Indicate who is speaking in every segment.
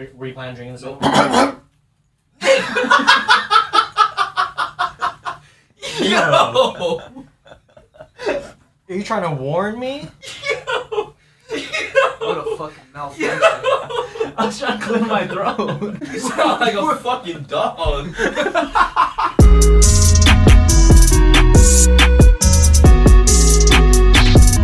Speaker 1: Were were you planning on drinking this? one?
Speaker 2: Yo!
Speaker 1: Are you trying to warn me?
Speaker 2: Yo!
Speaker 3: What a
Speaker 2: Yo!
Speaker 3: fucking malfunction.
Speaker 2: Yo!
Speaker 3: I was trying to clear my throat.
Speaker 2: You sound like a fucking dog.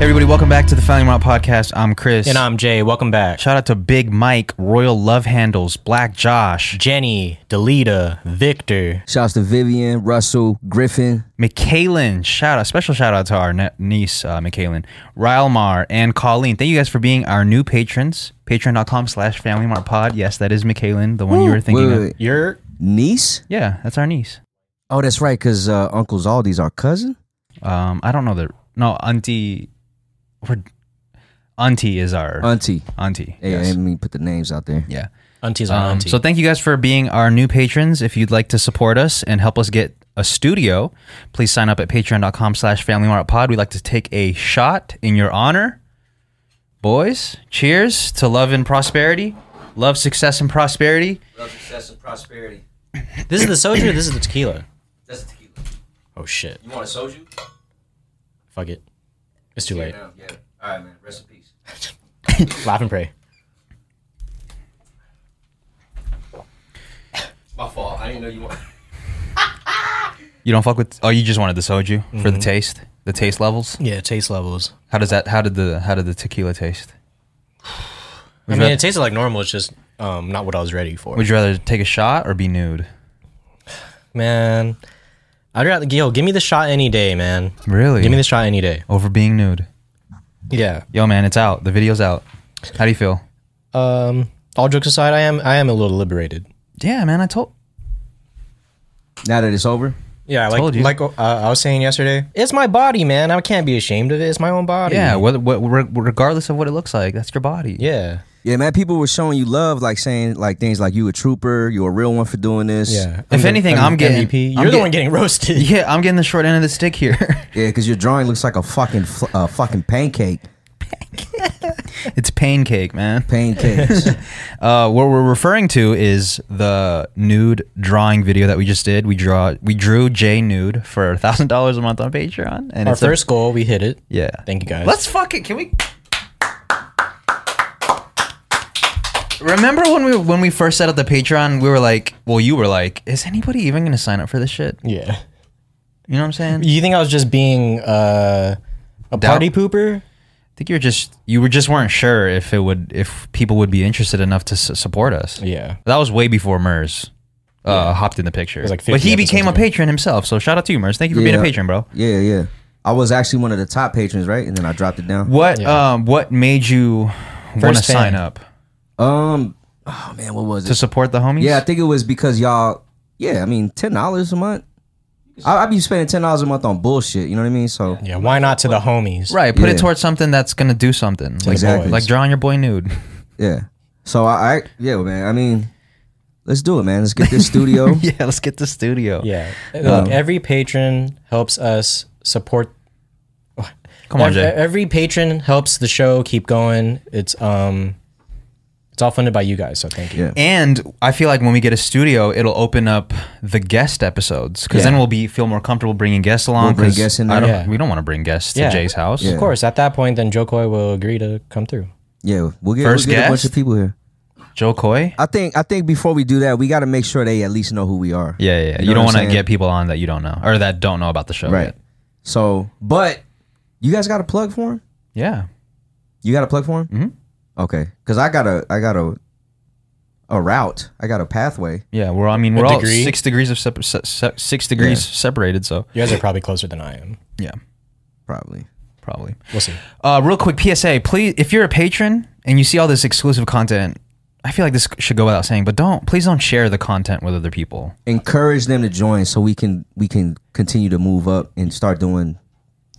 Speaker 4: Hey everybody, welcome back to the Failing Rock Podcast. I'm Chris.
Speaker 1: And I'm Jay. Welcome back.
Speaker 4: shout out to Big Mike, Royal Love Handles, Black Josh,
Speaker 1: Jenny, Delita, Victor.
Speaker 5: Shouts to Vivian, Russell, Griffin.
Speaker 4: McKaylin. Shout out, special shout out to our ne- niece, uh, McKaylin, Rylmar, and Colleen. Thank you guys for being our new patrons. Patreon.com slash Family Mart Pod. Yes, that is McKaylin, the one you were thinking
Speaker 5: Wait, wait,
Speaker 4: of.
Speaker 5: wait.
Speaker 1: You're
Speaker 5: Niece?
Speaker 4: Yeah, that's our niece.
Speaker 5: Oh, that's right, because uh, Uncle Zaldi's our cousin.
Speaker 4: Um, I don't know the no auntie. Or, auntie is our
Speaker 5: Auntie.
Speaker 4: auntie.
Speaker 5: Hey,
Speaker 4: yes.
Speaker 5: I didn't mean to put the names out there.
Speaker 4: yeah.
Speaker 1: auntie's
Speaker 4: Um, So thank you guys for being our new patrons. If you'd like to support us and help us get a studio, please sign up at patreon.com slash familymart We'd like to take a shot in your honor. Boys, cheers to love and prosperity. Love, success, and prosperity.
Speaker 2: Love, success, and prosperity.
Speaker 1: this is the soju. This is the tequila.
Speaker 2: That's a tequila.
Speaker 1: Oh shit!
Speaker 2: You want a soju?
Speaker 1: Fuck it. It's too
Speaker 2: Here
Speaker 1: late.
Speaker 2: now, Yeah. All right, man. Rest in peace.
Speaker 1: Laugh and pray.
Speaker 2: My fault. I didn't know you want.
Speaker 4: You don't fuck with. Oh, you just wanted the soju for the taste, the taste levels.
Speaker 1: Yeah, taste levels.
Speaker 4: How does that? How did the? How did the tequila taste?
Speaker 1: I mean,
Speaker 4: rather-
Speaker 1: it tasted like normal. It's just um, not what I was ready for.
Speaker 4: Would you rather take a shot or be nude?
Speaker 1: man, I'd rather yo give me the shot any day, man.
Speaker 4: Really?
Speaker 1: Give me the shot any day.
Speaker 4: over being nude.
Speaker 1: Yeah.
Speaker 4: Yo, man, it's out. The video's out. How do you feel?
Speaker 1: Um. All jokes aside, I am I am a little liberated.
Speaker 4: Yeah, man. I told.
Speaker 5: Now that it's over,
Speaker 1: Yeah, like
Speaker 4: Told you.
Speaker 1: like uh, I was saying yesterday, it's my body, man. I can't be ashamed of it. It's my own body.
Speaker 4: Yeah, whether, what, re- regardless of what it looks like, that's your body.
Speaker 1: yeah,
Speaker 5: yeah, man, people were showing you love, like saying like things like you a trooper, you a real one for doing this.
Speaker 1: yeah.
Speaker 4: If anything, I'm getting-
Speaker 1: MVP. You're
Speaker 4: I'm
Speaker 1: the
Speaker 4: get-
Speaker 1: one getting roasted.
Speaker 4: Yeah, I'm getting the short end of the stick here.
Speaker 5: yeah, because your drawing looks like a fucking fl- uh, fucking pancake.
Speaker 4: it's pancake, man.
Speaker 5: Pancakes.
Speaker 4: Uh, what we're referring to is the nude drawing video that we just did. We draw, we drew Jay nude for thousand dollars a month on Patreon, and
Speaker 1: Our
Speaker 4: it's a-
Speaker 1: first goal, we hit it.
Speaker 4: yeah.
Speaker 1: Thank you guys.
Speaker 4: Let's fuck it. Can we? Remember when we when we first set up the Patreon, we were like, well, you were like, is anybody even gonna sign up for this shit?
Speaker 1: Yeah.
Speaker 4: You know what I'm saying?
Speaker 1: You think I was just being uh, a
Speaker 4: Doubt-
Speaker 1: party pooper?
Speaker 4: I think you were just you were just weren't sure if it would if people would be interested enough to s- support us.
Speaker 1: Yeah.
Speaker 4: That was way before Mers uh, hopped in the picture.
Speaker 1: was like 50
Speaker 4: but he
Speaker 1: episodes
Speaker 4: became a
Speaker 1: ago.
Speaker 4: patron himself. So shout out to you, Mers. Thank you for being a
Speaker 5: Yeah.
Speaker 4: patron, bro.
Speaker 5: yeah, yeah. I was actually one of the top patrons, right? And then I dropped it down.
Speaker 4: What um what made you want to
Speaker 1: First fan.
Speaker 4: sign up
Speaker 5: Um, oh man, what was it?
Speaker 4: to support the homies?
Speaker 5: Yeah, I think it was because y'all. Yeah, I mean, ten dollars a month. I, I be spending ten dollars a month on bullshit. You know what I mean? So
Speaker 1: Yeah. Why not to the homies?
Speaker 4: right. Put
Speaker 5: Yeah.
Speaker 4: it towards something that's gonna do something. Like,
Speaker 5: Exactly.
Speaker 4: Like drawing your boy nude.
Speaker 5: yeah, so I, I yeah, man. I mean, let's do it, man. Let's get this studio.
Speaker 4: yeah. Let's get the studio.
Speaker 1: Yeah.
Speaker 4: Um,
Speaker 1: Look, every patron helps us support.
Speaker 4: Come on,
Speaker 1: ev- e,
Speaker 4: Jay.
Speaker 1: Every patron helps the show keep going. It's um, it's all funded by you guys. So thank you.
Speaker 5: Yeah.
Speaker 4: And I feel like when we get a studio, it'll open up the guest episodes because then
Speaker 1: Yeah.
Speaker 4: we'll be feel more comfortable bringing guests along.
Speaker 5: bring
Speaker 4: 'cause
Speaker 5: guests in
Speaker 4: I
Speaker 5: there.
Speaker 4: don't,
Speaker 1: Yeah.
Speaker 4: We don't want to bring guests to
Speaker 1: Yeah.
Speaker 4: Jay's house.
Speaker 1: Of course. At that point, then Joe Coy will agree to come through.
Speaker 5: Yeah, we'll get,
Speaker 4: First
Speaker 5: we'll get a bunch
Speaker 4: guest?
Speaker 5: of people here.
Speaker 4: Joe Coy.
Speaker 5: I think I think before we do that, we got to make sure they at least know who we are.
Speaker 4: Yeah, yeah. yeah. You,
Speaker 5: know
Speaker 4: don't
Speaker 5: what
Speaker 4: want
Speaker 5: I'm
Speaker 4: to
Speaker 5: saying?
Speaker 4: get people on that you don't know or that don't know about the show.
Speaker 5: right.
Speaker 4: yet.
Speaker 5: So, but you guys got a plug for him?
Speaker 4: Yeah.
Speaker 5: You got a plug for him?
Speaker 4: Mhm.
Speaker 5: Okay, because I got a I got a a route. I got a pathway.
Speaker 4: Yeah. We're. I mean,
Speaker 1: A
Speaker 4: we're all
Speaker 1: degree?
Speaker 4: six degrees of sep- se- se- six degrees separated. So
Speaker 1: You guys are probably closer than I am.
Speaker 4: yeah,
Speaker 5: Probably.
Speaker 4: probably.
Speaker 1: We'll see.
Speaker 4: Uh, real quick PSA, please. If you're a patron and you see all this exclusive content, I feel like this should go without saying, but don't please don't share the content with other people.
Speaker 5: Encourage them to join so we can we can continue to move up and start doing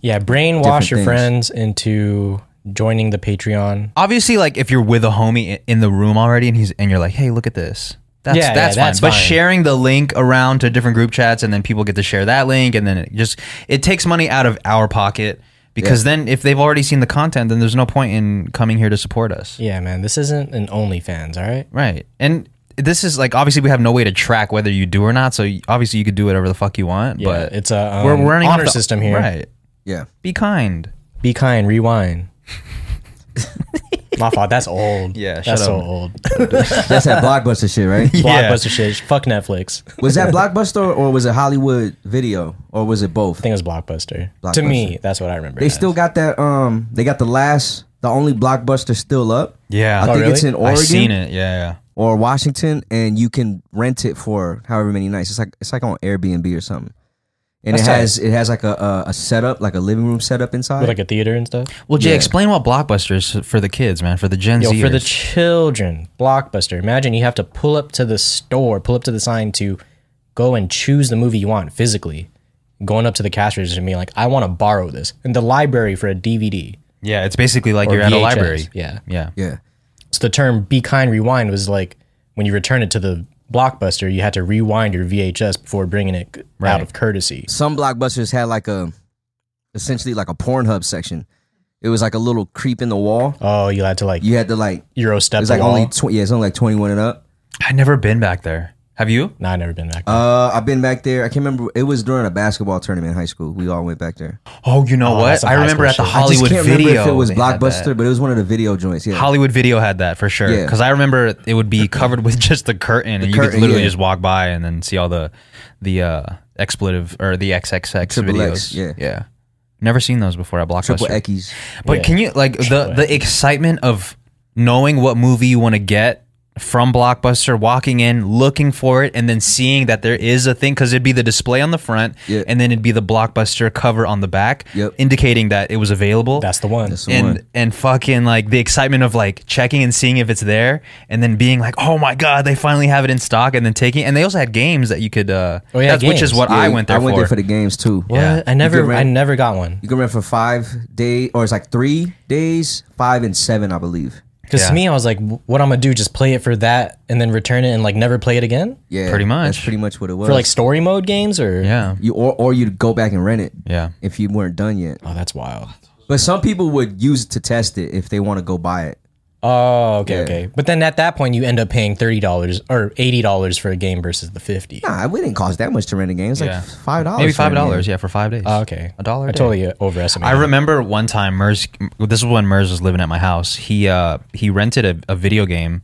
Speaker 1: Yeah, brainwash
Speaker 5: Different
Speaker 1: your
Speaker 5: things.
Speaker 1: friends into joining the Patreon.
Speaker 4: obviously like if you're with a homie i- in the room already and he's and you're like hey look at this that's
Speaker 1: Yeah, yeah,
Speaker 4: that's,
Speaker 1: that's
Speaker 4: fine. but
Speaker 1: fine.
Speaker 4: sharing the link around to different group chats and then people get to share that link and then it just it takes money out of our pocket Because then, if they've already seen the content, then there's no point in coming here to support us.
Speaker 1: Yeah, man. This isn't an OnlyFans, all right?
Speaker 4: Right. And this is like obviously we have no way to track whether you do or not. So y- obviously you could do whatever the fuck you want.
Speaker 1: Yeah,
Speaker 4: but
Speaker 1: it's a um,
Speaker 4: we're, we're running off
Speaker 1: honor
Speaker 4: the-
Speaker 1: system here.
Speaker 4: Right.
Speaker 5: Yeah.
Speaker 4: Be kind.
Speaker 1: Be kind. Rewind. My fault. That's old.
Speaker 4: Yeah, shut
Speaker 1: that's so
Speaker 4: up.
Speaker 1: old.
Speaker 5: That's that blockbuster shit, right?
Speaker 4: Yeah.
Speaker 1: Blockbuster shit. Fuck Netflix. I
Speaker 5: Was that blockbuster or was it Hollywood video or was it both?
Speaker 1: think it was Blockbuster. To me, that's what I remember.
Speaker 5: They
Speaker 1: it as.
Speaker 5: still got that. Um, they got the last, the only blockbuster still up.
Speaker 4: Yeah.
Speaker 5: I
Speaker 1: Oh,
Speaker 5: think
Speaker 1: really?
Speaker 5: it's in Oregon
Speaker 4: I've seen it. Yeah.
Speaker 5: or Washington, and you can rent it for however many nights. It's like it's like on Airbnb or something. And
Speaker 1: That's
Speaker 5: it has it has like a, a a setup, like a living room setup inside.
Speaker 1: With like a theater and stuff.
Speaker 4: Well, Jay,
Speaker 5: Yeah.
Speaker 4: explain what Blockbuster is for the kids, man, for the Gen
Speaker 1: Yo,
Speaker 4: Z.
Speaker 1: for the children, Blockbuster. Imagine you have to pull up to the store, pull up to the sign to go and choose the movie you want physically. Going up to the cash register and being like, I want to borrow this. And the library for a DVD.
Speaker 4: yeah, it's basically like
Speaker 1: or
Speaker 4: you're at a
Speaker 1: VHS.
Speaker 4: library.
Speaker 1: Yeah.
Speaker 4: Yeah.
Speaker 5: yeah,
Speaker 1: So the term be kind rewind was like when you return it to the Blockbuster, you had to rewind your VHS before bringing it c-
Speaker 4: Right.
Speaker 1: out of courtesy.
Speaker 5: some blockbusters had like a essentially like a Pornhub section. It was like a little creep in the wall.
Speaker 1: Oh, you had to like
Speaker 5: You had to like
Speaker 1: Euro
Speaker 5: it
Speaker 1: step
Speaker 5: was
Speaker 1: the
Speaker 5: like
Speaker 1: wall.
Speaker 5: only tw- yeah, it's only like twenty one and up.
Speaker 4: I've never been back there. Have you?
Speaker 1: Nah, I've never been back.
Speaker 5: Uh, I've been back there. I can't remember. It was during a basketball tournament in high school. We all went back there.
Speaker 4: Oh, you know
Speaker 1: Oh, that's
Speaker 4: what?
Speaker 1: some
Speaker 4: I
Speaker 1: high school
Speaker 4: remember at the
Speaker 1: shit.
Speaker 4: Hollywood
Speaker 5: I just can't
Speaker 4: Video.
Speaker 5: remember if it was
Speaker 4: they had that.
Speaker 5: Blockbuster, but it was one of the video joints. Yeah,
Speaker 4: Hollywood Video had that for sure.
Speaker 5: Yeah.
Speaker 4: Because I remember it would be covered with just the curtain, and you could
Speaker 5: curtain,
Speaker 4: literally
Speaker 5: yeah.
Speaker 4: just walk by and then see all the the uh, expletive or the XXX
Speaker 5: Triple
Speaker 4: videos.
Speaker 5: X, yeah.
Speaker 4: yeah. Never seen those before at Blockbuster.
Speaker 5: triple Eckies.
Speaker 4: But
Speaker 1: Yeah.
Speaker 4: can you like the
Speaker 1: Triple
Speaker 4: the excitement of knowing what movie you want to get from Blockbuster, walking in, looking for it, and then seeing that there is a thing because it'd be the display on the front,
Speaker 5: Yeah.
Speaker 4: and then it'd be the Blockbuster cover on the back,
Speaker 5: Yep.
Speaker 4: indicating that it was available.
Speaker 1: That's the one.
Speaker 5: That's the
Speaker 4: and
Speaker 5: one.
Speaker 4: and fucking like the excitement of like checking and seeing if it's there, and then being like, oh my god, they finally have it in stock, and then taking. And they also had games that you could. Uh,
Speaker 1: Oh, yeah,
Speaker 4: that's- which is
Speaker 1: games.
Speaker 4: what
Speaker 5: Yeah,
Speaker 4: I went there
Speaker 5: I went
Speaker 4: for.
Speaker 5: there for the games too.
Speaker 1: what?
Speaker 4: yeah.
Speaker 1: I never,
Speaker 5: could
Speaker 1: I
Speaker 5: rent-
Speaker 1: never got one.
Speaker 5: You can rent for five day, or it's like three days, five and seven, I believe.
Speaker 1: Because
Speaker 4: Yeah.
Speaker 1: to me, I was like, "W- what I'm gonna do? Just play it for that, and then return it, and like never play it again
Speaker 5: Yeah,
Speaker 4: Pretty
Speaker 5: That's
Speaker 4: much.
Speaker 5: pretty much what it was.
Speaker 1: for like story mode games, or
Speaker 4: yeah,
Speaker 5: you or or you'd go back and rent it
Speaker 4: yeah.
Speaker 5: if you weren't done yet.
Speaker 1: Oh, that's wild.
Speaker 5: But some people would use it to test it if they want to go buy it.
Speaker 1: Oh, okay,
Speaker 5: Yeah.
Speaker 1: okay. But then at that point, you end up paying thirty dollars or eighty dollars for a game versus the fifty.
Speaker 5: Nah, it didn't cost that much to rent a game. It's like
Speaker 4: Yeah.
Speaker 5: five dollars.
Speaker 4: Maybe five dollars, yeah, for five days.
Speaker 1: Oh, okay,
Speaker 4: a dollar.
Speaker 1: I
Speaker 4: a day.
Speaker 1: totally overestimated.
Speaker 4: I remember one time Mers. This was when Mers was living at my house. He uh he rented a, a video game,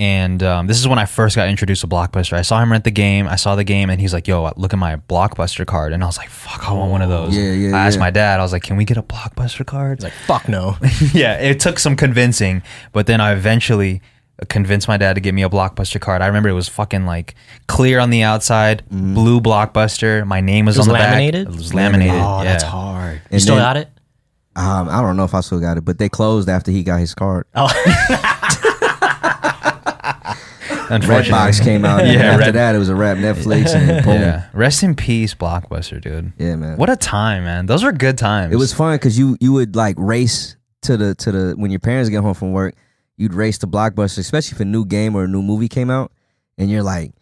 Speaker 4: and um, this is when I first got introduced to Blockbuster. I saw him rent the game. I saw the game, and he's like, "Yo, look at my Blockbuster card." And I was like, "Fuck, I want one of those."
Speaker 5: Yeah, yeah,
Speaker 4: I asked
Speaker 5: yeah.
Speaker 4: my dad. I was like, "Can we get a Blockbuster card?"
Speaker 1: It's like fuck no.
Speaker 4: yeah, it took some convincing, but then I eventually convinced my dad to get me a blockbuster card. I remember it was fucking like clear on the outside,
Speaker 5: Mm-hmm.
Speaker 4: blue blockbuster. My name was,
Speaker 1: It was
Speaker 4: on the back.
Speaker 1: laminated?
Speaker 4: It was laminated.
Speaker 1: oh, that's
Speaker 4: yeah.
Speaker 1: hard. You
Speaker 5: And
Speaker 1: still
Speaker 5: then-
Speaker 1: got it?
Speaker 5: Um, I don't know if I still got it, but they closed after he got his card.
Speaker 4: Unfortunately.
Speaker 5: Redbox came out.
Speaker 4: Yeah,
Speaker 5: yeah, after
Speaker 4: Red-
Speaker 5: that it was a wrap. Netflix and boom. Yeah,
Speaker 4: Yeah. Rest in peace, Blockbuster, dude.
Speaker 5: man.
Speaker 4: What a time, man. Those were good times.
Speaker 5: It was fun because you you would like race to the to the when your parents get home from work, you'd race to Blockbuster, especially if a new game or a new movie came out, and you're like,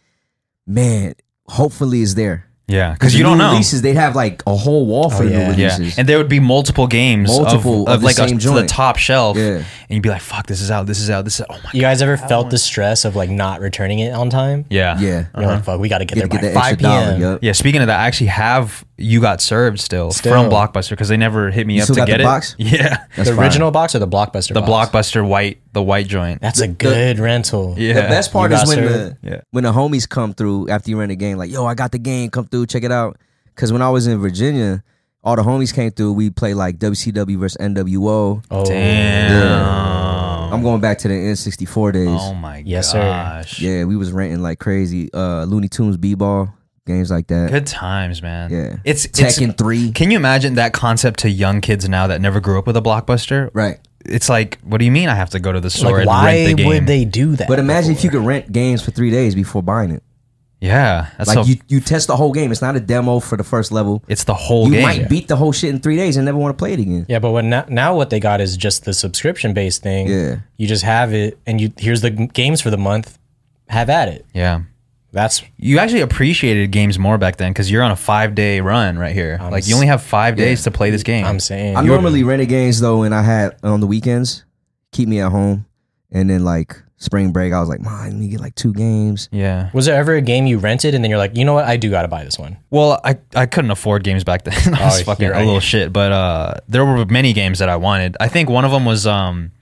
Speaker 5: man, hopefully it's there
Speaker 4: Yeah, because you
Speaker 5: the
Speaker 4: don't
Speaker 5: new
Speaker 4: know. Oh,
Speaker 5: releases. They'd have like a whole wall for
Speaker 1: yeah.
Speaker 5: new
Speaker 4: Yeah,
Speaker 5: releases.
Speaker 4: and there would be multiple games of-
Speaker 5: Multiple
Speaker 4: of,
Speaker 5: of the
Speaker 4: like a,
Speaker 5: same
Speaker 4: to the
Speaker 5: joint.
Speaker 4: top shelf,
Speaker 5: Yeah.
Speaker 4: and you'd be like, "Fuck, this is out, this is out, this is out. oh my
Speaker 1: You guys ever felt the stress of like not returning it on time?
Speaker 4: yeah, Uh-huh.
Speaker 5: yeah,
Speaker 1: You're like, fuck, we got to get there
Speaker 5: Get, to get
Speaker 1: by
Speaker 5: that
Speaker 1: five
Speaker 5: extra dollar.
Speaker 1: p.m.
Speaker 5: Yup.
Speaker 4: Yeah, speaking of that, I actually have you got served still,
Speaker 1: Still.
Speaker 4: from Blockbuster because they never hit me
Speaker 5: You
Speaker 4: up
Speaker 5: still
Speaker 4: to
Speaker 5: got
Speaker 4: get
Speaker 5: the
Speaker 4: it.
Speaker 5: box?
Speaker 4: Yeah,
Speaker 5: That's
Speaker 1: The
Speaker 5: fine.
Speaker 1: original box or the blockbuster?
Speaker 4: the
Speaker 1: box?
Speaker 4: Blockbuster white, the white joint.
Speaker 1: That's a good rental.
Speaker 4: yeah,
Speaker 5: The best part
Speaker 1: You
Speaker 5: is
Speaker 1: got
Speaker 5: when the
Speaker 1: served?
Speaker 4: Yeah.
Speaker 5: when the homies come through after you rent a game. Like, yo, I got the game. Come through, check it out. Because when I was in Virginia, all the homies came through. We play like WCW versus NWO.
Speaker 1: Oh,
Speaker 4: Damn.
Speaker 5: I'm going back to the N64 days.
Speaker 4: Oh my
Speaker 1: Yes, sir.
Speaker 4: gosh.
Speaker 5: Yeah, we was renting like crazy. Uh Looney Tunes B-ball, games like that.
Speaker 4: Good times, man.
Speaker 5: Yeah.
Speaker 4: It's it's.
Speaker 5: Tekken 3.
Speaker 4: Can you imagine that concept to young kids now that never grew up with a Blockbuster?
Speaker 5: Right.
Speaker 4: It's like, what do you mean I have to go to the store
Speaker 1: Like,
Speaker 4: and
Speaker 1: why
Speaker 4: rent the game?
Speaker 1: would they do that?
Speaker 5: But imagine if you could rent games for 3 days before buying it.
Speaker 4: Yeah, that's so.
Speaker 5: Like you you test the whole game. It's not a demo for the first level.
Speaker 4: it's the whole
Speaker 5: You
Speaker 4: game.
Speaker 5: might beat the whole shit in 3 days and never want to play it again.
Speaker 1: Yeah, but what now, now what they got is just the subscription based thing.
Speaker 5: Yeah.
Speaker 1: You just have it and you here's the g- games for the month. Have at it.
Speaker 4: yeah.
Speaker 1: That's
Speaker 4: You actually appreciated games more back then because you're on a five day run right here. like you only have five days to play this game.
Speaker 1: I'm saying.
Speaker 5: I normally rented games though, and I had on the weekends keep me at home, and then like spring break, I was like, "Man, let me get like two games."
Speaker 4: yeah.
Speaker 1: was there ever a game you rented and then you're like, you know what? I do gotta buy this one.
Speaker 4: Well, I, I couldn't afford games back then. I was
Speaker 1: Oh,
Speaker 4: fucking
Speaker 1: you're
Speaker 4: a
Speaker 1: right.
Speaker 4: little shit, but uh, there were many games that I wanted. I think one of them was um,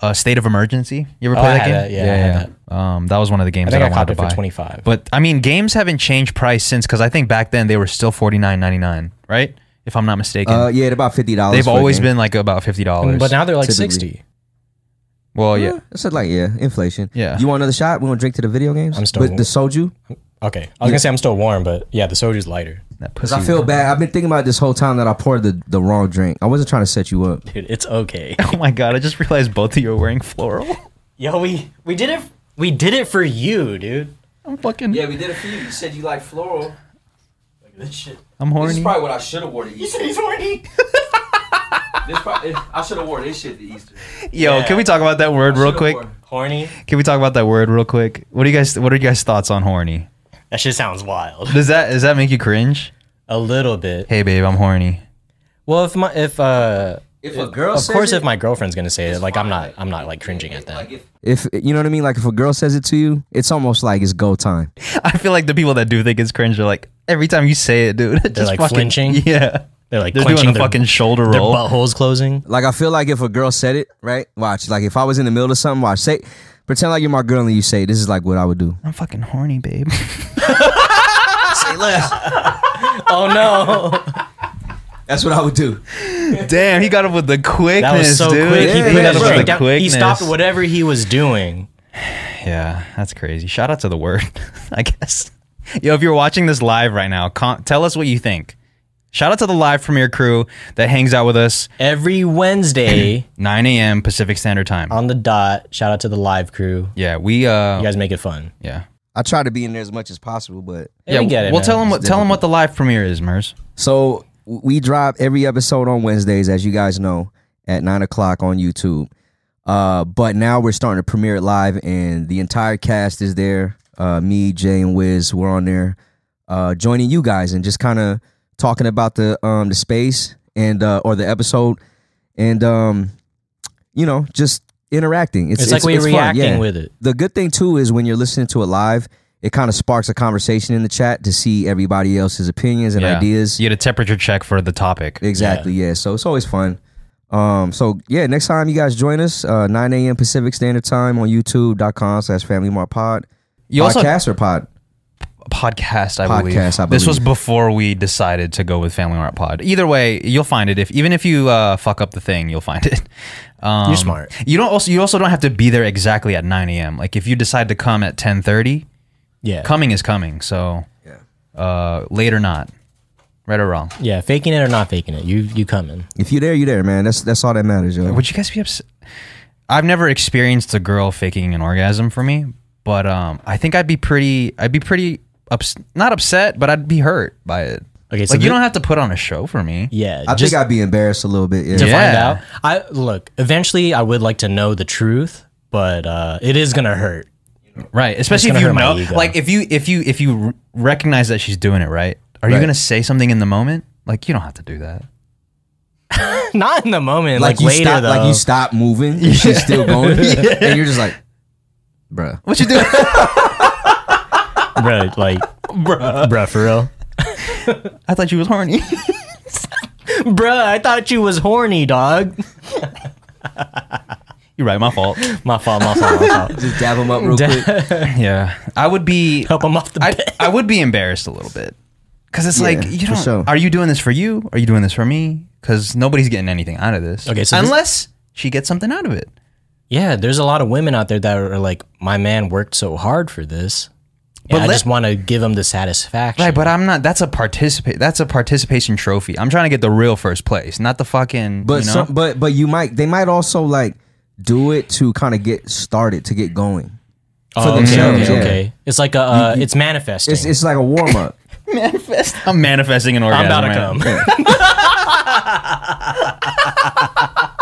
Speaker 4: uh, State of Emergency. You ever
Speaker 1: Oh,
Speaker 4: play
Speaker 1: I
Speaker 4: that
Speaker 1: had
Speaker 4: game?
Speaker 1: that. Yeah, I had
Speaker 4: That. Um, that was one of the games
Speaker 1: I think
Speaker 4: that
Speaker 1: I,
Speaker 4: I,
Speaker 1: copped
Speaker 4: wanted
Speaker 1: it
Speaker 4: to buy.
Speaker 1: for twenty five.
Speaker 4: But I mean, games haven't changed price since because I think back then they were still forty nine ninety nine, right? If I'm not mistaken,
Speaker 5: Uh, yeah, they're about fifty dollars.
Speaker 4: they've always been like about fifty dollars.
Speaker 1: But now they're like
Speaker 5: Typically.
Speaker 1: sixty.
Speaker 4: well,
Speaker 5: Yeah,
Speaker 4: yeah,
Speaker 5: Uh, it's like yeah, inflation.
Speaker 4: Yeah.
Speaker 5: you want another shot? We want to drink to the video games.
Speaker 1: I'm still-
Speaker 5: But the soju,
Speaker 1: Okay. I was gonna say I'm still warm, but yeah, the soju's lighter.
Speaker 4: that
Speaker 5: because
Speaker 4: pussy.
Speaker 5: I feel bad. I've been thinking about this whole time that I poured the, the wrong drink. I wasn't trying to set you up.
Speaker 1: Dude, it's okay.
Speaker 4: oh my god! I just realized both of you are wearing floral.
Speaker 1: Yo, we we did it we did it for you, dude.
Speaker 4: I'm fucking.
Speaker 2: Yeah, we did a few. You said you like floral.
Speaker 1: Look at this shit.
Speaker 4: I'm
Speaker 2: This
Speaker 4: horny.
Speaker 2: is probably what I should have wore to Easter.
Speaker 1: He's horny.
Speaker 2: This probably, I should have wore this shit to Easter.
Speaker 4: Yo,
Speaker 1: Yeah.
Speaker 4: can we talk about that word real
Speaker 2: Should've
Speaker 4: quick?
Speaker 2: wore-
Speaker 1: Horny?
Speaker 4: Can we talk about that word real quick? What do you guys? What are you guys' thoughts on horny?
Speaker 1: That shit sounds wild.
Speaker 4: Does that does that make you cringe?
Speaker 1: A little bit.
Speaker 4: Hey, babe, I'm horny.
Speaker 1: Well, if my if uh
Speaker 2: If a girl,
Speaker 1: of
Speaker 2: says
Speaker 1: course
Speaker 2: it,
Speaker 1: if my girlfriend's gonna say it, like I'm not
Speaker 2: fine.
Speaker 1: I'm not like cringing at that.
Speaker 2: Like if
Speaker 5: If you know what I mean, like if a girl says it to you, it's almost like it's go time.
Speaker 4: I feel like the people that do think it's cringe are like every time you say it, dude. They're
Speaker 1: like, flinching?
Speaker 4: Yeah,
Speaker 1: They're like
Speaker 4: they're
Speaker 1: clenching
Speaker 4: doing the
Speaker 1: their,
Speaker 4: fucking shoulder
Speaker 1: their
Speaker 4: roll.
Speaker 1: buttholes closing.
Speaker 5: Like I feel like if a girl said it, right? Watch, like if I was in the middle of something, watch, say, pretend like you're my girl and you say, "This is like what I would do."
Speaker 4: I'm fucking horny, babe.
Speaker 1: Oh no.
Speaker 5: That's what I would do.
Speaker 4: Damn, he got up with the quickness,
Speaker 1: That was so
Speaker 4: dude.
Speaker 1: quick.
Speaker 5: Yeah,
Speaker 1: he put
Speaker 5: yeah,
Speaker 1: his
Speaker 5: bro.
Speaker 1: drink down. He stopped
Speaker 4: Quickness.
Speaker 1: whatever he was doing.
Speaker 4: Yeah, that's crazy. Shout out to the word, I guess. Yo, if you're watching this live right now, con- tell us what you think. Shout out to the live premiere crew that hangs out with us
Speaker 1: Every Wednesday
Speaker 4: 9 a.m. Pacific Standard Time.
Speaker 1: on the dot. Shout out to the live crew.
Speaker 4: yeah, we uh,
Speaker 1: You guys make it fun.
Speaker 4: yeah,
Speaker 5: I try to be in there as much as possible, but
Speaker 1: Yeah, we get it.
Speaker 4: Well,
Speaker 1: man.
Speaker 4: tell them what tell them what the live premiere is, Mers.
Speaker 5: So w- we drop every episode on Wednesdays, as you guys know, at nine o'clock on YouTube. Uh, but now we're starting to premiere it live, and the entire cast is there. Uh, me, Jay, and Wiz, we're on there, uh, joining you guys and just kind of talking about the um the space and uh, or the episode, and um, you know, just interacting. It's,
Speaker 1: It's, like we
Speaker 5: it's fun,
Speaker 1: reacting
Speaker 5: yeah
Speaker 1: with it.
Speaker 5: the good thing too is when you're listening to it live, it kind of sparks a conversation in the chat to see everybody else's opinions and
Speaker 4: Yeah.
Speaker 5: ideas.
Speaker 4: You get a temperature check for the topic.
Speaker 5: Exactly. Yeah. So it's always fun. Um, so yeah, next time you guys join us, uh, 9 a.m. Pacific Standard Time on youtube.com slash Family Mart Pod.
Speaker 4: You also
Speaker 5: Podcast or pod?
Speaker 4: podcast, I believe.
Speaker 5: Podcast, I
Speaker 4: This was
Speaker 5: believe.
Speaker 4: before we decided to go with Family Mart Pod. Either way, you'll find it. If even if you uh, fuck up the thing, you'll find it. Um,
Speaker 1: You're smart.
Speaker 4: You don't also you also don't have to be there exactly at 9 a.m. Like if you decide to come at 10:30,
Speaker 1: Yeah.
Speaker 4: coming is coming. So uh, late or not, right or wrong.
Speaker 1: Yeah. Faking it or not faking it. You you coming.
Speaker 5: If you're there, you're there, man. That's that's all that matters, yo.
Speaker 4: Would you guys be upset? I've never experienced a girl faking an orgasm for me, but um, I think I'd be pretty. I'd be pretty ups- not upset, but I'd be hurt by it.
Speaker 1: Okay, so
Speaker 4: like you
Speaker 1: thi-
Speaker 4: don't have to put on a show for me.
Speaker 1: Yeah.
Speaker 5: I
Speaker 1: just
Speaker 5: think I'd be embarrassed a little bit. Yeah.
Speaker 1: to
Speaker 4: Yeah.
Speaker 1: find out. I look, eventually I would like to know the truth, but uh it is gonna hurt.
Speaker 4: right? Especially if
Speaker 1: gonna
Speaker 4: you
Speaker 1: hurt my
Speaker 4: know,
Speaker 1: ego.
Speaker 4: like if you if you if you r- recognize that she's doing it, right? Are you
Speaker 5: Right.
Speaker 4: gonna say something in the moment? Like you don't have to do that.
Speaker 1: Not in the moment, like,
Speaker 5: you
Speaker 1: later
Speaker 5: stop,
Speaker 1: though.
Speaker 5: like you stop moving, she's still going, and you're just like, bruh.
Speaker 4: What you doing?
Speaker 1: bruh, like bruh. bruh for real.
Speaker 4: I thought you was horny.
Speaker 1: Bruh, I thought you was horny, dog.
Speaker 4: You're right. My fault.
Speaker 1: My fault, my fault, my fault.
Speaker 5: Just dab them up real quick.
Speaker 4: yeah, I would be.
Speaker 1: Help him off the
Speaker 4: I,
Speaker 1: bed.
Speaker 4: I would be embarrassed a little bit because it's like you
Speaker 5: for
Speaker 4: don't.
Speaker 5: sure.
Speaker 4: Are you doing this for you? Are you doing this for me? Because nobody's getting anything out of this.
Speaker 1: Okay, so this-
Speaker 4: unless she gets something out of it,
Speaker 1: Yeah, there's a lot of women out there that are like, my man worked so hard for this. But
Speaker 4: But
Speaker 1: I
Speaker 4: let-
Speaker 1: just want to give him the satisfaction.
Speaker 4: right? But I'm not. That's a participate. That's a participation trophy. I'm trying to get the real first place, not the fucking.
Speaker 5: But
Speaker 4: you know?
Speaker 5: some, but but you might they might also like do it to kind of get started to get going.
Speaker 1: oh, okay,
Speaker 5: themselves,
Speaker 1: okay,
Speaker 5: yeah.
Speaker 1: okay. It's like a, uh, it's manifesting.
Speaker 5: It's it's like a warm up.
Speaker 4: I'm manifesting an orgasm.
Speaker 1: I'm about to
Speaker 4: right now.
Speaker 1: come.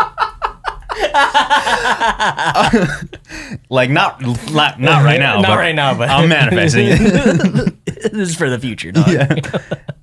Speaker 4: like not not, not right now.
Speaker 1: Not
Speaker 4: but
Speaker 1: right now, but
Speaker 4: I'm manifesting it.
Speaker 1: this is for the future, dog.
Speaker 4: Yeah.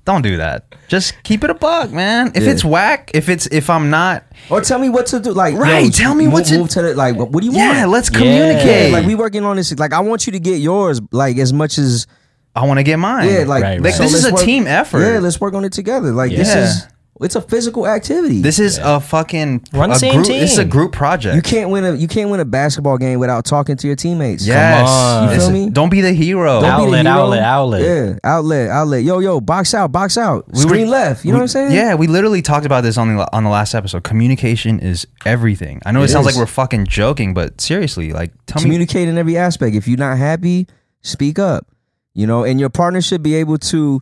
Speaker 4: Don't do that. Just keep it a buck, man. If
Speaker 5: Yeah.
Speaker 4: it's whack, if it's if I'm not,
Speaker 5: Or tell me what to do. Like,
Speaker 4: Right,
Speaker 5: yo,
Speaker 4: tell me
Speaker 5: move,
Speaker 4: what to-
Speaker 5: move to the, like. What, what do you
Speaker 4: yeah,
Speaker 5: want?
Speaker 4: let's
Speaker 1: Yeah.
Speaker 4: communicate.
Speaker 5: like we working on this. Like I want you to get yours. Like as much as
Speaker 4: I want to get mine.
Speaker 5: yeah. Like,
Speaker 1: Right, right.
Speaker 5: like
Speaker 4: This is
Speaker 5: let's
Speaker 4: a team effort.
Speaker 5: Yeah, let's work on it together. Like this
Speaker 4: Yeah.
Speaker 5: is it's a physical activity.
Speaker 4: this is a fucking
Speaker 1: Run the
Speaker 4: a
Speaker 1: same
Speaker 4: group, This is a
Speaker 1: team.
Speaker 4: group project.
Speaker 5: you can't win a you can't win a basketball game without talking to your teammates.
Speaker 4: yes,
Speaker 1: on.
Speaker 5: You
Speaker 4: This-
Speaker 5: feel me?
Speaker 4: Don't be the hero.
Speaker 5: Don't be the
Speaker 1: Outlet,
Speaker 5: hero.
Speaker 1: outlet, outlet.
Speaker 5: Yeah, outlet, outlet. Yo, yo, box out, box out.
Speaker 4: were-
Speaker 5: Screen left. You know what I'm saying?
Speaker 4: Yeah, we literally talked about this on the on the last episode. Communication is everything. I know it,
Speaker 5: It
Speaker 4: sounds
Speaker 5: is.
Speaker 4: like we're fucking joking, but seriously, like tell me.
Speaker 5: communicate in every aspect. If you're not happy, speak up. You know, and your partner should be able to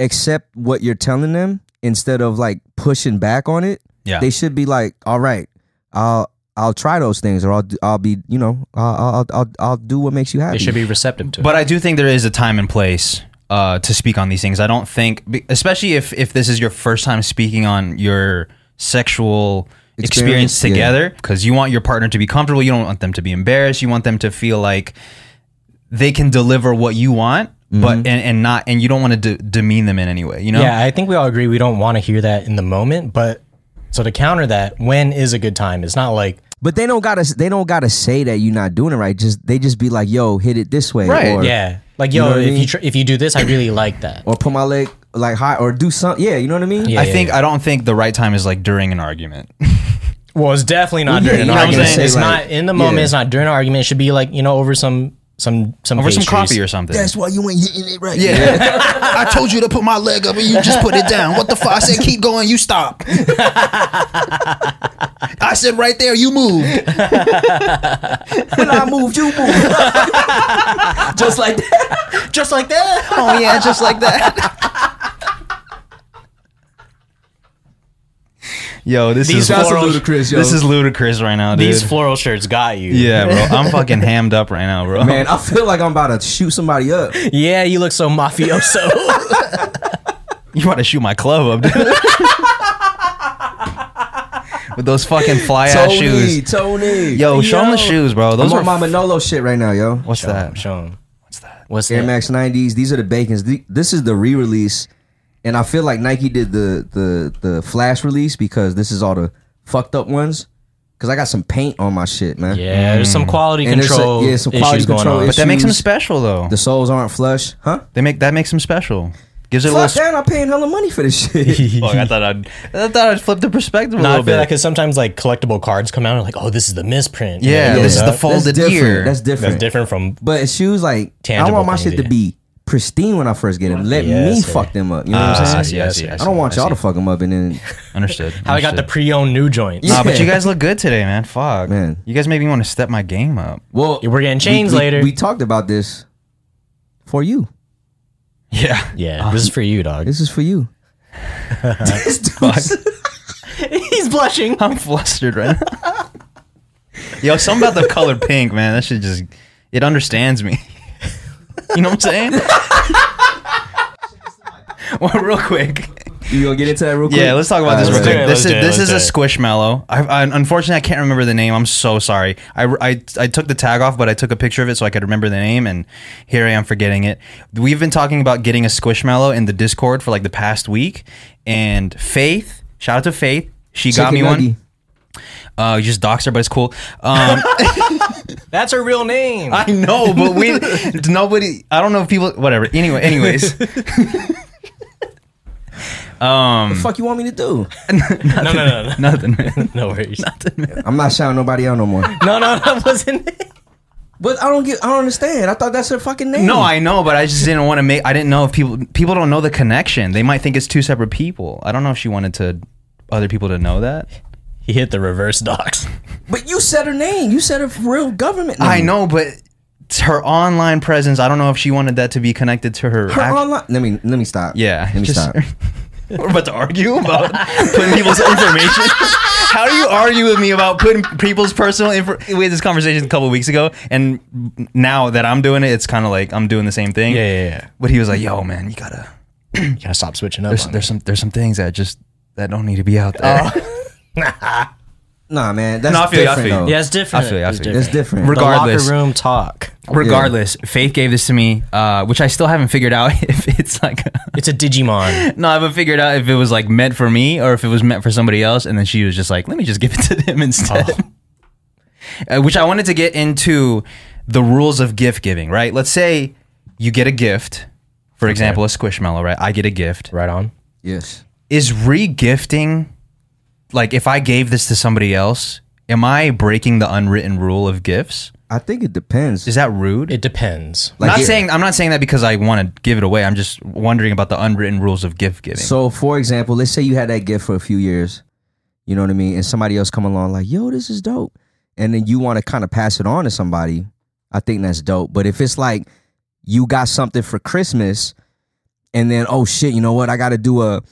Speaker 5: accept what you're telling them instead of like pushing back on it.
Speaker 4: Yeah.
Speaker 5: They should be like, "All right, I'll I'll try those things, or I'll do- I'll be you know I'll I'll I'll, I'll do what makes you happy."
Speaker 1: They should be receptive to it.
Speaker 4: But I do think there is a time and place uh, to speak on these things. I don't think, be- especially if if this is your first time speaking on your sexual experience,
Speaker 5: Experience, yeah.
Speaker 4: together, because you want your partner to be comfortable. You don't want them to be embarrassed. You want them to feel like they can deliver what you want, but
Speaker 5: Mm-hmm.
Speaker 4: and, and not and you don't want to de- demean them in any way. You know,
Speaker 1: Yeah, I think we all agree we don't want to hear that in the moment, but so to counter that, when is a good time? It's not like
Speaker 5: but they don't gotta they don't gotta say that you're not doing it right. Just they just be like, "Yo, hit it this way,"
Speaker 4: Right,
Speaker 5: Or,
Speaker 1: yeah, like yo,
Speaker 5: know what I
Speaker 1: if
Speaker 5: mean?
Speaker 1: you tr- if you do this, I really like that.
Speaker 5: or put my leg like high, or do something. Yeah, you know what I mean.
Speaker 1: Yeah,
Speaker 4: I
Speaker 1: yeah,
Speaker 4: think
Speaker 1: yeah.
Speaker 4: I don't think the right time is like during an argument.
Speaker 1: well, it's definitely not
Speaker 5: Well, yeah,
Speaker 1: during an
Speaker 5: you're not
Speaker 1: argument.
Speaker 4: gonna say,
Speaker 1: It's
Speaker 5: like-
Speaker 1: not in the moment.
Speaker 5: yeah.
Speaker 1: It's not during an argument. It should be like you know over some some some
Speaker 4: Over some
Speaker 1: pastries.
Speaker 4: coffee or something.
Speaker 5: That's why you ain't hitting it right.
Speaker 4: Yeah. I told you to put my leg up and you just put it down. What the fuck? I said keep going, you stop. I said right there, you move.
Speaker 5: when I moved, you moved.
Speaker 2: Just like that.
Speaker 1: just like that.
Speaker 4: Oh yeah, just like that. Yo, this is
Speaker 5: Shouts to Ludacris, yo.
Speaker 4: This is ludicrous right now, dude.
Speaker 1: These floral shirts got you.
Speaker 4: yeah, bro. I'm fucking hammed up right now, bro.
Speaker 5: Man, I feel like I'm about to shoot somebody up.
Speaker 1: yeah, you look so mafioso.
Speaker 4: You want to shoot my club up, dude. With those fucking fly ass
Speaker 5: Tony,
Speaker 4: shoes.
Speaker 5: Tony.
Speaker 4: Yo, show 'em the
Speaker 1: Yo.
Speaker 4: shoes, bro. Those
Speaker 5: I'm
Speaker 4: are
Speaker 5: on my Manolo shit right now, yo.
Speaker 4: What's that?
Speaker 1: Show 'em.
Speaker 4: What's that?
Speaker 1: What's
Speaker 5: Air
Speaker 1: that?
Speaker 5: Max 90s. These are the Bacons. The- This is the re-release, and I feel like Nike did the the the flash release because this is all the fucked up ones. Cause I got some paint on my shit, man.
Speaker 1: Yeah, there's some quality
Speaker 5: And there's a-
Speaker 1: control
Speaker 5: yeah, some quality
Speaker 1: issues
Speaker 5: control
Speaker 1: going on.
Speaker 5: issue.
Speaker 4: But that makes them
Speaker 5: shoes.
Speaker 4: special, though.
Speaker 5: The soles aren't flush, huh?
Speaker 4: They make that makes them special. Gives it a little.
Speaker 5: Fuck that! I'm paying hella money for this shit.
Speaker 4: Fuck, I thought I'd. I thought I'd flip the perspective a
Speaker 1: No, I
Speaker 4: little
Speaker 1: feel
Speaker 4: bit.
Speaker 1: like because sometimes like collectible cards come out and like, oh, this is the misprint.
Speaker 4: yeah,
Speaker 5: Yeah,
Speaker 4: this is the
Speaker 1: that's-
Speaker 4: folded
Speaker 5: different.
Speaker 4: ear.
Speaker 5: That's different.
Speaker 1: That's different from
Speaker 5: But shoes, like I
Speaker 1: Tangible
Speaker 5: want my
Speaker 1: things,
Speaker 5: shit to
Speaker 1: yeah.
Speaker 5: be pristine when I first get them. Let
Speaker 1: Yes,
Speaker 5: me
Speaker 1: sir.
Speaker 5: fuck them up. You know what I'm
Speaker 4: Ah,
Speaker 5: saying?
Speaker 4: I see, I see, I
Speaker 5: I don't
Speaker 4: see,
Speaker 5: want
Speaker 4: I
Speaker 5: y'all to
Speaker 4: see.
Speaker 5: fuck them up and then
Speaker 4: Understood.
Speaker 1: how I got the
Speaker 4: understood.
Speaker 1: pre-owned new joints.
Speaker 5: Yeah.
Speaker 4: Nah, but you guys look good today, man. Fuck,
Speaker 5: Man.
Speaker 4: You guys make me want to step my game up.
Speaker 5: well
Speaker 1: We're getting chains
Speaker 5: we- we-
Speaker 1: later.
Speaker 5: We talked about this for you.
Speaker 4: Yeah.
Speaker 1: Yeah,
Speaker 5: Uh,
Speaker 1: this is for you, dog.
Speaker 5: This is for you. This dude's-
Speaker 1: He's blushing.
Speaker 4: I'm flustered right now. Yo, something about the color pink, man. That shit just it understands me. You know what I'm saying? well, real quick.
Speaker 5: you gonna get into that real quick? Uh,
Speaker 4: Yeah, let's talk about
Speaker 5: All
Speaker 4: this
Speaker 5: right,
Speaker 4: real
Speaker 1: Uh, let's
Speaker 4: quick.
Speaker 1: do it,
Speaker 4: This
Speaker 1: let's do it,
Speaker 4: is this is a
Speaker 1: let's
Speaker 4: squishmallow. I, I, unfortunately, I can't remember the name. I'm so sorry. I, I I took the tag off, but I took a picture of it so I could remember the name, and here I am forgetting it. We've been talking about getting a squishmallow in the Discord for like the past week, and Faith, shout out to Faith, she got
Speaker 5: Chicken
Speaker 4: me
Speaker 5: nugget.
Speaker 4: one. Uh, you just doxed her, but it's cool. Um,
Speaker 1: That's her real name.
Speaker 4: I know, but we nobody. I don't know if people. Whatever. Anyway, anyways. um,
Speaker 5: fuck you want me to do?
Speaker 1: no, no, no, no,
Speaker 4: nothing. man.
Speaker 1: no worries.
Speaker 5: I'm not shouting nobody out no more.
Speaker 1: No, no, that wasn't it.
Speaker 5: But I don't get. I don't understand. I thought that's her fucking name.
Speaker 4: No, I know, but I just didn't want to make. I didn't know if people people don't know the connection. They might think it's two separate people. I don't know if she wanted to other people to know that.
Speaker 1: He hit the reverse docs.
Speaker 5: But you said her name. You said her real government. Name.
Speaker 4: I know, but it's her online presence. I don't know if she wanted that to be connected to her.
Speaker 5: Her
Speaker 4: act-
Speaker 5: online. Let me. Let me stop.
Speaker 4: yeah,
Speaker 5: Let me
Speaker 4: just-
Speaker 5: stop.
Speaker 4: We're about to argue about putting people's information. How do you argue with me about putting people's personal info? We had this conversation a couple weeks ago, and now that I'm doing it, it's kind of like I'm doing the same thing.
Speaker 1: yeah.
Speaker 4: But he was like, "Yo, man, you gotta."
Speaker 1: You gotta stop switching up.
Speaker 4: There's,
Speaker 1: on
Speaker 4: Oh, there's some there's some things that just that don't need to be out there.
Speaker 5: Nah, man, that's
Speaker 4: No, I feel you, I
Speaker 5: different.
Speaker 4: feel you.
Speaker 5: though.
Speaker 1: Yeah, it's different.
Speaker 4: I feel you, I
Speaker 1: It's
Speaker 4: feel you.
Speaker 5: it's different.
Speaker 4: Reg- Regardless.
Speaker 1: The locker room talk.
Speaker 4: Regardless, Faith gave this to me, uh, which I still haven't figured out if it's like
Speaker 1: It's a Digimon.
Speaker 4: no, I haven't figured out if it was like meant for me or if it was meant for somebody else. And then she was just like, "Let me just give it to them instead." Uh, which I wanted to get into the rules of gift giving. Right? Let's say you get a gift, for example, a squishmallow. Right? I get a gift.
Speaker 1: right on.
Speaker 5: yes.
Speaker 4: Is re-gifting like if I gave this to somebody else? Am I breaking the unwritten rule of gifts?
Speaker 5: I think it depends.
Speaker 4: Is that rude?
Speaker 1: It depends.
Speaker 5: Like
Speaker 4: not
Speaker 5: it-
Speaker 4: saying I'm not saying that because I want to give it away. I'm just wondering about the unwritten rules of gift giving.
Speaker 5: So, for example, let's say you had that gift for a few years, you know what I mean, and somebody else come along like, "Yo, this is dope," and then you want to kind of pass it on to somebody. I think that's dope. But if it's like you got something for Christmas, and then oh shit, you know what? I got to do a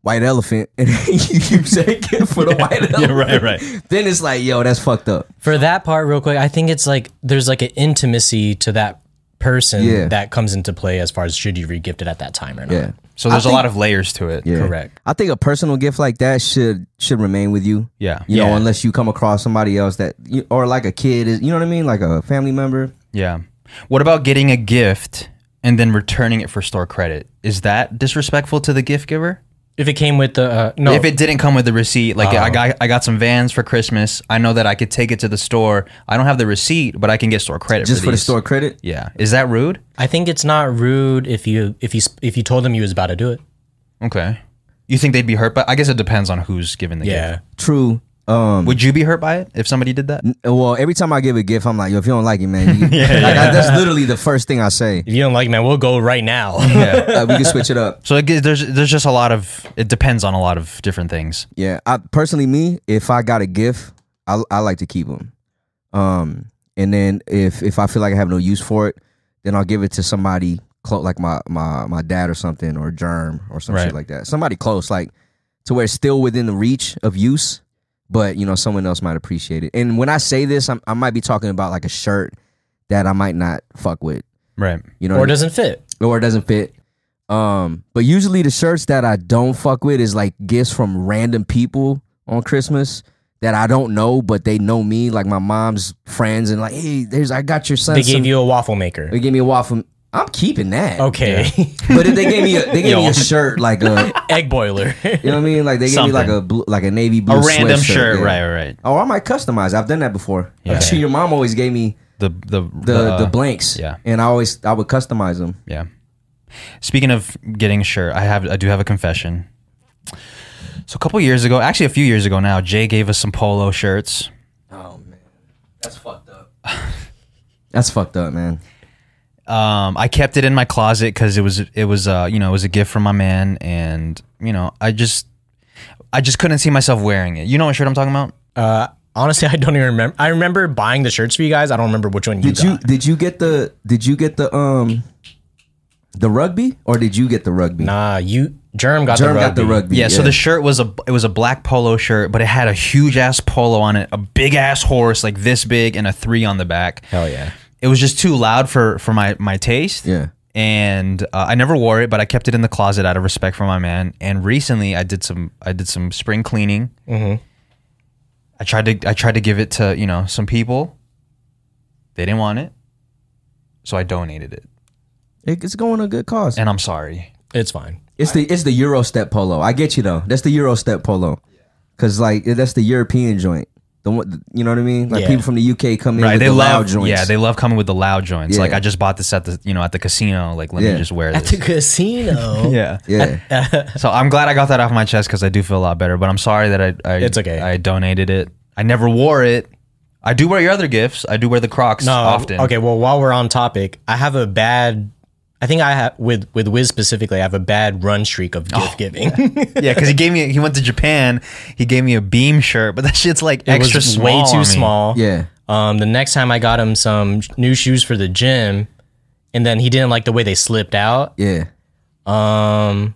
Speaker 5: white elephant, and you keep saying gift for the white elephant.
Speaker 4: right, right.
Speaker 5: Then it's like, yo, that's fucked up.
Speaker 1: For that part, real quick, I think it's like there's like an intimacy to that person
Speaker 5: Yeah.
Speaker 1: that comes into play as far as should you regift it at that time or not.
Speaker 5: Yeah,
Speaker 4: So there's a lot of layers to it.
Speaker 5: yeah.
Speaker 1: Correct.
Speaker 5: I think a personal gift like that should should remain with you.
Speaker 4: Yeah.
Speaker 5: You know,
Speaker 1: Yeah.
Speaker 5: unless you come across somebody else that, you, or like a kid, is you know what I mean, like a family member.
Speaker 4: Yeah. What about getting a gift and then returning it for store credit? Is that disrespectful to the gift giver?
Speaker 1: If it came with the uh, no,
Speaker 4: If it didn't come with the receipt, like
Speaker 5: Oh.
Speaker 4: I got I got some Vans for Christmas. I know that I could take it to the store. I don't have the receipt, but I can get store credit
Speaker 5: just for, the
Speaker 4: these.
Speaker 5: store credit.
Speaker 4: Yeah. Is that rude?
Speaker 1: I think it's not rude if you if you sp- if you told them you was about to do it.
Speaker 4: Okay. You think they'd be hurt by I guess it depends on who's giving the gift.
Speaker 1: Yeah.
Speaker 5: True. Um.
Speaker 4: Would you be hurt by it if somebody did that?
Speaker 5: well, every time I give a gift, I'm like, yo, if you don't like it, man, you, like, I, that's literally the first thing I say.
Speaker 1: If you don't like, man, we'll go right now.
Speaker 4: Yeah.
Speaker 5: Like, we can switch it up.
Speaker 4: So it, g- there's there's just a lot of it depends on a lot of different things.
Speaker 5: Yeah. I personally, me, if I got a gift, I I like to keep them. Um. And then if if I feel like I have no use for it, then I'll give it to somebody close, like my my my dad or something, or Germ or some
Speaker 4: Right.
Speaker 5: shit like that. Somebody close, like to where it's still within the reach of use, but you know someone else might appreciate it. And when I say this, I'm, I might be talking about like a shirt that I might not fuck with.
Speaker 4: Right.
Speaker 5: You know, what I
Speaker 1: or
Speaker 5: mean?
Speaker 1: doesn't fit.
Speaker 5: or it doesn't fit. Um, but usually the shirts that I don't fuck with is like gifts from random people on Christmas that I don't know, but they know me, like my mom's friends, and like, hey, there's I got your son.
Speaker 1: They gave
Speaker 5: some-
Speaker 1: you a waffle maker.
Speaker 5: they gave me a waffle. I'm keeping that.
Speaker 1: Okay.
Speaker 5: But if they gave me a they gave me
Speaker 4: Yo.
Speaker 5: a shirt like a
Speaker 1: Egg boiler.
Speaker 5: you know what I mean? Like they gave me like a blue, like a navy blue
Speaker 4: A random
Speaker 5: sweatshirt,
Speaker 4: shirt.
Speaker 5: yeah.
Speaker 4: Right. Right. right.
Speaker 5: Or I might customize. I've done that before. Your mom always gave me
Speaker 4: The the
Speaker 5: the the
Speaker 4: uh,
Speaker 5: blanks.
Speaker 4: yeah.
Speaker 5: And I always I would customize them.
Speaker 4: Yeah. Speaking of getting a shirt, I have I do have a confession. So a couple years ago, actually a few years ago now, Jay gave us some polo shirts.
Speaker 5: Oh man.
Speaker 2: That's fucked up.
Speaker 5: That's fucked up, man.
Speaker 4: Um, I kept it in my closet because it was it was uh you know it was a gift from my man, and you know I just I just couldn't see myself wearing it. You know what shirt I'm talking about?
Speaker 1: uh, honestly, I don't even remember. I remember buying the shirts for you guys. I don't remember which one you
Speaker 5: Did you
Speaker 1: got.
Speaker 5: did you get the did you get the um the rugby or did you get the rugby?
Speaker 1: Nah, you Germ got
Speaker 5: Germ
Speaker 1: the rugby.
Speaker 5: got the rugby.
Speaker 4: Yeah, so the shirt was a it was a black polo shirt, but it had a huge ass polo on it, a big ass horse like this big, and a three on the back.
Speaker 1: Hell yeah.
Speaker 4: It was just too loud for for my my taste.
Speaker 5: Yeah.
Speaker 4: and uh, I never wore it, but I kept it in the closet out of respect for my man. And recently, I did some I did some spring cleaning. Mm-hmm. I tried to I tried to give it to you know some people. They didn't want it, so I donated it,
Speaker 5: It- it's going a good cause.
Speaker 4: and I'm sorry.
Speaker 1: It's fine.
Speaker 5: It's the it's the Euro step polo. I get you though. That's the Euro step polo. Cuz like that's the European joint. The one, you know what I mean? Like
Speaker 1: Yeah.
Speaker 5: people from the UK come in with
Speaker 4: they
Speaker 5: the
Speaker 4: love
Speaker 5: loud joints.
Speaker 4: yeah they love coming with the loud joints. Like
Speaker 5: Yeah.
Speaker 4: I just bought this at the you know at the casino. Like let
Speaker 5: Yeah.
Speaker 4: me just wear
Speaker 1: At
Speaker 4: this.
Speaker 1: the casino.
Speaker 4: yeah.
Speaker 5: yeah.
Speaker 4: So I'm glad I got that off my chest because I do feel a lot better. But I'm sorry that I, I
Speaker 1: It's okay.
Speaker 4: I donated it. I never wore it. I do wear your other gifts. I do wear the Crocs
Speaker 1: No,
Speaker 4: often.
Speaker 1: Uh, Okay, well, while we're on topic, I have a bad. I think I have with with Wiz specifically. I have a bad run streak of gift
Speaker 4: Oh.
Speaker 1: giving.
Speaker 4: Yeah, because he gave me. He went to Japan. He gave me a beam shirt, but that shit's like
Speaker 1: it was
Speaker 4: extra
Speaker 1: just
Speaker 4: small.
Speaker 1: way too
Speaker 4: on me.
Speaker 1: small.
Speaker 5: Yeah.
Speaker 1: Um, the next time I got him some new shoes for the gym, and then he didn't like the way they slipped out.
Speaker 5: Yeah.
Speaker 1: Um,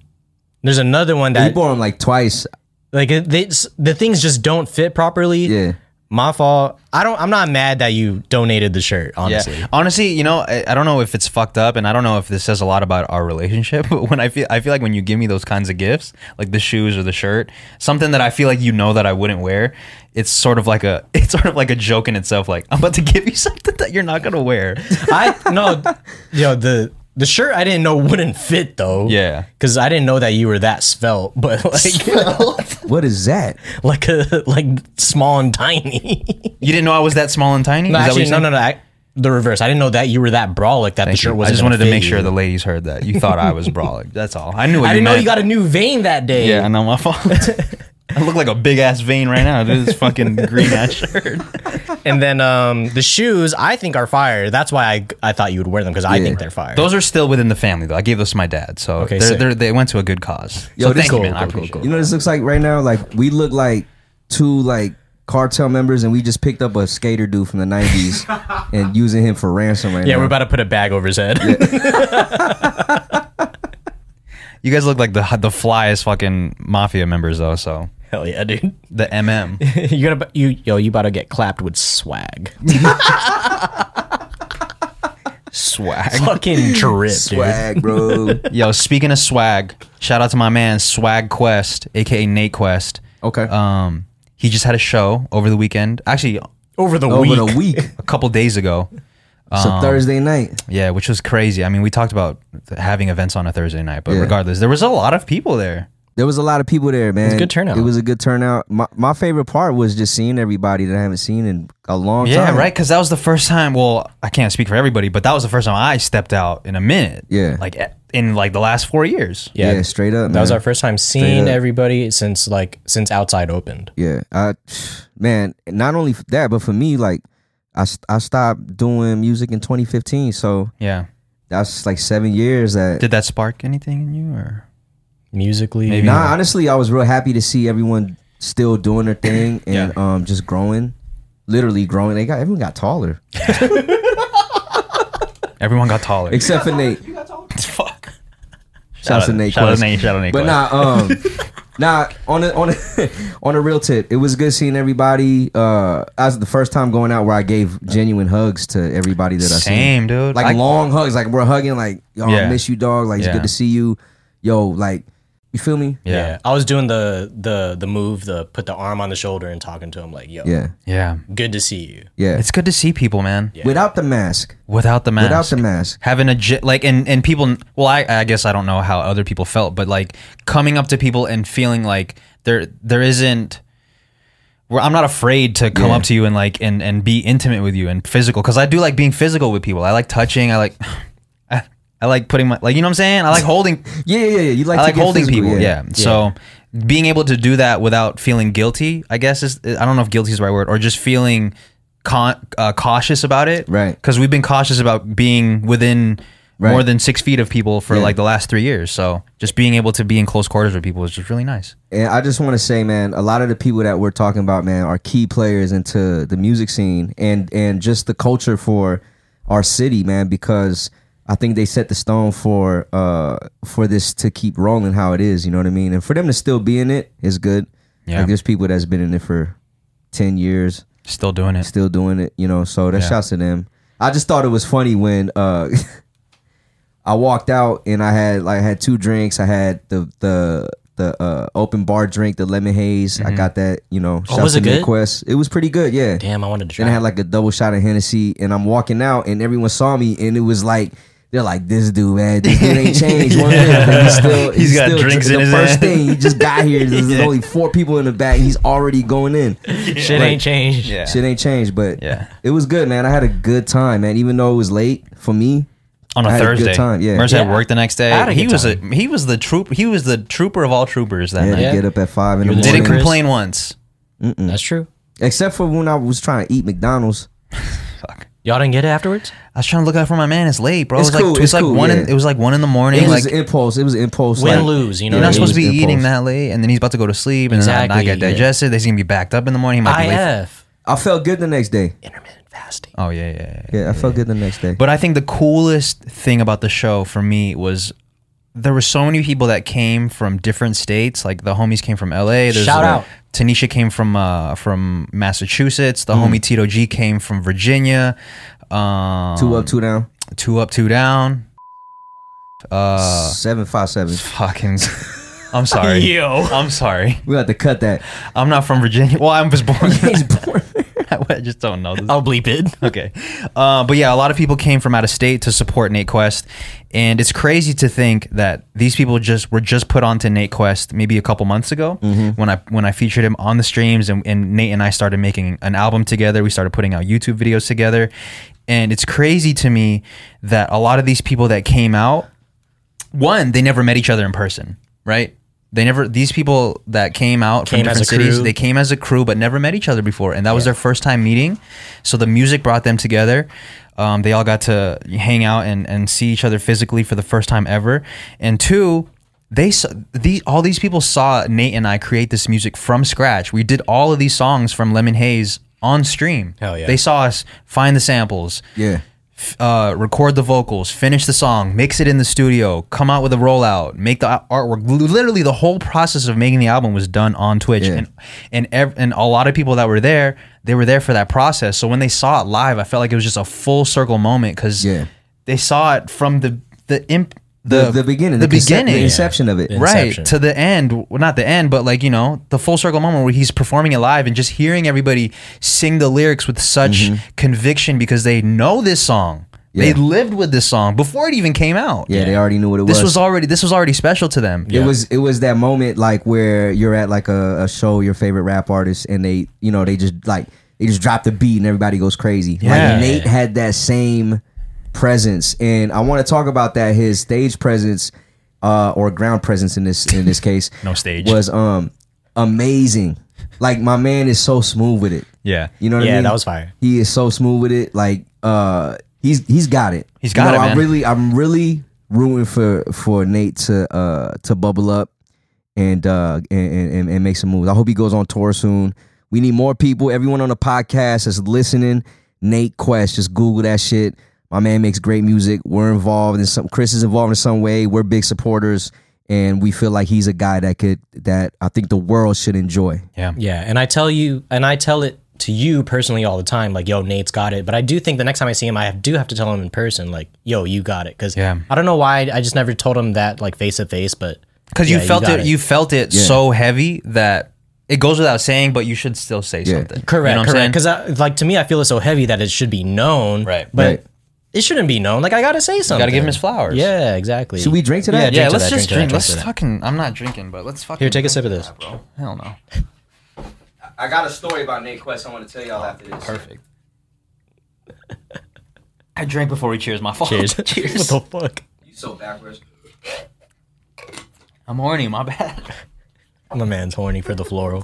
Speaker 1: there's another one
Speaker 5: We
Speaker 1: that
Speaker 5: bore them like twice.
Speaker 1: like it- they, s- the things just don't fit properly.
Speaker 5: Yeah.
Speaker 1: my fault. I don't. I'm not mad that you donated the shirt. Honestly,
Speaker 4: Yeah. Honestly, you know, I, I don't know if it's fucked up, and I don't know if this says a lot about our relationship. But when I feel, I feel like when you give me those kinds of gifts, like the shoes or the shirt, something that I feel like you know that I wouldn't wear, it's sort of like a, it's sort of like a joke in itself. Like I'm about to give you something that you're not gonna wear.
Speaker 1: I no, yo the the shirt I didn't know wouldn't fit though.
Speaker 4: Yeah.
Speaker 1: because I didn't know that you were that svelte, but like
Speaker 5: What is that?
Speaker 1: like a like small and tiny.
Speaker 4: You didn't know I was that small and tiny.
Speaker 1: No,
Speaker 4: Is that what
Speaker 1: actually,
Speaker 4: you're
Speaker 1: no,
Speaker 4: saying?
Speaker 1: no, no. I, the reverse. I didn't know that you were that brolic that the
Speaker 4: Thank
Speaker 1: shirt
Speaker 4: you.
Speaker 1: was.
Speaker 4: I just wanted to make sure the ladies heard that. You thought I was brawling. That's all. I knew. What
Speaker 1: I didn't know
Speaker 4: meant.
Speaker 1: you got a new vein that day.
Speaker 4: Yeah, I know my fault. I look like a big ass vein right now. This is fucking green ass shirt.
Speaker 1: And then um, the shoes, I think are fire. That's why I I thought you would wear them because I think they're fire.
Speaker 4: Those are still within the family though. I gave those to my dad, so
Speaker 1: Okay,
Speaker 4: they're,
Speaker 1: sick.
Speaker 4: they're, they went to a good cause.
Speaker 5: Yo,
Speaker 4: so
Speaker 5: this
Speaker 4: thank
Speaker 5: cool,
Speaker 4: you, man.
Speaker 1: cool,
Speaker 4: I
Speaker 1: cool,
Speaker 4: appreciate
Speaker 1: cool.
Speaker 5: You know what this looks like right now? Like we look like two like cartel members and we just picked up a skater dude from the 90s and using him for ransom right
Speaker 1: yeah,
Speaker 5: now.
Speaker 1: we're about to put a bag over his head.
Speaker 4: it. You guys look like the the flyest fucking mafia members though. So
Speaker 1: Hell yeah, dude.
Speaker 4: the MM.
Speaker 1: You're gonna you yo you about to get clapped with swag.
Speaker 4: swag.
Speaker 1: Fucking drip, dude.
Speaker 5: Swag, bro.
Speaker 4: Yo, speaking of swag, shout out to my man Swag Quest, aka Nate Quest.
Speaker 5: Okay.
Speaker 4: Um, he just had a show over the weekend. Actually,
Speaker 1: Over the
Speaker 5: Over
Speaker 1: week.
Speaker 5: the week. It's
Speaker 4: a couple days ago.
Speaker 5: a
Speaker 1: Um,
Speaker 5: Thursday night.
Speaker 4: Yeah, which was crazy. I mean, we talked about th- having events on a Thursday night, but
Speaker 5: Yeah.
Speaker 4: regardless, there was a lot of people there.
Speaker 5: There was a lot of people there, man. It was
Speaker 1: a good turnout.
Speaker 5: It was a good turnout. My, my favorite part was just seeing everybody that I haven't seen in a long
Speaker 4: Yeah,
Speaker 5: time.
Speaker 4: right. Because that was the first time. Well, I can't speak for everybody, but that was the first time I stepped out in a minute.
Speaker 5: Yeah.
Speaker 4: like eh, in like the last four years.
Speaker 5: Yeah,
Speaker 1: yeah,
Speaker 5: straight up.
Speaker 1: that was
Speaker 5: man.
Speaker 1: our first time seeing
Speaker 5: up.
Speaker 1: everybody since like since outside opened.
Speaker 5: Yeah, I, man. Not only f- that, but for me, like, I st- I stopped doing music in 2015, so
Speaker 4: Yeah.
Speaker 5: that's like seven years that.
Speaker 4: Did that spark anything in you, or
Speaker 1: Musically,
Speaker 4: Maybe.
Speaker 5: Nah, honestly, I was real happy to see everyone still doing their thing and um just growing, literally growing. They got everyone got taller
Speaker 4: everyone got taller?
Speaker 5: except for Nate.
Speaker 4: Fuck.
Speaker 5: Shout out to Nate.
Speaker 4: Shout out
Speaker 5: Quest.
Speaker 4: to Nate. Shout out to Nate.
Speaker 5: But
Speaker 4: Quest.
Speaker 5: nah, um, nah. On a, on a, on a real tip, it was good seeing everybody. Uh, that was the first time going out where I gave genuine hugs to everybody that I seen.
Speaker 4: Same, dude.
Speaker 5: like
Speaker 4: I-
Speaker 5: long hugs. Like we're hugging. Like yo, I
Speaker 4: Yeah.
Speaker 5: miss you, dog. Like it's
Speaker 4: Yeah.
Speaker 5: good to see you. Yo, like you feel me?
Speaker 1: Yeah.
Speaker 4: Yeah.
Speaker 1: I was doing the the the move, the put the arm on the shoulder and talking to him like, "Yo,
Speaker 5: Yeah,
Speaker 4: Yeah.
Speaker 1: good to see you."
Speaker 5: yeah.
Speaker 4: It's good to see people, man.
Speaker 5: Without the mask.
Speaker 4: Without the mask.
Speaker 5: Without the mask.
Speaker 4: having a ge- like and and people well I, I guess i don't know how other people felt but like coming up to people and feeling like there there isn't where i'm not afraid to come up to you and like and and be intimate with you and physical because i do like being physical with people i like touching i like I, I like putting my like you know what i'm saying i like holding
Speaker 5: Yeah, yeah, yeah. You like
Speaker 4: I
Speaker 5: to
Speaker 4: like
Speaker 5: get
Speaker 4: holding
Speaker 5: physical,
Speaker 4: people. Yeah. So being able to do that without feeling guilty, I guess is I don't know if guilty is the right word or just feeling con- uh, cautious about it.
Speaker 5: Right.
Speaker 4: Because we've been cautious about being within
Speaker 5: Right.
Speaker 4: more than six feet of people for like the last three years. So just being able to be in close quarters with people is just really nice.
Speaker 5: And I just want to say, man, a lot of the people that we're talking about, man, are key players into the music scene and and just the culture for our city, man, because I think they set the stone for uh for this to keep rolling how it is, you know what I mean? And for them to still be in it is good.
Speaker 4: Yeah.
Speaker 5: Like there's people that's been in it for ten years,
Speaker 4: Still doing it.
Speaker 5: still doing it, you know, so that shouts to them. I just thought it was funny when uh I walked out and I had like I had two drinks. I had the the the uh, open bar drink, the lemon haze.
Speaker 4: Mm-hmm.
Speaker 5: I got that, you know.
Speaker 4: Oh,
Speaker 5: shout
Speaker 1: was
Speaker 5: to
Speaker 1: it good?
Speaker 5: Midquest. It was pretty good, yeah.
Speaker 1: Damn, I wanted to
Speaker 5: Then I
Speaker 1: try.
Speaker 5: had like a double shot of Hennessy, and I'm walking out, and everyone saw me, and it was like. They're like this dude, man. This dude ain't changed one bit. Like, He's still,
Speaker 4: He's got
Speaker 5: still
Speaker 4: drinks
Speaker 5: the
Speaker 4: in his
Speaker 5: first
Speaker 4: hand.
Speaker 5: thing. He just got here. There's only four people in the back. He's already going in.
Speaker 1: Shit ain't changed.
Speaker 4: Yeah.
Speaker 5: Shit ain't changed, but
Speaker 4: Yeah.
Speaker 5: it was good, man. I had a good time, man. Even though it was late for me,
Speaker 4: On a
Speaker 5: I had a good
Speaker 4: Thursday.
Speaker 5: time, yeah.
Speaker 4: Merce had
Speaker 1: Yeah.
Speaker 4: work the next day.
Speaker 1: I had a
Speaker 4: he
Speaker 1: good
Speaker 4: was a
Speaker 1: time.
Speaker 4: he was the troop he was the trooper of all troopers that
Speaker 5: I had
Speaker 4: night.
Speaker 5: to get up at five in the
Speaker 1: You're
Speaker 5: morning.
Speaker 4: Didn't
Speaker 1: Chris.
Speaker 4: complain once.
Speaker 1: Mm, That's true.
Speaker 5: Except for when I was trying to eat McDonald's.
Speaker 4: Fuck.
Speaker 1: Y'all didn't get it afterwards?
Speaker 4: I was trying to look out for my man. It's late, bro.
Speaker 5: It's
Speaker 4: it was
Speaker 5: cool,
Speaker 4: like it was
Speaker 5: it's
Speaker 4: like
Speaker 5: cool,
Speaker 4: one. In,
Speaker 5: yeah.
Speaker 4: it was like one in the morning.
Speaker 5: It was
Speaker 4: like
Speaker 5: an impulse. It was an impulse.
Speaker 1: Win
Speaker 5: like,
Speaker 1: lose, you know.
Speaker 4: You're
Speaker 1: what I
Speaker 4: not
Speaker 5: it
Speaker 1: mean?
Speaker 4: supposed to be
Speaker 5: was
Speaker 4: eating
Speaker 5: impulse.
Speaker 4: that late, and then he's about to go to sleep, and then not
Speaker 1: Exactly,
Speaker 4: get
Speaker 1: yeah.
Speaker 4: digested. They's gonna be backed up in the morning. He might be late. for-
Speaker 1: IF
Speaker 5: I felt good the next day.
Speaker 1: intermittent fasting.
Speaker 4: Oh yeah, yeah, yeah, yeah.
Speaker 5: Yeah, I felt good the next day.
Speaker 4: But I think the coolest thing about the show for me was there were so many people that came from different states. Like the homies came from L.A. There's
Speaker 1: Shout
Speaker 4: like
Speaker 1: out.
Speaker 4: Tanisha came from uh, from Massachusetts. The
Speaker 5: Mm.
Speaker 4: homie Tito G came from Virginia. Um,
Speaker 5: Two up, two down.
Speaker 4: two up, two down. Uh,
Speaker 5: seven five seven.
Speaker 4: fucking. I'm sorry.
Speaker 1: Yo.
Speaker 4: I'm sorry.
Speaker 5: We got to cut that.
Speaker 4: I'm not from Virginia. Well, I was born.
Speaker 5: He's born.
Speaker 4: I just don't know. This.
Speaker 1: I'll bleep it.
Speaker 4: Okay. Uh, but yeah, a lot of people came from out of state to support Nate Quest. And it's crazy to think that these people just were just put onto Nate Quest maybe a couple months ago
Speaker 1: Mm-hmm.
Speaker 4: when I when I featured him on the streams and, and Nate and I started making an album together. We started putting out YouTube videos together. And it's crazy to me that a lot of these people that came out one, they never met each other in person, right? They never these people that came out
Speaker 1: Came
Speaker 4: from
Speaker 1: as
Speaker 4: different
Speaker 1: a
Speaker 4: cities,
Speaker 1: crew.
Speaker 4: they came as a crew but never met each other before, and that was their first time meeting. So the music brought them together. Um, they all got to hang out and, and see each other physically for the first time ever. And two, they saw, these all these people saw Nate and I create this music from scratch. We did all of these songs from Lemon Haze on stream.
Speaker 1: Hell yeah.
Speaker 4: They saw us find the samples
Speaker 5: Yeah.
Speaker 4: uh, record the vocals, finish the song, mix it in the studio, come out with a rollout, make the artwork. Literally, the whole process of making the album was done on Twitch,
Speaker 5: Yeah.
Speaker 4: and and ev- and a lot of people that were there, they were there for that process. So when they saw it live, I felt like it was just a full circle moment because
Speaker 5: Yeah.
Speaker 4: they saw it from the the imp
Speaker 5: The, the beginning.
Speaker 4: the,
Speaker 5: concep-
Speaker 4: beginning
Speaker 5: The inception of it.
Speaker 1: Yeah.
Speaker 4: right
Speaker 1: Inception.
Speaker 4: to the end well, not the end but like you know the full circle moment where he's performing it live and just hearing everybody sing the lyrics with such
Speaker 1: Mm-hmm.
Speaker 4: conviction because they know this song they
Speaker 5: Yeah.
Speaker 4: lived with this song before it even came out
Speaker 5: Yeah, they already knew what it
Speaker 4: this was, already this was already special to them
Speaker 5: It was it was that moment like where you're at like a, a show, your favorite rap artist, and they you know they just like they just drop the beat and everybody goes crazy.
Speaker 4: Yeah.
Speaker 5: Like Nate had that same presence, and I want to talk about that his stage presence uh, or ground presence in this in this case.
Speaker 4: No stage.
Speaker 5: was um amazing. Like my man is so smooth with it.
Speaker 4: yeah
Speaker 5: You know what I
Speaker 1: Yeah,
Speaker 5: mean?
Speaker 1: that was fire.
Speaker 5: He is so smooth with it. Like uh he's he's got it.
Speaker 4: He's got it, man.
Speaker 5: I'm really I'm really rooting for for Nate to uh to bubble up and uh and, and, and- and make some moves. I hope he goes on tour soon. We need more people. Everyone on the podcast that's listening, Nate Quest, just Google that shit. My man makes great music. We're involved in some Chris is involved in some way. We're big supporters and we feel like he's a guy that could that I think the world should enjoy.
Speaker 4: yeah
Speaker 1: Yeah, and I tell you, and I tell it to you personally all the time, like, yo, Nate's got it. But I do think the next time I see him, I have, do have to tell him in person, like, yo, you got it, because
Speaker 4: Yeah.
Speaker 1: I don't know why I just never told him that like face to face, but
Speaker 4: because
Speaker 1: yeah,
Speaker 4: you felt
Speaker 1: got
Speaker 4: it, you felt it so heavy that it goes without saying but you should still say something
Speaker 1: correct,
Speaker 4: you know what
Speaker 1: correct.
Speaker 4: I'm saying?
Speaker 1: Because like to me, I feel it's so heavy that it should be known,
Speaker 4: Right.
Speaker 1: But
Speaker 5: Right.
Speaker 1: it shouldn't be known. Like I gotta say something.
Speaker 4: gotta give him his flowers
Speaker 1: Yeah, exactly.
Speaker 5: Should we drink to that?
Speaker 1: Yeah,
Speaker 4: yeah,
Speaker 1: to
Speaker 4: let's
Speaker 1: that, drink to
Speaker 4: just
Speaker 1: that,
Speaker 4: drink.
Speaker 1: drink
Speaker 4: Let's
Speaker 1: to that.
Speaker 4: fucking. I'm not drinking, but let's fucking.
Speaker 1: Here, take a
Speaker 4: drink
Speaker 1: sip of
Speaker 4: to
Speaker 1: this.
Speaker 4: that, bro. Hell no.
Speaker 2: I got a story about Nate Quest. I want to tell y'all after this.
Speaker 4: Perfect. I drank before we cheers. My fault.
Speaker 1: Cheers.
Speaker 4: cheers.
Speaker 1: what the fuck?
Speaker 2: You so backwards.
Speaker 4: I'm horny. My bad.
Speaker 1: My man's horny for the floral.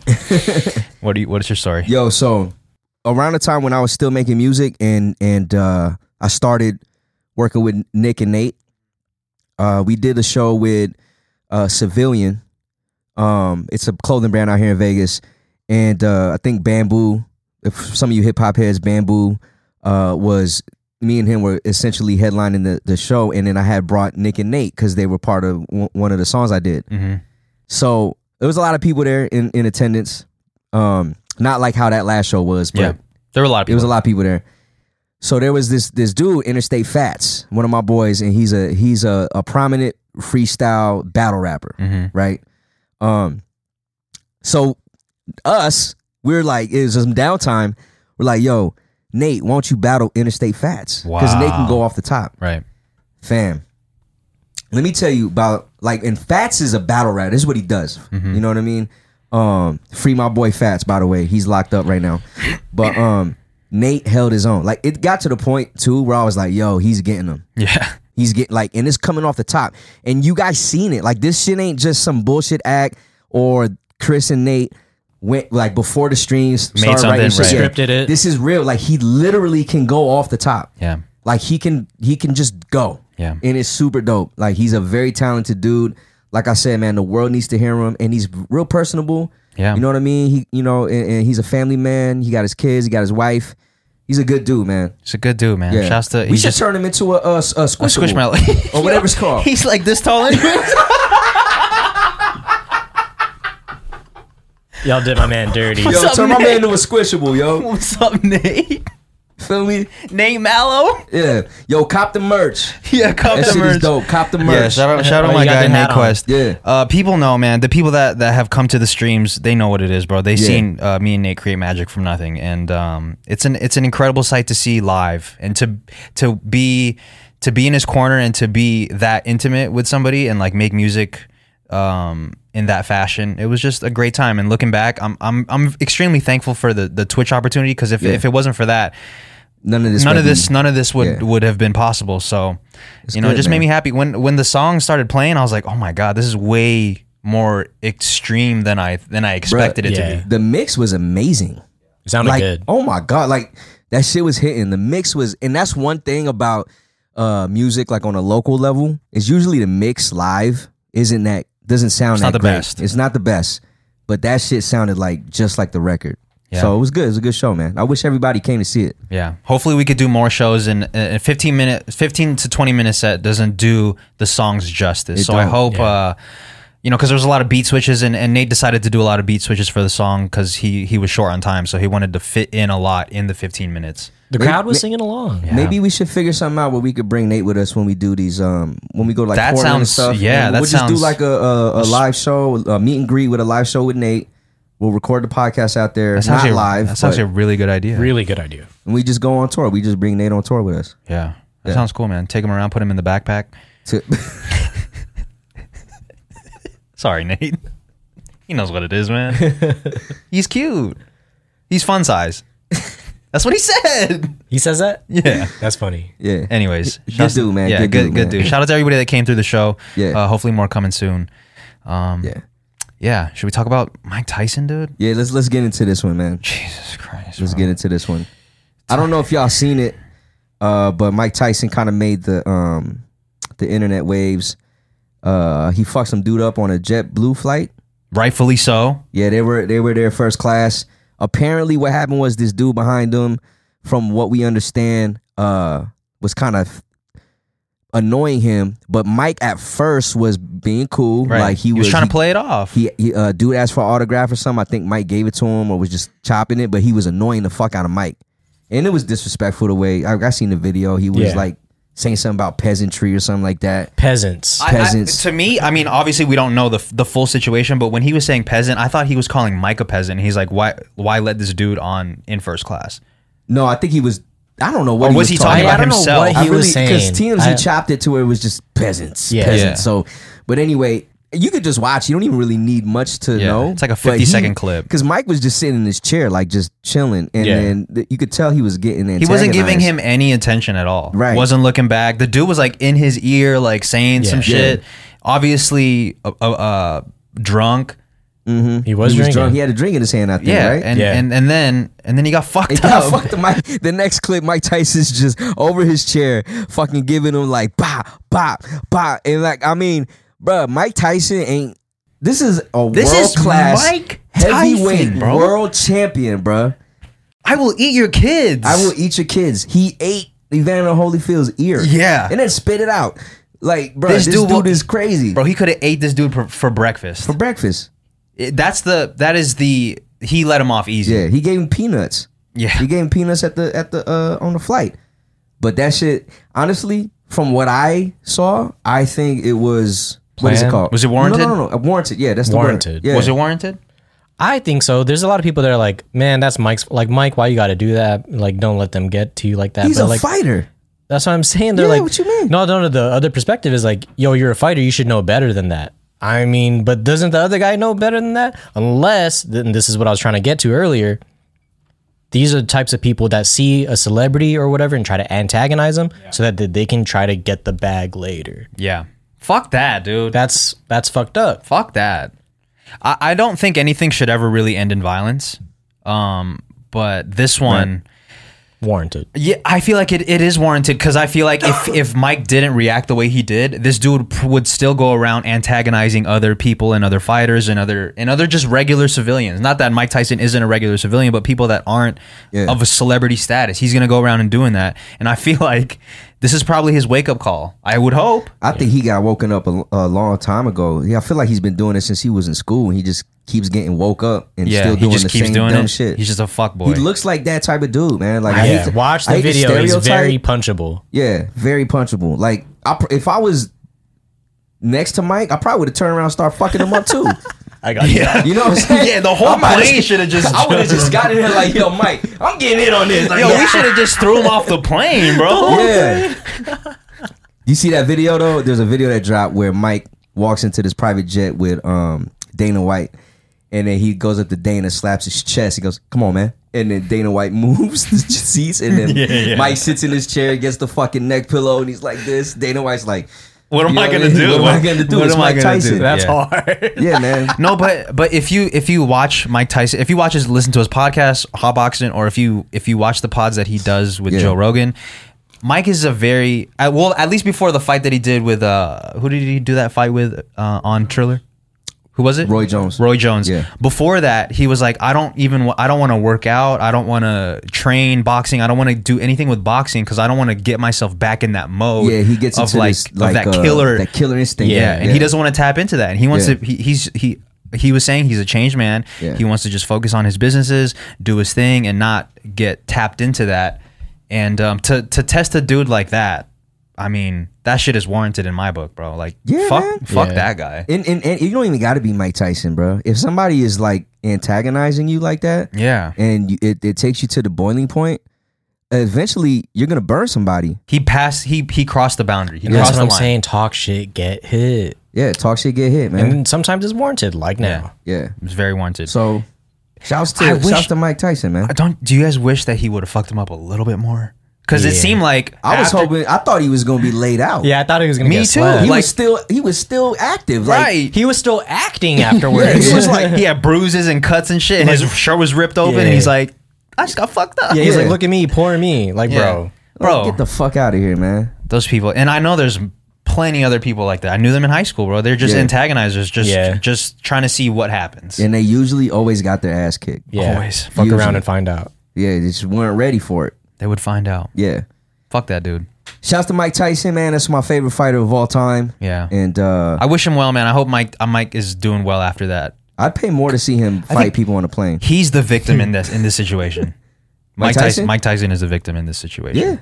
Speaker 4: What do you? What's your story?
Speaker 5: Yo, so around the time when I was still making music and and uh, I started working with Nick and Nate, uh, we did a show with uh, Civilian. Um, it's a clothing brand out here in Vegas, and uh, I think Bamboo. If some of you hip hop heads, Bamboo uh, was me and him were essentially headlining the the show, and then I had brought Nick and Nate because they were part of one- one of the songs I did.
Speaker 4: Mm-hmm.
Speaker 5: So there was a lot of people there in, in attendance. Um, not like how that last show was, but
Speaker 4: Yeah. There were a lot of
Speaker 5: it
Speaker 4: people.
Speaker 5: was a lot of people there. So there was this this dude, Interstate Fats, one of my boys, and he's a he's a, a prominent freestyle battle rapper,
Speaker 4: Mhm.
Speaker 5: right? Um, so us, we're like, it was some downtime. We're like, yo, Nate, why don't you battle Interstate Fats? Because Nate can
Speaker 4: Wow.
Speaker 5: go off the top
Speaker 4: Right.
Speaker 5: fam. Let me tell you about like and Fats is a battle rat. This is what he does.
Speaker 4: Mm-hmm.
Speaker 5: You know what I mean? Um, free my boy Fats. By the way, he's locked up right now. But um, Nate held his own. Like it got to the point too where I was like, "Yo, he's getting him.
Speaker 4: Yeah.
Speaker 5: He's getting like, and it's coming off the top. And you guys seen it. Like this shit ain't just some bullshit act or Chris and Nate went like before the streams
Speaker 4: Made
Speaker 5: started writing
Speaker 4: something,
Speaker 5: shit.
Speaker 4: right.
Speaker 1: Scripted it.
Speaker 5: This is real. Like he literally can go off the top.
Speaker 4: Yeah.
Speaker 5: Like he can he can just go.
Speaker 4: Yeah.
Speaker 5: And it's super dope. Like he's a very talented dude. Like I said, man, the world needs to hear him and he's real personable.
Speaker 4: Yeah.
Speaker 5: You know what I mean? He you know, and, and he's a family man. He got his kids, he got his wife. He's a good dude, man.
Speaker 4: It's a good dude, man.
Speaker 5: Yeah.
Speaker 4: Shouts to.
Speaker 5: we
Speaker 4: he's
Speaker 5: should
Speaker 4: just
Speaker 5: turn him into a a, a
Speaker 4: a
Speaker 5: squishable.
Speaker 4: squishmallow.
Speaker 5: or whatever it's called.
Speaker 4: he's like this tall. anyway.
Speaker 1: Y'all did my man dirty.
Speaker 5: Yo,
Speaker 4: up,
Speaker 5: turn my
Speaker 4: Nate?
Speaker 5: man into a squishable, yo.
Speaker 4: What's up, Nate?
Speaker 5: Feel me?
Speaker 4: Nate Mallow?
Speaker 5: Yeah. Yo, cop the merch.
Speaker 4: Yeah, come
Speaker 5: That
Speaker 4: to
Speaker 5: shit
Speaker 4: merch.
Speaker 5: is dope. Cop the merch.
Speaker 4: Yeah, shout out, shout out
Speaker 1: Oh,
Speaker 4: my
Speaker 1: you got
Speaker 4: guy
Speaker 1: the
Speaker 4: Nate
Speaker 1: hat on.
Speaker 4: Quest.
Speaker 5: Yeah.
Speaker 4: uh, people know, man. The people that that have come to the streams, they know what it is, bro. They
Speaker 5: Yeah.
Speaker 4: seen uh, me and Nate create magic from nothing, and um, it's an it's an incredible sight to see live and to to be to be in his corner and to be that intimate with somebody and like make music um in that fashion it was just a great time and looking back i'm i'm, I'm extremely thankful for the the twitch opportunity because if, if it wasn't for that
Speaker 5: None of this.
Speaker 4: none
Speaker 5: would
Speaker 4: of
Speaker 5: be-
Speaker 4: this none of this would
Speaker 5: yeah.
Speaker 4: would have been possible so you know it
Speaker 5: good,
Speaker 4: just
Speaker 5: man.
Speaker 4: made me happy when when the song started playing i was like oh my god this is way more extreme than i than i expected it
Speaker 1: yeah.
Speaker 4: to be
Speaker 5: The mix was amazing.
Speaker 1: It sounded
Speaker 5: like
Speaker 1: good.
Speaker 5: oh my god like that shit was hitting the mix was and that's one thing about uh music like on a local level is usually the mix live isn't that doesn't sound
Speaker 4: not
Speaker 5: that
Speaker 4: the
Speaker 5: great.
Speaker 4: best.
Speaker 5: it's not the best but that shit sounded like just like the record so it was good it was a good show man i wish everybody came to see it
Speaker 4: yeah hopefully we could do more shows and a 15 minute 15 to 20 minute set doesn't do the songs justice
Speaker 5: It
Speaker 4: so i
Speaker 5: don't,
Speaker 4: hope uh you know, because there was a lot of beat switches, and, and Nate decided to do a lot of beat switches for the song because he, he was short on time, so he wanted to fit in a lot in the 15 minutes.
Speaker 1: The crowd was singing along.
Speaker 5: Maybe we should figure something out where we could bring Nate with us when we do these. Um, when we go to like
Speaker 4: That
Speaker 5: Portland and
Speaker 4: sounds-
Speaker 5: stuff.
Speaker 4: yeah,
Speaker 5: And
Speaker 4: that
Speaker 5: we'll just do
Speaker 4: sounds-
Speaker 5: like a, a, a live show, a meet and greet with a live show with Nate. We'll record the podcast out there,
Speaker 4: That's
Speaker 5: not
Speaker 4: actually,
Speaker 5: live.
Speaker 4: That's
Speaker 5: but-
Speaker 4: actually a really good idea.
Speaker 1: Really good idea.
Speaker 5: and we just go on tour. We just bring Nate on tour with us.
Speaker 4: Yeah. That sounds cool, man. Take him around, put him in the backpack.
Speaker 5: To-
Speaker 4: Sorry, Nate. He knows what it is, man. He's cute. He's fun size. That's what he said.
Speaker 1: He says that?
Speaker 4: Yeah.
Speaker 1: That's funny.
Speaker 5: yeah.
Speaker 4: Anyways,
Speaker 5: Good
Speaker 4: shouts-
Speaker 5: dude, man.
Speaker 4: Yeah,
Speaker 5: Good
Speaker 4: good,
Speaker 5: dude,
Speaker 4: good,
Speaker 5: man.
Speaker 4: dude. Shout out to everybody that came through the show.
Speaker 5: Yeah.
Speaker 4: Uh, hopefully, more coming soon. Um,
Speaker 5: Yeah.
Speaker 4: yeah. Should we talk about Mike Tyson, dude?
Speaker 5: Yeah, let's let's get into this one, man.
Speaker 4: Jesus Christ.
Speaker 5: Let's
Speaker 4: bro.
Speaker 5: get into this one. I don't know if y'all seen it, uh, but Mike Tyson kind of made the um the internet waves. Uh, he fucked some dude up on a JetBlue flight.
Speaker 4: Rightfully so.
Speaker 5: Yeah, they were they were there first class. Apparently, what happened was this dude behind them, from what we understand, uh, was kind of annoying him. But Mike at first was being cool,
Speaker 4: Right.
Speaker 5: like he,
Speaker 4: was, trying
Speaker 5: he-
Speaker 4: to play it off.
Speaker 5: he, he uh, dude asked for an autograph or something. I think Mike gave it to him or was just chopping it, but he was annoying the fuck out of Mike, and it was disrespectful the way I, I seen the video. He was
Speaker 1: Yeah.
Speaker 5: like saying something about peasantry or something like that.
Speaker 1: Peasants.
Speaker 4: I- I-
Speaker 5: peasants.
Speaker 4: to me, I mean, obviously we don't know the the full situation, but when he was saying peasant, I thought he was calling Mike a peasant. He's like, why why let this dude on in first class?
Speaker 5: No, I think he was. I don't know what
Speaker 4: Or
Speaker 5: he
Speaker 4: was
Speaker 5: was,
Speaker 4: he talking
Speaker 5: talking about.
Speaker 4: about himself.
Speaker 1: what
Speaker 5: I
Speaker 1: he was
Speaker 5: really-
Speaker 1: saying.
Speaker 5: TMZ
Speaker 1: I-
Speaker 5: chopped it to where it was just peasants,
Speaker 1: Yeah.
Speaker 5: peasants.
Speaker 4: Yeah.
Speaker 5: So, but anyway, you could just watch. You don't even really need much to
Speaker 4: Yeah,
Speaker 5: know.
Speaker 4: it's like a 50-second clip.
Speaker 5: Because Mike was just sitting in his chair, like just chilling, and
Speaker 1: Yeah.
Speaker 5: then th- you could tell he was getting.
Speaker 4: He wasn't giving
Speaker 5: antagonized.
Speaker 4: him any attention at all.
Speaker 5: Right.
Speaker 4: Wasn't looking back. The dude was like in his ear, like saying some
Speaker 1: Yeah.
Speaker 4: shit. Obviously, uh, uh, uh, drunk.
Speaker 1: he was
Speaker 5: He was
Speaker 1: drinking.
Speaker 5: drunk. He had a drink in his hand, I think.
Speaker 4: Yeah.
Speaker 5: right?
Speaker 4: And,
Speaker 1: Yeah.
Speaker 4: and and then and then he got fucked
Speaker 5: And
Speaker 4: up.
Speaker 5: got fucked Mike. The next clip, Mike Tyson's just over his chair, fucking giving him like bop, bop, bop, and like I mean, bruh, Mike Tyson ain't. This is a
Speaker 4: This is
Speaker 5: world class
Speaker 4: Mike
Speaker 5: heavyweight
Speaker 4: Tyson, bro.
Speaker 5: world champion, bruh.
Speaker 4: I will eat your kids.
Speaker 5: I will eat your kids. He ate Evander Holyfield's ear,
Speaker 4: Yeah.
Speaker 5: and then spit it out. Like, bruh,
Speaker 4: This
Speaker 5: this,
Speaker 4: dude
Speaker 5: dude,
Speaker 4: will-
Speaker 5: is crazy
Speaker 4: Bro, he could have ate this dude for, for breakfast.
Speaker 5: for breakfast.
Speaker 4: It- that's the that is the he let him off easy.
Speaker 5: Yeah, he gave him peanuts.
Speaker 4: Yeah.
Speaker 5: He gave him peanuts at the at the uh on the flight. But that shit, honestly, from what I saw, I think it was what is it
Speaker 1: Planned?
Speaker 5: called?
Speaker 4: Was it warranted?
Speaker 5: No, no, no, no. Uh, warranted. Yeah, that's the
Speaker 1: Warranted.
Speaker 5: Word. Yeah.
Speaker 4: Was it warranted?
Speaker 1: I think so. There's a lot of people that are like, man, that's Mike's. Like, Mike, why you got to do that? Like, don't let them get to you like that.
Speaker 5: He's
Speaker 1: but
Speaker 5: a
Speaker 1: like,
Speaker 5: fighter.
Speaker 1: that's what I'm saying. They're
Speaker 5: Yeah,
Speaker 1: like,
Speaker 5: what you mean?
Speaker 1: No, no, no. The other perspective is like, yo, you're a fighter. You should know better than that. I mean, but doesn't the other guy know better than that? Unless, then this is what I was trying to get to earlier. These are the types of people that see a celebrity or whatever and try to antagonize them so that th- they can try to get the bag later.
Speaker 4: Yeah. Fuck that, dude.
Speaker 1: That's that's fucked up.
Speaker 4: Fuck that. I, I don't think anything should ever really end in violence. Um, but this one,
Speaker 1: Warranted.
Speaker 4: yeah, I feel like it, it is warranted because I feel like if, if Mike didn't react the way he did, this dude p- would still go around antagonizing other people and other fighters and other and other just regular civilians. Not that Mike Tyson isn't a regular civilian, but people that aren't
Speaker 5: Yeah.
Speaker 4: of a celebrity status. He's gonna go around and doing that, and I feel like This is probably his wake up call. I would hope.
Speaker 5: I think he got woken up a, a long time ago. Yeah, I feel like he's been doing it since he was in school, and he just keeps getting woke up and still doing the same dumb shit.
Speaker 4: He's just a fuck boy.
Speaker 5: he looks like that type of dude, man. Like I hate
Speaker 1: Yeah,
Speaker 5: to-
Speaker 1: watch
Speaker 5: I
Speaker 1: the
Speaker 5: hate to
Speaker 1: video. It's
Speaker 5: stereotype.
Speaker 1: very punchable.
Speaker 5: yeah, very punchable. Like I, pr- if I was next to Mike, I probably would have turned around and started fucking him up too.
Speaker 1: I got yeah.
Speaker 5: You know what I'm saying?
Speaker 4: Yeah, the whole
Speaker 5: I might've-
Speaker 4: plane should have just.
Speaker 5: I would have just got in there like, yo, Mike, I'm getting in on this. Like,
Speaker 4: Yo, we should have just threw him off the plane, bro.
Speaker 5: yeah. you see that video though? There's a video that dropped where Mike walks into this private jet with um, Dana White, and then he goes up to Dana, slaps his chest. He goes, "Come on, man!" And then Dana White moves the seats, and then Mike sits in his chair, gets the fucking neck pillow, and he's like this. Dana White's like,
Speaker 4: What am
Speaker 5: You know
Speaker 4: I
Speaker 5: what I
Speaker 4: gonna
Speaker 5: mean?
Speaker 4: do?
Speaker 5: What am I gonna do?
Speaker 4: What
Speaker 5: It's
Speaker 4: am I
Speaker 5: Mike
Speaker 4: gonna
Speaker 5: Tyson.
Speaker 4: do?
Speaker 1: That's
Speaker 4: Yeah.
Speaker 1: hard.
Speaker 5: "Yeah, man."
Speaker 4: No, but but if you if you watch Mike Tyson, if you watch his listen to his podcast, Hotboxing, or if you if you watch the pods that he does with
Speaker 5: Yeah.
Speaker 4: Joe Rogan, Mike is a very I- well at least before the fight that he did with uh who did he do that fight with uh, on Triller. Who was it?
Speaker 5: Roy Jones.
Speaker 4: Roy Jones.
Speaker 5: Yeah.
Speaker 4: Before that, he was like, I don't even, wa- I don't want to work out. I don't want to train boxing. I don't want to do anything with boxing because I don't want to get myself back in that mode.
Speaker 5: Yeah, he gets
Speaker 4: of
Speaker 5: into
Speaker 4: like,
Speaker 5: this,
Speaker 4: of
Speaker 5: like
Speaker 4: that
Speaker 5: uh,
Speaker 4: killer,
Speaker 5: that killer instinct.
Speaker 4: yeah, and he doesn't want to tap into that. And he wants
Speaker 5: Yeah.
Speaker 4: to. He, he's he he was saying he's a changed man.
Speaker 5: Yeah.
Speaker 4: He wants to just focus on his businesses, do his thing, and not get tapped into that. And um, to to test a dude like that, I mean, that shit is warranted in my book, bro. Like,
Speaker 5: Yeah,
Speaker 4: fuck,
Speaker 5: man.
Speaker 4: fuck
Speaker 1: Yeah.
Speaker 4: that guy.
Speaker 5: And, and, and you don't even got to be Mike Tyson, bro. If somebody is like antagonizing you like that,
Speaker 4: Yeah,
Speaker 5: and you, it, it takes you to the boiling point, eventually you're gonna burn somebody.
Speaker 4: he passed. He he crossed the boundary. He
Speaker 1: And that's what
Speaker 4: crossed the
Speaker 1: I'm
Speaker 4: line.
Speaker 1: saying. Talk shit, get hit,
Speaker 5: Yeah, talk shit, get hit, man.
Speaker 1: and sometimes it's warranted. Like now,
Speaker 5: yeah.
Speaker 4: It was very warranted. So
Speaker 5: So, shouts
Speaker 4: I
Speaker 5: to
Speaker 4: wish-
Speaker 5: shouts to Mike Tyson, man.
Speaker 4: I don't. Do you guys wish that he would have fucked him up a little bit more? Because it
Speaker 1: Yeah.
Speaker 4: seemed like
Speaker 5: I was
Speaker 4: after-
Speaker 5: hoping. I thought he was gonna be laid out.
Speaker 1: yeah, I thought he was gonna
Speaker 4: Me
Speaker 1: get
Speaker 4: too.
Speaker 1: slapped.
Speaker 5: He
Speaker 4: like-
Speaker 5: was still he was still active. Like,
Speaker 4: right.
Speaker 1: He was still acting afterwards.
Speaker 4: He was like, he had bruises and cuts and shit, and his shirt was ripped open. And
Speaker 1: Yeah.
Speaker 4: he's like, I just got fucked up.
Speaker 1: yeah, he's
Speaker 5: Yeah.
Speaker 1: like, look at me, poor me, like bro.
Speaker 5: Bro,
Speaker 4: bro,
Speaker 5: get the fuck out of here, man.
Speaker 4: those people. And I know there's plenty other people like that. I knew them in high school, bro. They're just
Speaker 5: Yeah.
Speaker 4: antagonizers, just
Speaker 1: Yeah.
Speaker 4: just trying to see what happens.
Speaker 5: And they usually always got their ass kicked.
Speaker 1: Yeah,
Speaker 4: Always.
Speaker 1: fuck
Speaker 5: Usually.
Speaker 1: around and find out.
Speaker 5: Yeah, they just weren't ready for it.
Speaker 4: They would find out.
Speaker 5: Yeah.
Speaker 4: Fuck that dude.
Speaker 5: Shouts to Mike Tyson, man. That's my favorite fighter of all time.
Speaker 4: Yeah.
Speaker 5: And uh,
Speaker 4: I wish him well, man. I hope Mike uh, Mike is doing well after that.
Speaker 5: I'd pay more to see him fight people on a plane.
Speaker 4: He's the victim in this in this situation. Mike
Speaker 5: Mike
Speaker 4: Tyson?
Speaker 5: Tyson?
Speaker 4: Mike Tyson is the victim in this situation.
Speaker 5: Yeah.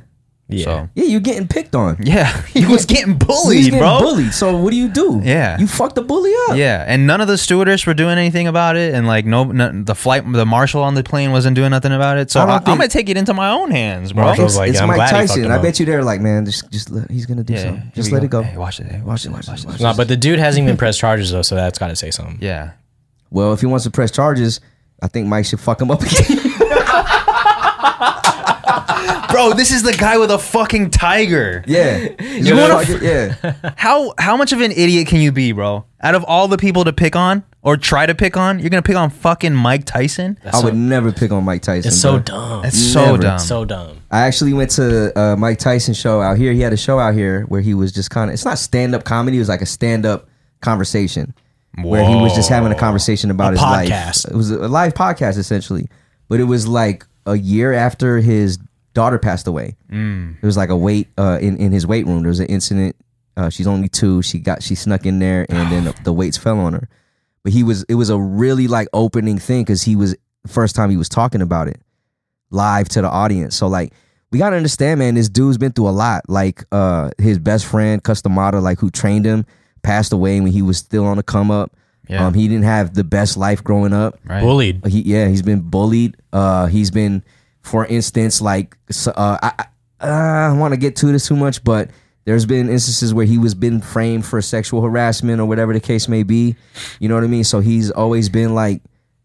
Speaker 1: Yeah,
Speaker 4: So
Speaker 5: Yeah, you're getting picked on.
Speaker 4: yeah, he was getting bullied,
Speaker 5: He's getting
Speaker 4: bro.
Speaker 5: bullied. So what do you do?
Speaker 4: Yeah.
Speaker 5: you fuck the bully up.
Speaker 4: Yeah, and none of the stewardess were doing anything about it, and like no, no the flight, the marshal on the plane wasn't doing nothing about it. So
Speaker 5: I
Speaker 4: I
Speaker 5: don't
Speaker 4: am
Speaker 5: think-
Speaker 4: gonna take it into my own hands, bro.
Speaker 1: Marshals- I was like,
Speaker 5: it's
Speaker 1: I'm
Speaker 5: Mike
Speaker 1: glad he fucked
Speaker 5: Tyson.
Speaker 1: him
Speaker 5: I
Speaker 1: up.
Speaker 5: bet you they're like, man, just just let, he's gonna do
Speaker 4: Yeah,
Speaker 5: something.
Speaker 4: here
Speaker 5: Just
Speaker 4: we
Speaker 5: let it go.
Speaker 4: Hey, watch it. Hey, watch it. Watch it. Watch it.
Speaker 1: No, but the dude hasn't even pressed charges though, so that's got to say something.
Speaker 4: yeah,
Speaker 5: Well, if he wants to press charges, I think Mike should fuck him up again.
Speaker 4: bro, this is the guy with a fucking tiger.
Speaker 5: yeah, you
Speaker 4: wanna
Speaker 5: yeah,
Speaker 4: How how much of an idiot can you be, bro? Out of all the people to pick on or try to pick on, you're gonna pick on fucking Mike Tyson.
Speaker 5: I would never pick on Mike Tyson.
Speaker 1: It's so
Speaker 5: bro.
Speaker 1: dumb.
Speaker 4: That's so
Speaker 5: Never.
Speaker 4: dumb.
Speaker 1: so dumb.
Speaker 5: I actually went to uh, Mike Tyson show out here. He had a show out here where he was just kind of. It's not stand up comedy. It was like a stand up conversation where he was just having a conversation about his
Speaker 1: podcast.
Speaker 5: life. It was a live podcast essentially, but it was like a year after his daughter passed away. Mm. It was like a wait uh, in in his weight room. There was an incident. Uh, she's only two. She got she snuck in there, and then the weights fell on her. But he was it was a really like opening thing because he was first time he was talking about it live to the audience. So like we gotta understand, man, this dude's been through a lot. Like uh his best friend, Customata, like who trained him, passed away when he was still on the come up.
Speaker 4: Yeah.
Speaker 5: Um he didn't have the best life growing up.
Speaker 4: Right.
Speaker 1: Bullied.
Speaker 5: He yeah, he's been bullied. Uh he's been for instance like s- uh I I- uh, I want to get to this too much, but there's been instances where he was been framed for sexual harassment or whatever the case may be. You know what I mean? So he's always been like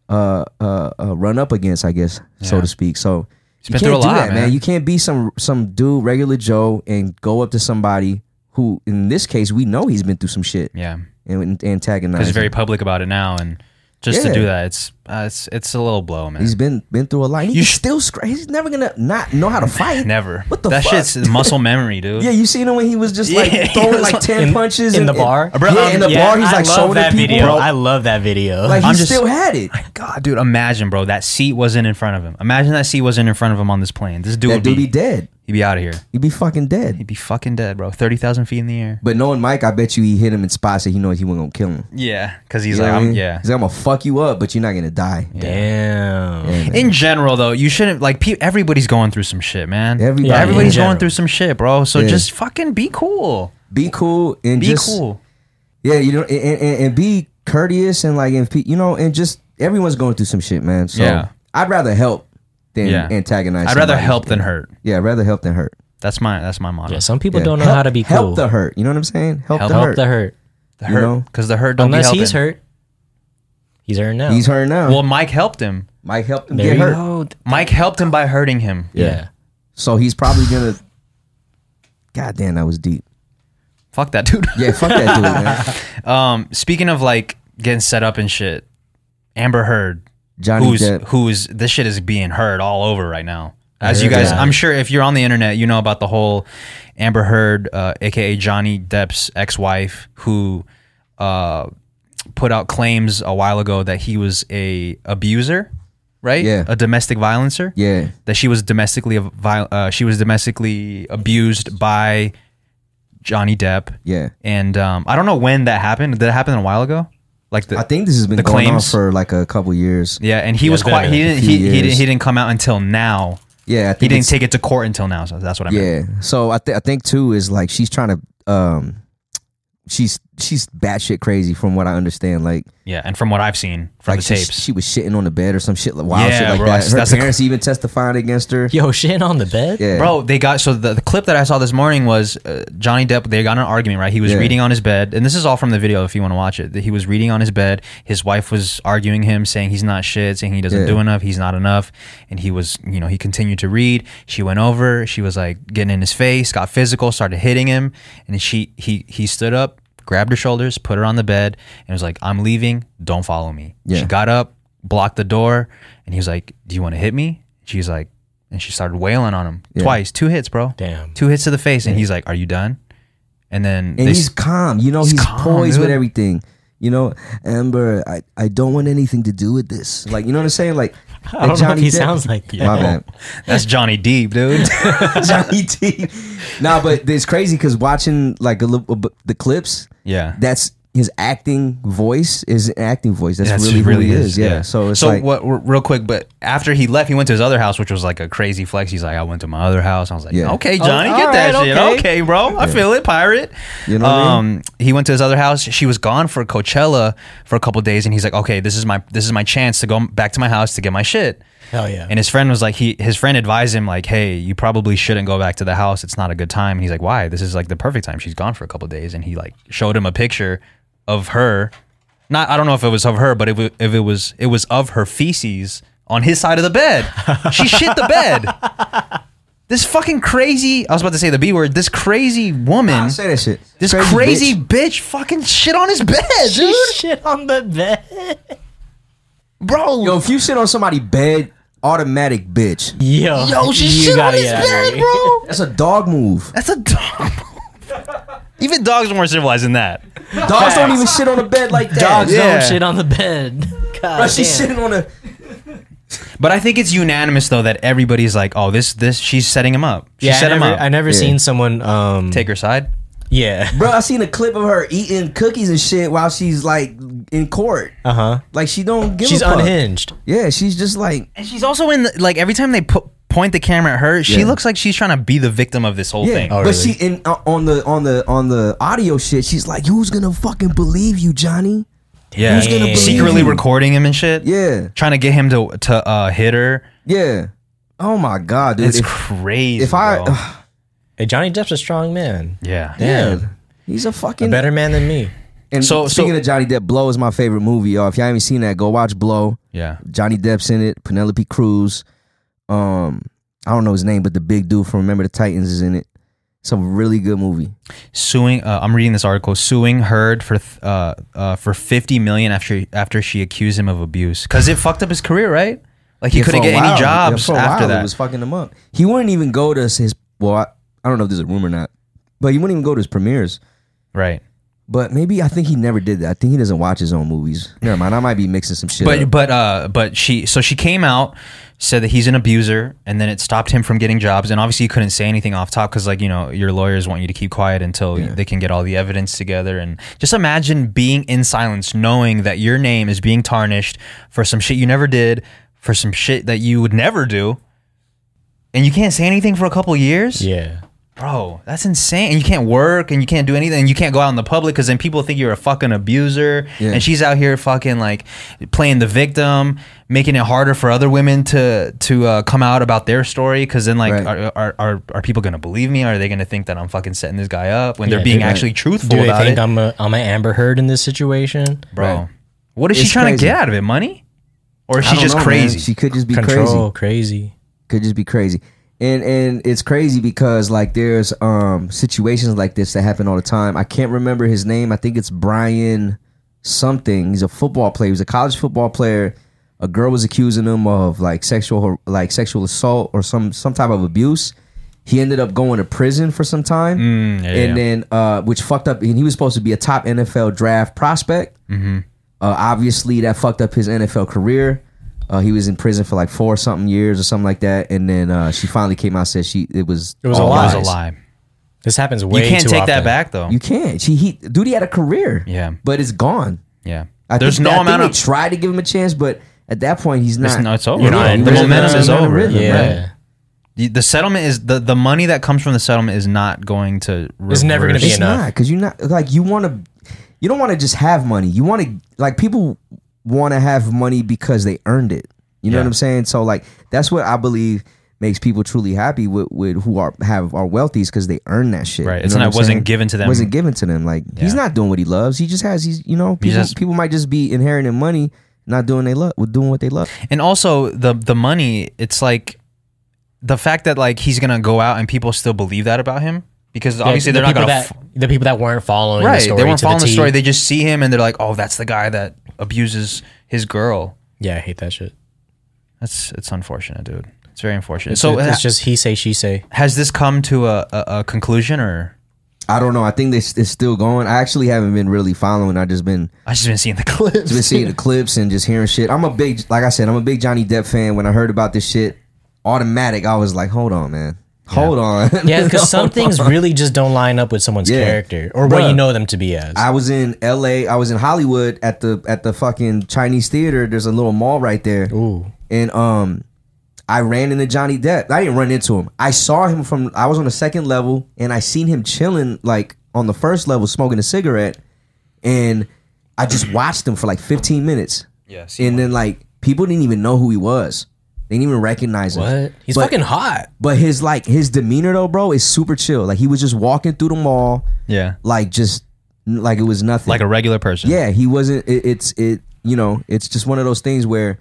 Speaker 5: uh uh, uh run up against, I guess, so
Speaker 4: Yeah.
Speaker 5: to speak. So you
Speaker 4: been
Speaker 5: can't
Speaker 4: through a
Speaker 5: do
Speaker 4: lot,
Speaker 5: that, man.
Speaker 4: man.
Speaker 5: You can't be some some dude, regular Joe, and go up to somebody who, in this case, we know he's been through some shit
Speaker 4: Yeah,
Speaker 5: and
Speaker 4: because
Speaker 5: antagonize.
Speaker 4: he's very public about it now, and just
Speaker 5: Yeah.
Speaker 4: to do that, it's uh, it's it's a little blow, man.
Speaker 5: He's been been through a lot. He's
Speaker 4: You sh-
Speaker 5: still scra- he's never gonna not know how to fight.
Speaker 4: Never.
Speaker 5: What the
Speaker 4: that
Speaker 5: fuck?
Speaker 4: shit's muscle memory, dude.
Speaker 5: Yeah, you seen him when he was just like
Speaker 4: Yeah, he
Speaker 5: throwing
Speaker 4: was
Speaker 5: like
Speaker 4: like-
Speaker 5: ten
Speaker 1: in-
Speaker 5: punches
Speaker 1: in the bar?
Speaker 5: Yeah, in the bar, he's
Speaker 1: I
Speaker 5: like
Speaker 1: love
Speaker 5: showing
Speaker 1: that
Speaker 5: people.
Speaker 1: video. I love that video.
Speaker 5: Like he
Speaker 4: just-
Speaker 5: still had it.
Speaker 4: God, dude, imagine, bro, that seat wasn't in front of him. Imagine that seat wasn't in front of him on this plane. This dude
Speaker 5: That
Speaker 4: would
Speaker 5: dude be
Speaker 4: be,
Speaker 5: dead.
Speaker 4: He'd be out of here.
Speaker 5: You'd be fucking dead.
Speaker 4: He'd be fucking dead, bro. Thirty thousand feet in the air.
Speaker 5: But knowing Mike, I bet you he hit him in spots that he knows he wasn't gonna kill him.
Speaker 4: Yeah, because he's
Speaker 5: You know
Speaker 4: like,
Speaker 5: what I
Speaker 4: I'm,
Speaker 5: mean?
Speaker 4: yeah.
Speaker 5: He's like, I'm gonna fuck you up, but you're not gonna die.
Speaker 1: Damn.
Speaker 4: In general, though, you shouldn't like. Pe- everybody's going through some shit, man.
Speaker 5: Everybody.
Speaker 1: Yeah, in
Speaker 4: everybody's
Speaker 1: general.
Speaker 4: going through some shit, bro. So
Speaker 5: Yeah.
Speaker 4: just fucking be cool.
Speaker 5: Be cool and
Speaker 4: Be
Speaker 5: just
Speaker 4: cool.
Speaker 5: yeah, you know, and, and, and be courteous and like and pe- you know, and just everyone's going through some shit, man. So
Speaker 4: Yeah.
Speaker 5: I'd rather help than
Speaker 4: Yeah.
Speaker 5: antagonize.
Speaker 4: I'd rather
Speaker 5: somebody.
Speaker 4: help than hurt.
Speaker 5: Yeah, I'd rather help than hurt.
Speaker 4: That's my that's my motto.
Speaker 1: Yeah, some people
Speaker 5: Yeah.
Speaker 1: don't know
Speaker 5: Help-
Speaker 1: how to be cool.
Speaker 5: Help the hurt. You know what I'm saying? Help,
Speaker 4: Help
Speaker 5: the
Speaker 1: Help
Speaker 5: hurt.
Speaker 1: the hurt.
Speaker 4: the
Speaker 5: you
Speaker 4: hurt
Speaker 5: know?
Speaker 4: because the hurt don't
Speaker 1: Unless
Speaker 4: be
Speaker 1: he's
Speaker 4: helping.
Speaker 1: hurt. He's hurt now.
Speaker 5: He's hurt now.
Speaker 4: Well, Mike helped him.
Speaker 5: Mike helped him
Speaker 1: there
Speaker 5: get
Speaker 1: you
Speaker 5: hurt,
Speaker 1: go.
Speaker 4: Mike helped him by hurting him.
Speaker 1: Yeah.
Speaker 5: so he's probably gonna. God damn, that was deep.
Speaker 4: Fuck that dude.
Speaker 5: Yeah, fuck that dude, man.
Speaker 4: Um, speaking of like getting set up and shit, Amber Heard,
Speaker 5: Johnny
Speaker 4: who's
Speaker 5: Depp.
Speaker 4: who's this shit is being heard all over right now.
Speaker 1: I
Speaker 4: As
Speaker 1: heard
Speaker 4: you guys,
Speaker 1: that.
Speaker 4: I'm sure if you're on the internet, you know about the whole Amber Heard, uh, aka Johnny Depp's ex-wife, who uh, put out claims a while ago that he was a abuser, right?
Speaker 5: Yeah.
Speaker 4: a domestic violencer.
Speaker 5: Yeah,
Speaker 4: that she was domestically av- viol- uh, she was domestically abused by Johnny Depp.
Speaker 5: yeah.
Speaker 4: And um, I don't know when that happened. Did it happen a while ago? Like the
Speaker 5: I think this has been
Speaker 4: The
Speaker 5: going on
Speaker 4: claims?
Speaker 5: for like a couple years.
Speaker 4: yeah, and he
Speaker 1: Yeah,
Speaker 4: was
Speaker 1: it's been
Speaker 4: quiet. He
Speaker 1: a
Speaker 4: didn't
Speaker 5: few
Speaker 4: he, he didn't
Speaker 5: years.
Speaker 4: he didn't come out until now.
Speaker 5: Yeah, I think
Speaker 4: He didn't
Speaker 5: it's-
Speaker 4: take it to court until now. So that's what I meant.
Speaker 5: Yeah. So I think I think too is like she's trying to um she's she's batshit crazy from what I understand. Like
Speaker 4: Yeah, and from what I've seen from
Speaker 5: like
Speaker 4: the
Speaker 5: she,
Speaker 4: tapes,
Speaker 5: she was shitting on the bed or some shit like wild
Speaker 4: Yeah,
Speaker 5: shit like
Speaker 4: bro,
Speaker 5: that.
Speaker 4: that's-
Speaker 5: Her
Speaker 4: that's a-
Speaker 5: parents even testifying against her.
Speaker 1: Yo, shit on the bed?
Speaker 5: Yeah.
Speaker 4: Bro, they got so the, the clip that I saw this morning was uh, Johnny Depp. They got in an argument, right? He was
Speaker 5: Yeah.
Speaker 4: reading on his bed, and this is all from the video if you want to watch it. That He was reading on his bed. His wife was arguing him, saying he's not shit, saying he doesn't
Speaker 5: Yeah.
Speaker 4: do enough, he's not enough, and he was, you know, he continued to read. She went over, she was like getting in his face, got physical, started hitting him, and she he he stood up, grabbed her shoulders, put her on the bed, and was like, "I'm leaving. Don't follow me."
Speaker 5: Yeah.
Speaker 4: She got up, blocked the door, and he was like, "Do you want to hit me?" She's like, and she started wailing on him twice, two hits, bro.
Speaker 1: Damn.
Speaker 4: two hits to the face, and he's like, "Are you done?" And then
Speaker 5: And
Speaker 4: they
Speaker 5: he's
Speaker 4: s-
Speaker 5: calm, you know, he's,
Speaker 4: calm,
Speaker 5: poised with
Speaker 4: dude.
Speaker 5: everything. You know, Amber, I, I don't want anything to do with this. Like, you know what I'm saying? Like,
Speaker 1: I don't know if he sounds like that.
Speaker 5: My bad.
Speaker 4: that's Johnny Deep, dude.
Speaker 5: Johnny T. Nah, but it's crazy because watching like a little, uh, the clips,
Speaker 4: yeah,
Speaker 5: that's his acting voice is an acting voice. That's,
Speaker 4: That's
Speaker 5: really
Speaker 4: who
Speaker 5: who he is. Yeah. So it's like
Speaker 4: what? r- Real quick, but after he left, he went to his other house, which was like a crazy flex. He's like, "I went to my other house." I was like,
Speaker 5: Yeah. Oh,
Speaker 4: "Okay, Johnny, get
Speaker 1: all
Speaker 4: that
Speaker 1: right,
Speaker 4: shit, okay,
Speaker 1: okay."
Speaker 4: bro, I feel it, pirate."
Speaker 5: You know what I
Speaker 4: um, he went to his other house. She was gone for Coachella for a couple days, and he's like, "Okay, this is my this is my chance to go m- back to my house to get my shit."
Speaker 1: Hell yeah.
Speaker 4: And his friend was like, he his friend advised him like, hey, you probably shouldn't go back to the house. It's not a good time. And he's like, why? This is like the perfect time. She's gone for a couple days. And he like showed him a picture of her. Not I don't know if it was of her, but if it, if it was it was of her feces on his side of the bed. She shit the bed. This fucking crazy. I was about to say the b word. This crazy woman.
Speaker 5: I say that shit.
Speaker 4: This crazy, bitch. fucking shit on his bed, dude.
Speaker 1: shit on the bed.
Speaker 4: Bro,
Speaker 5: Yo, if you shit on somebody bed, automatic bitch.
Speaker 1: Yo,
Speaker 4: yo, she shit on his bed, bro.
Speaker 5: That's a dog move.
Speaker 4: That's a dog. Even dogs are more civilized than that.
Speaker 5: Dogs don't even shit on a bed like that.
Speaker 1: Dogs
Speaker 4: Yeah.
Speaker 1: don't shit on the bed. God
Speaker 5: Bro, she's
Speaker 1: damn.
Speaker 5: sitting on a.
Speaker 4: But I think it's unanimous though that everybody's like, oh, this this she's setting him up. She
Speaker 1: Yeah, I
Speaker 4: set him
Speaker 1: never,
Speaker 4: up.
Speaker 1: I never
Speaker 5: Yeah.
Speaker 1: seen someone um
Speaker 4: Take her side.
Speaker 1: Yeah.
Speaker 5: Bro, I seen a clip of her eating cookies and shit while she's like in court.
Speaker 1: Uh huh.
Speaker 5: Like she don't give.
Speaker 1: She's
Speaker 5: a fuck.
Speaker 1: unhinged.
Speaker 5: Yeah, she's just like
Speaker 4: And she's also in the, like every time they put point the camera at her, she
Speaker 5: Yeah.
Speaker 4: looks like she's trying to be the victim of this whole
Speaker 5: yeah.
Speaker 4: thing.
Speaker 1: Oh,
Speaker 5: but
Speaker 1: really?
Speaker 5: she in uh, on the on the on the audio shit. She's like, who's gonna fucking believe you, Johnny?
Speaker 4: yeah.
Speaker 5: Who's gonna believe
Speaker 4: Secretly
Speaker 5: you?
Speaker 4: recording him and shit.
Speaker 5: Yeah,
Speaker 4: Trying to get him to to uh, hit her.
Speaker 5: yeah. Oh my god, dude.
Speaker 4: It's
Speaker 5: If,
Speaker 4: crazy.
Speaker 5: if I,
Speaker 4: bro.
Speaker 1: Hey, Johnny Depp's a strong man.
Speaker 4: yeah.
Speaker 1: Damn.
Speaker 5: Yeah. He's a fucking
Speaker 1: A better man than me.
Speaker 5: And
Speaker 4: So-
Speaker 5: speaking
Speaker 4: so-
Speaker 5: of Johnny Depp, Blow is my favorite movie, y'all. If y'all haven't seen that, go watch Blow.
Speaker 4: Yeah.
Speaker 5: Johnny Depp's in it. Penelope Cruz. Um, I don't know his name, but the big dude from Remember the Titans is in it. It's a really good movie.
Speaker 4: suing. Uh, I'm reading this article. Suing Heard for th- uh, uh, for 50 million after after she accused him of abuse because it fucked up his career, right? Like he
Speaker 5: Yeah,
Speaker 4: couldn't
Speaker 5: for a
Speaker 4: get any
Speaker 5: while- yeah,
Speaker 4: jobs
Speaker 5: for a
Speaker 4: after
Speaker 5: while
Speaker 4: that.
Speaker 5: It was fucking him up. He wouldn't even go to his. Well, I, I don't know if this is a rumor or not, but he wouldn't even go to his premieres.
Speaker 4: right.
Speaker 5: But maybe I think he never did that. I think he doesn't watch his own movies. Never mind. I might be mixing some shit.
Speaker 4: But
Speaker 5: up.
Speaker 4: but uh but she so she came out said that he's an abuser and then it stopped him from getting jobs and obviously you couldn't say anything off top because like you know your lawyers want you to keep quiet until they can get all the evidence together and just imagine being in silence knowing that your name is being tarnished for some shit you never did for some shit that you would never do and you can't say anything for a couple years
Speaker 1: Yeah.
Speaker 4: bro that's insane and you can't work and you can't do anything and you can't go out in the public because then people think you're a fucking abuser
Speaker 5: Yeah.
Speaker 4: and she's out here fucking like playing the victim making it harder for other women to to uh, come out about their story because then like
Speaker 5: Right.
Speaker 4: are, are, are, are people gonna believe me are they gonna think that i'm fucking setting this guy up when
Speaker 1: Yeah,
Speaker 4: they're being
Speaker 1: do they-
Speaker 4: actually truthful
Speaker 1: Do they
Speaker 4: about
Speaker 1: think
Speaker 4: it
Speaker 1: I'm a I'm an Amber Heard in this situation?
Speaker 4: bro
Speaker 5: Right.
Speaker 4: what is she
Speaker 5: It's
Speaker 4: trying
Speaker 5: crazy.
Speaker 4: to get out of it money or is
Speaker 5: I
Speaker 4: she
Speaker 5: don't
Speaker 4: just
Speaker 5: know, man.
Speaker 4: crazy
Speaker 5: She could just be crazy.
Speaker 1: Control, crazy.
Speaker 5: could just be crazy and and it's crazy because like there's um situations like this that happen all the time i can't remember his name i think it's brian something he's a football player he's a college football player a girl was accusing him of like sexual like sexual assault or some some type of abuse he ended up going to prison for some time
Speaker 4: Mm, yeah, yeah.
Speaker 5: and then uh which fucked up and he was supposed to be a top nfl draft prospect
Speaker 4: Mm-hmm.
Speaker 5: uh, obviously, that fucked up his NFL career. Uh, he was in prison for like four something years or something like that, and then uh, she finally came out and said she it was
Speaker 1: It was a
Speaker 5: all
Speaker 1: lie.
Speaker 4: it was a
Speaker 5: lies.
Speaker 4: lie
Speaker 1: This happens
Speaker 4: you
Speaker 1: way
Speaker 4: can't
Speaker 1: too
Speaker 4: take
Speaker 1: often.
Speaker 4: that back though
Speaker 5: You can't. She he dude he had a career,
Speaker 4: Yeah.
Speaker 5: but it's gone.
Speaker 4: yeah
Speaker 5: I
Speaker 4: there's
Speaker 5: think-
Speaker 4: no
Speaker 5: I
Speaker 4: amount
Speaker 5: think
Speaker 4: of
Speaker 5: they tried to give him a chance, but at that point he's
Speaker 4: It's
Speaker 5: not.
Speaker 4: not- it's over.
Speaker 5: Yeah,
Speaker 1: You're not
Speaker 5: he
Speaker 1: in
Speaker 5: was
Speaker 1: rhythm.
Speaker 5: not
Speaker 4: Momentum is
Speaker 5: in
Speaker 4: over.
Speaker 5: rhythm,
Speaker 1: Yeah.
Speaker 5: right.
Speaker 4: The- the settlement is the, the money that comes from the settlement is not going to
Speaker 1: It's never gonna
Speaker 4: reverse-
Speaker 1: be
Speaker 5: It's
Speaker 1: enough.
Speaker 5: not because you're not like you want to. You don't want to just have money. You want to like people want to have money because they earned it. You know
Speaker 4: Yeah.
Speaker 5: what I'm saying? So like that's what I believe makes people truly happy with, with who are have are wealthy is because they earn that shit.
Speaker 4: right
Speaker 5: You
Speaker 4: it's
Speaker 5: know
Speaker 4: not
Speaker 5: what I'm
Speaker 4: wasn't
Speaker 5: saying?
Speaker 4: given to them
Speaker 5: Wasn't given to them. Like he's
Speaker 4: Yeah.
Speaker 5: not doing what he loves. He just has. He's you know people
Speaker 4: just-
Speaker 5: people might just be inheriting money, not doing they love, doing what they love.
Speaker 4: and also the the money it's like the fact that like he's gonna go out and people still believe that about him because
Speaker 1: Yeah,
Speaker 4: obviously
Speaker 1: the
Speaker 4: they're not
Speaker 1: people
Speaker 4: gonna
Speaker 1: that,
Speaker 4: f-
Speaker 1: the people that weren't following the
Speaker 4: right
Speaker 1: story
Speaker 4: they weren't
Speaker 1: to the
Speaker 4: following the,
Speaker 1: T.
Speaker 4: story they just see him and they're like oh that's the guy that abuses his girl
Speaker 1: yeah, I hate that shit.
Speaker 4: that's it's unfortunate dude it's very unfortunate
Speaker 1: So
Speaker 4: so uh,
Speaker 1: it's
Speaker 4: ha-
Speaker 1: just he say she say.
Speaker 4: has this come to a, a, a conclusion or
Speaker 5: I don't know. I think this is still going. I actually haven't been really following. I've just been
Speaker 4: I just been seeing the clips
Speaker 5: just been seeing the clips and just hearing shit. I'm a big, like I said, I'm a big Johnny Depp fan. When I heard about this shit, automatic, I was like, hold on, man, hold on.
Speaker 1: Yeah, because some
Speaker 5: Hold
Speaker 1: things
Speaker 5: on.
Speaker 1: really just don't line up with someone's
Speaker 5: Yeah.
Speaker 1: character or what
Speaker 5: Bruh.
Speaker 1: you know them to be as.
Speaker 5: I was in L.A. I was in Hollywood at the at the fucking Chinese theater. There's a little mall right there,
Speaker 1: Ooh,
Speaker 5: and um, I ran into Johnny Depp. I didn't run into him. I saw him from. I was on the second level, and I seen him chilling like on the first level, smoking a cigarette, and I just watched him for like 15 minutes.
Speaker 4: yeah see
Speaker 5: and then like people didn't even know who he was. They didn't even recognize him.
Speaker 1: what? He's
Speaker 5: but,
Speaker 1: fucking hot.
Speaker 5: But his like his demeanor though, bro, is super chill. Like he was just walking through the mall,
Speaker 4: yeah
Speaker 5: like just like it was nothing.
Speaker 4: like a regular person
Speaker 5: yeah, he wasn't. It, it's it. You know, it's just one of those things where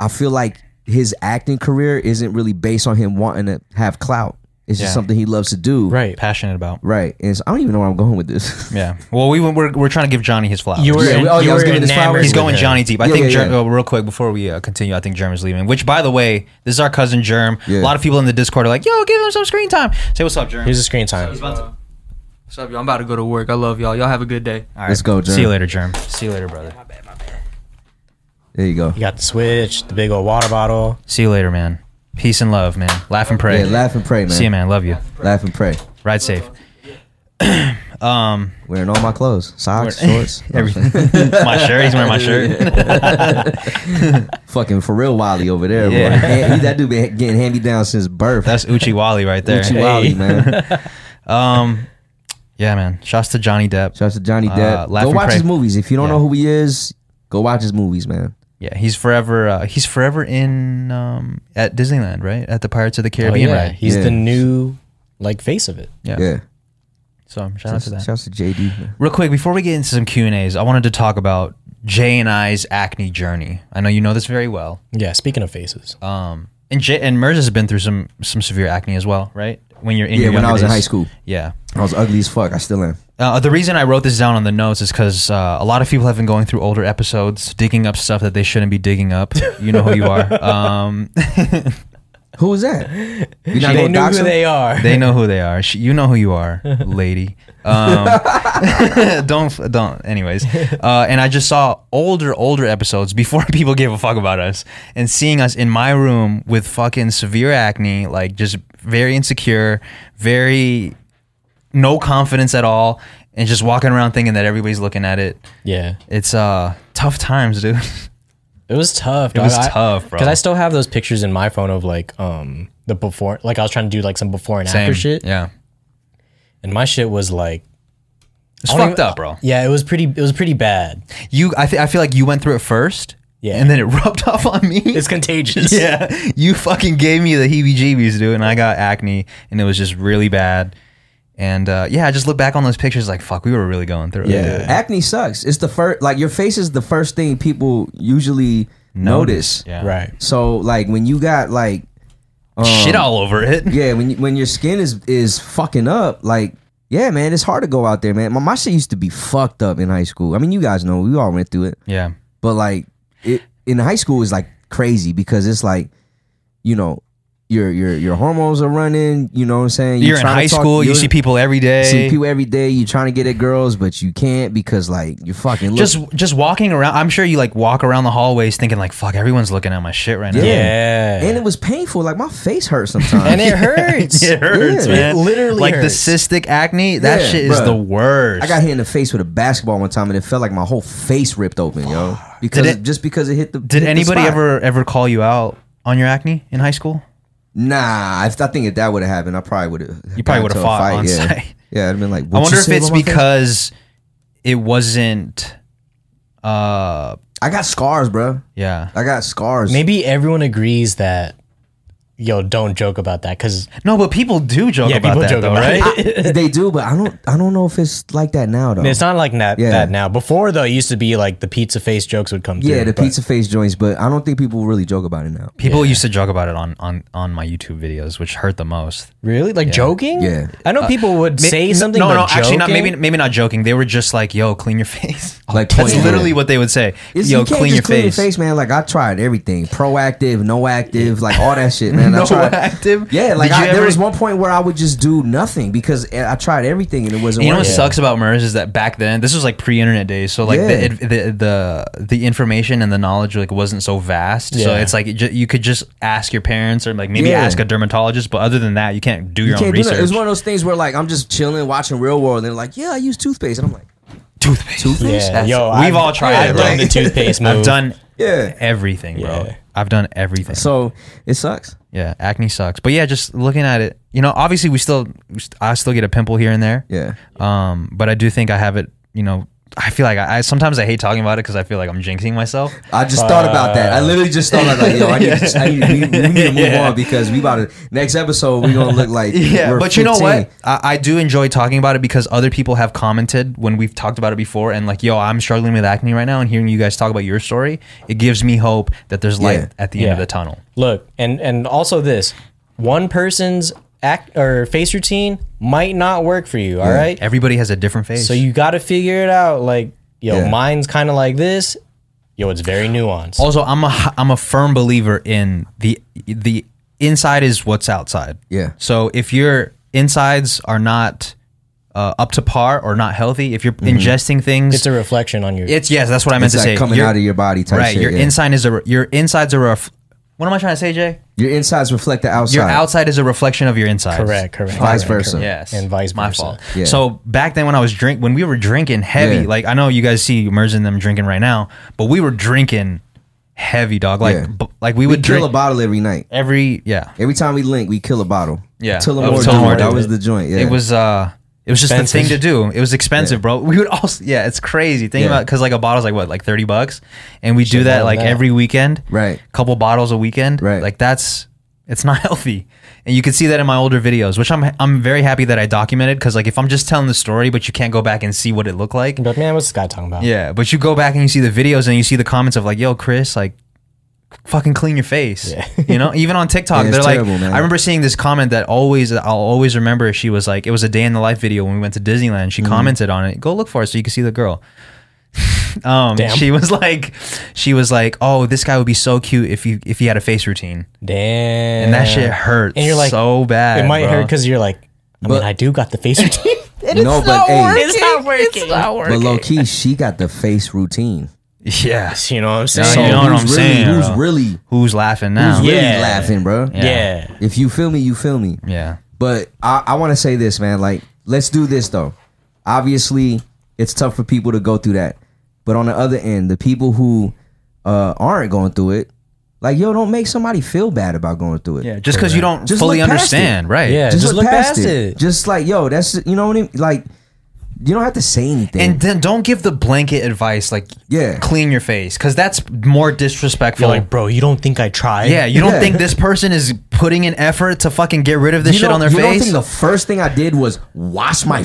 Speaker 5: I feel like his acting career isn't really based on him wanting to have clout. It's just
Speaker 4: Yeah.
Speaker 5: something he loves to do.
Speaker 1: Right.
Speaker 4: passionate about
Speaker 5: Right. And so, I don't even know where I'm going with this.
Speaker 4: Yeah. Well, we went, we're we're trying to give Johnny his flowers.
Speaker 1: You were,
Speaker 5: Yeah, we- oh,
Speaker 1: you
Speaker 5: yeah, I was
Speaker 1: were
Speaker 5: giving this
Speaker 1: enamored
Speaker 5: flowers.
Speaker 1: with
Speaker 4: He's going
Speaker 1: him.
Speaker 4: Johnny deep. I
Speaker 5: Yeah,
Speaker 4: think
Speaker 5: yeah,
Speaker 4: Jer-
Speaker 5: yeah.
Speaker 4: oh, real quick before we uh, continue, I think Germ is leaving. Which, by the way, this is our cousin Germ.
Speaker 5: Yeah.
Speaker 4: A lot of people in the Discord are like, "Yo, give him some screen time." Say what's up, Germ.
Speaker 1: Here's the screen time.
Speaker 3: He's about to- What's up, y'all? I'm about to go to work. I love y'all. Y'all have a good day.
Speaker 4: All right.
Speaker 5: Let's go, Germ.
Speaker 4: See you later, Germ. See you later, brother.
Speaker 5: There you go.
Speaker 1: You got the switch, the big old water bottle.
Speaker 4: See you later, man. Peace and love, man. Laugh and pray.
Speaker 5: Yeah, laugh and pray, man.
Speaker 4: See you, man. Love you.
Speaker 5: Laugh and pray.
Speaker 4: Ride safe. Um,
Speaker 5: Wearing all my clothes, socks,
Speaker 4: Wearing-
Speaker 5: shorts,
Speaker 4: Everything. my shirt. He's wearing my shirt.
Speaker 5: fucking for real Wally over there.
Speaker 4: Yeah.
Speaker 5: Bro. Hand- that dude been getting hand me down since birth.
Speaker 4: That's Uchi Wally right there.
Speaker 5: Gucci Wally, man.
Speaker 4: Um, yeah, man. Shouts to Johnny Depp.
Speaker 5: Shout out to Johnny Depp.
Speaker 4: laugh
Speaker 5: go
Speaker 4: and
Speaker 5: watch
Speaker 4: pray.
Speaker 5: his movies. If you don't
Speaker 4: Uh, Yeah.
Speaker 5: know who he is, go watch his movies, man.
Speaker 4: Yeah, he's forever. Uh, he's forever in um, at Disneyland, right? At the Pirates of the
Speaker 1: Oh,
Speaker 4: Caribbean,
Speaker 1: yeah.
Speaker 4: right?
Speaker 1: He's
Speaker 5: Yeah.
Speaker 1: the new like face of it.
Speaker 4: Yeah.
Speaker 5: Yeah.
Speaker 4: So shout out
Speaker 5: Shouts
Speaker 4: to
Speaker 5: Shout,
Speaker 4: that.
Speaker 5: out to JD. Man.
Speaker 4: Real quick, before we get into some Q and A's, I wanted to talk about Jay and I's acne journey. I know you know this very well.
Speaker 1: Yeah. Speaking of faces,
Speaker 4: Um, and Jay and Merz has been through some some severe acne as well, right? When you're in
Speaker 5: Yeah,
Speaker 4: your
Speaker 5: when I
Speaker 4: younger
Speaker 5: was in
Speaker 4: days.
Speaker 5: high school,
Speaker 4: Yeah.
Speaker 5: I was ugly as fuck. I still am.
Speaker 4: Uh, the reason I wrote this down on the notes is because uh, a lot of people have been going through older episodes, digging up stuff that they shouldn't be digging up. You know who you are. Um,
Speaker 5: Who was that? You not
Speaker 1: They
Speaker 5: gonna
Speaker 1: know
Speaker 5: dox
Speaker 1: who
Speaker 5: him?
Speaker 1: they are.
Speaker 4: They know who they are. She, you know who you are, lady. Um, don't don't. Anyways, uh, and I just saw older older episodes before people gave a fuck about us, and seeing us in my room with fucking severe acne, like just very insecure, very no confidence at all, and just walking around thinking that everybody's looking at it.
Speaker 1: yeah,
Speaker 4: It's uh tough times, dude.
Speaker 1: it was tough.
Speaker 4: It was tough, bro.
Speaker 1: Because I still have those pictures in my phone of like um the before, like I was trying to do like some before and after shit,
Speaker 4: Yeah,
Speaker 1: and my shit was like,
Speaker 4: it's
Speaker 1: I don't
Speaker 4: fucked
Speaker 1: even-
Speaker 4: up, bro.
Speaker 1: yeah, it was pretty, it was pretty bad.
Speaker 4: You, I, th- I feel like you went through it first.
Speaker 1: Yeah.
Speaker 4: and then it rubbed off on me.
Speaker 1: It's contagious.
Speaker 4: yeah, you fucking gave me the heebie-jeebies, dude, and I got acne, and it was just really bad. And uh, yeah, I just look back on those pictures like, fuck, we were really going through it.
Speaker 5: Yeah. Acne sucks. It's the first like your face is the first thing people usually notice.
Speaker 4: Yeah.
Speaker 1: right.
Speaker 5: So like when you got like um,
Speaker 4: Shit all over it.
Speaker 5: Yeah, when you, when your skin is is fucking up, like yeah, man, it's hard to go out there, man. My, my shit used to be fucked up in high school. I mean, you guys know we all went through it,
Speaker 4: Yeah.
Speaker 5: but like it in high school is like crazy because it's like you know your your your hormones are running. You know what I'm saying?
Speaker 4: You're in
Speaker 5: trying to
Speaker 4: high
Speaker 5: talk-
Speaker 4: school, you
Speaker 5: you're-
Speaker 4: see people every
Speaker 5: see
Speaker 4: day.
Speaker 5: people every day. You're trying to get at girls, but you can't because like you're fucking look-
Speaker 4: just just walking around. I'm sure you like walk around the hallways thinking like, fuck, everyone's looking at my shit right now.
Speaker 1: Yeah.
Speaker 5: and it was painful. Like my face hurt sometimes.
Speaker 1: and it hurts.
Speaker 4: It hurts,
Speaker 5: Yeah.
Speaker 4: man.
Speaker 1: It literally
Speaker 4: like
Speaker 1: hurts.
Speaker 4: the cystic acne, that
Speaker 5: Yeah,
Speaker 4: shit is
Speaker 5: bruh.
Speaker 4: the worst.
Speaker 5: I got hit in the face with a basketball one time, and it felt like my whole face ripped open, yo. Because
Speaker 4: Did it-
Speaker 5: just because it hit the. hit
Speaker 4: Did
Speaker 5: the
Speaker 4: anybody
Speaker 5: spot.
Speaker 4: ever ever call you out on your acne in high school?
Speaker 5: Nah, if I think if that would have happened, I probably would have.
Speaker 4: You probably would've fought on
Speaker 5: yeah.
Speaker 4: site.
Speaker 5: Yeah, I'd have been like.
Speaker 4: I
Speaker 5: "What
Speaker 4: wonder
Speaker 5: you
Speaker 4: if
Speaker 5: say
Speaker 4: it's
Speaker 5: about my face?"
Speaker 4: because it wasn't. Uh,
Speaker 5: I got scars, bro.
Speaker 4: yeah.
Speaker 5: I got scars.
Speaker 1: Maybe everyone agrees that, yo, don't joke about that because
Speaker 4: No, but people do joke
Speaker 1: yeah,
Speaker 4: about
Speaker 1: people
Speaker 4: that,
Speaker 1: joke
Speaker 4: though,
Speaker 1: about
Speaker 4: right?
Speaker 1: it.
Speaker 5: they do, but I don't. I don't know if it's like that now, though.
Speaker 1: it's not like that,
Speaker 5: Yeah.
Speaker 1: that now. Before though, it used to be like the pizza face jokes would come.
Speaker 5: yeah,
Speaker 1: through,
Speaker 5: the
Speaker 1: but-
Speaker 5: pizza face joints, but I don't think people really joke about it now.
Speaker 4: People used to joke about it on, on on my YouTube videos, which hurt the most.
Speaker 1: Really, like joking?
Speaker 5: Yeah.
Speaker 1: I know people would say something.
Speaker 4: Uh, No,
Speaker 1: but
Speaker 4: no, actually, not.
Speaker 1: joking?
Speaker 4: Maybe maybe not joking. They were just like, "Yo, clean your face."
Speaker 5: Like
Speaker 4: Oh, That's
Speaker 5: point at
Speaker 4: literally
Speaker 5: it.
Speaker 4: what they would say.
Speaker 5: It's-
Speaker 4: Yo,
Speaker 5: you can't
Speaker 4: clean your
Speaker 5: just clean
Speaker 4: face.
Speaker 5: your face, man. Like I tried everything, proactive, no active, like all that shit, man. I tried,
Speaker 4: Proactive?
Speaker 5: yeah. Like
Speaker 4: Did you
Speaker 5: I, there
Speaker 4: ever-
Speaker 5: was one point where I would just do nothing because I tried everything and it wasn't
Speaker 4: You know what
Speaker 5: working.
Speaker 4: sucks about MERS is that back then, this was like pre-internet days, so like
Speaker 5: Yeah.
Speaker 4: the, the the the information and the knowledge like wasn't so vast. So
Speaker 1: Yeah.
Speaker 4: it's like ju- you could just ask your parents or like maybe
Speaker 5: Yeah.
Speaker 4: ask a dermatologist, but other than that, you can't do your
Speaker 5: You
Speaker 4: own
Speaker 5: can't do
Speaker 4: research.
Speaker 5: that. It was one of those things where like I'm just chilling, watching Real World, and they're like, yeah, I use toothpaste, and I'm like,
Speaker 4: Toothpaste.
Speaker 5: toothpaste.
Speaker 1: Yeah, yo,
Speaker 4: We've
Speaker 1: I've-
Speaker 4: all tried
Speaker 1: I've
Speaker 4: it,
Speaker 1: done
Speaker 4: right?
Speaker 1: the toothpaste move.
Speaker 4: I've done
Speaker 5: Yeah.
Speaker 4: everything, bro.
Speaker 1: Yeah.
Speaker 4: I've done everything.
Speaker 5: So it sucks.
Speaker 4: yeah, acne sucks. But yeah, just looking at it, you know, obviously we still, we st- I still get a pimple here and there.
Speaker 5: Yeah.
Speaker 4: Um, but I do think I have it. You know, I feel like I, I sometimes I hate talking about it because I feel like I'm jinxing myself.
Speaker 5: I just thought about that. I literally just thought about like, yo, I need, to, I need, we, we need to move on because we about to next episode we're gonna look like
Speaker 4: Yeah,
Speaker 5: we're
Speaker 4: but you know
Speaker 5: 15.
Speaker 4: what? I, I do enjoy talking about it because other people have commented when we've talked about it before, and like, yo, I'm struggling with acne right now, and hearing you guys talk about your story, it gives me hope that there's light
Speaker 5: Yeah.
Speaker 4: at the end of
Speaker 1: Yeah.
Speaker 4: the tunnel.
Speaker 1: Look, and and also this, one person's act or face routine might not work for you. All right.
Speaker 4: Everybody has a different face.
Speaker 1: So you got to figure it out. Like, yo,
Speaker 5: Yeah.
Speaker 1: mine's kind of like this. Yo, it's very nuanced.
Speaker 4: also, I'm a h- I'm a firm believer in the the inside is what's outside.
Speaker 5: Yeah.
Speaker 4: So if your insides are not uh, up to par or not healthy, if you're ingesting things,
Speaker 1: it's a reflection on your.
Speaker 4: it's yes, that's what I meant
Speaker 5: Mm-hmm. It's
Speaker 4: to
Speaker 5: like
Speaker 4: say.
Speaker 5: coming
Speaker 4: Your-
Speaker 5: out of your body type
Speaker 4: right.
Speaker 5: shit.
Speaker 4: your
Speaker 5: yeah.
Speaker 4: inside is a re- your insides are a. Ref- what am I trying to say, Jay?
Speaker 5: your insides reflect the outside.
Speaker 4: Your outside is a reflection of your inside.
Speaker 1: correct, correct.
Speaker 5: Vice
Speaker 1: correct,
Speaker 5: versa.
Speaker 1: correct.
Speaker 4: Yes.
Speaker 1: and vice
Speaker 4: My
Speaker 1: versa.
Speaker 4: fault.
Speaker 5: Yeah.
Speaker 4: So back then when I was drink when we were drinking heavy,
Speaker 5: Yeah.
Speaker 4: like I know you guys see Merz and them drinking right now, but we were drinking heavy dog. Like
Speaker 5: Yeah.
Speaker 4: b- like we
Speaker 5: we
Speaker 4: would
Speaker 5: kill
Speaker 4: drink
Speaker 5: a bottle every night.
Speaker 4: every yeah.
Speaker 5: Every time we link, we kill a bottle.
Speaker 4: Yeah.
Speaker 5: Tullamore
Speaker 4: Oh,
Speaker 5: Dew,
Speaker 4: Tullamore
Speaker 5: That
Speaker 4: Dew.
Speaker 5: was the joint. Yeah.
Speaker 4: It was uh it was just the thing to
Speaker 1: Expensive.
Speaker 4: do. It was expensive, bro. We would also yeah, it's crazy. Thinking
Speaker 5: Yeah.
Speaker 4: about cause like a bottle's like what, like thirty bucks? And we do
Speaker 1: more
Speaker 4: that
Speaker 1: than
Speaker 4: like
Speaker 1: that.
Speaker 4: every weekend.
Speaker 5: Right.
Speaker 4: Couple bottles a weekend.
Speaker 5: Right.
Speaker 4: Like that's it's not healthy. And you can see that in my older videos, which I'm I'm very happy that I documented because like if I'm just telling the story but you can't go back and see what it looked like.
Speaker 1: But man, what's this guy talking about?
Speaker 4: Yeah. But you go back and you see the videos and you see the comments of like, yo, Chris, like fucking clean your face. you know, even on TikTok,
Speaker 5: Yeah, it's
Speaker 4: they're like,
Speaker 5: terrible, man.
Speaker 4: I remember seeing this comment that always I'll always remember. She was like, it was a day in the life video when we went to Disneyland. She commented on it. Go look for it so you can see the girl. Um,
Speaker 1: Damn.
Speaker 4: she was like, she was like, oh, this guy would be so cute if you if he had a face routine,
Speaker 1: Damn.
Speaker 4: and that shit hurts.
Speaker 1: And you're like,
Speaker 4: so bad.
Speaker 1: It might
Speaker 4: bro.
Speaker 1: hurt because you're like, I mean, I do got the face routine.
Speaker 5: no, but hey,
Speaker 1: it's not working. It's not
Speaker 5: but low key, she got the face routine.
Speaker 4: Yeah.
Speaker 1: You know what I'm
Speaker 4: No,
Speaker 1: saying?
Speaker 4: you know what
Speaker 5: who's
Speaker 4: I'm
Speaker 5: really,
Speaker 4: saying,
Speaker 5: Who's
Speaker 4: bro.
Speaker 5: really,
Speaker 4: Who's laughing now?
Speaker 5: who's really
Speaker 1: Yeah.
Speaker 5: laughing, bro?
Speaker 1: yeah.
Speaker 5: If you feel me, you feel me.
Speaker 4: yeah.
Speaker 5: But I, I want to say this, man. Like, let's do this though. Obviously, it's tough for people to go through that. But on the other end, the people who uh, aren't going through it, like, yo, don't make somebody feel bad about going through it.
Speaker 4: Yeah, just because you don't
Speaker 5: Just
Speaker 4: fully
Speaker 5: look past it.
Speaker 4: understand, right?
Speaker 1: Yeah.
Speaker 5: just,
Speaker 1: just
Speaker 5: look,
Speaker 1: look
Speaker 5: past,
Speaker 1: past
Speaker 5: it.
Speaker 1: it.
Speaker 5: Just like, yo, that's you know what I mean. Like, you don't have to say anything.
Speaker 4: And then don't give the blanket advice like,
Speaker 5: Yeah.
Speaker 4: clean your face, because that's more disrespectful.
Speaker 1: You're like, bro, you don't think I tried?
Speaker 4: yeah, you don't
Speaker 5: Yeah.
Speaker 4: think this person is putting in effort to fucking get rid of this
Speaker 5: you
Speaker 4: shit
Speaker 5: don't-
Speaker 4: on their
Speaker 5: you
Speaker 4: face?
Speaker 5: Don't think the first thing I did was wash my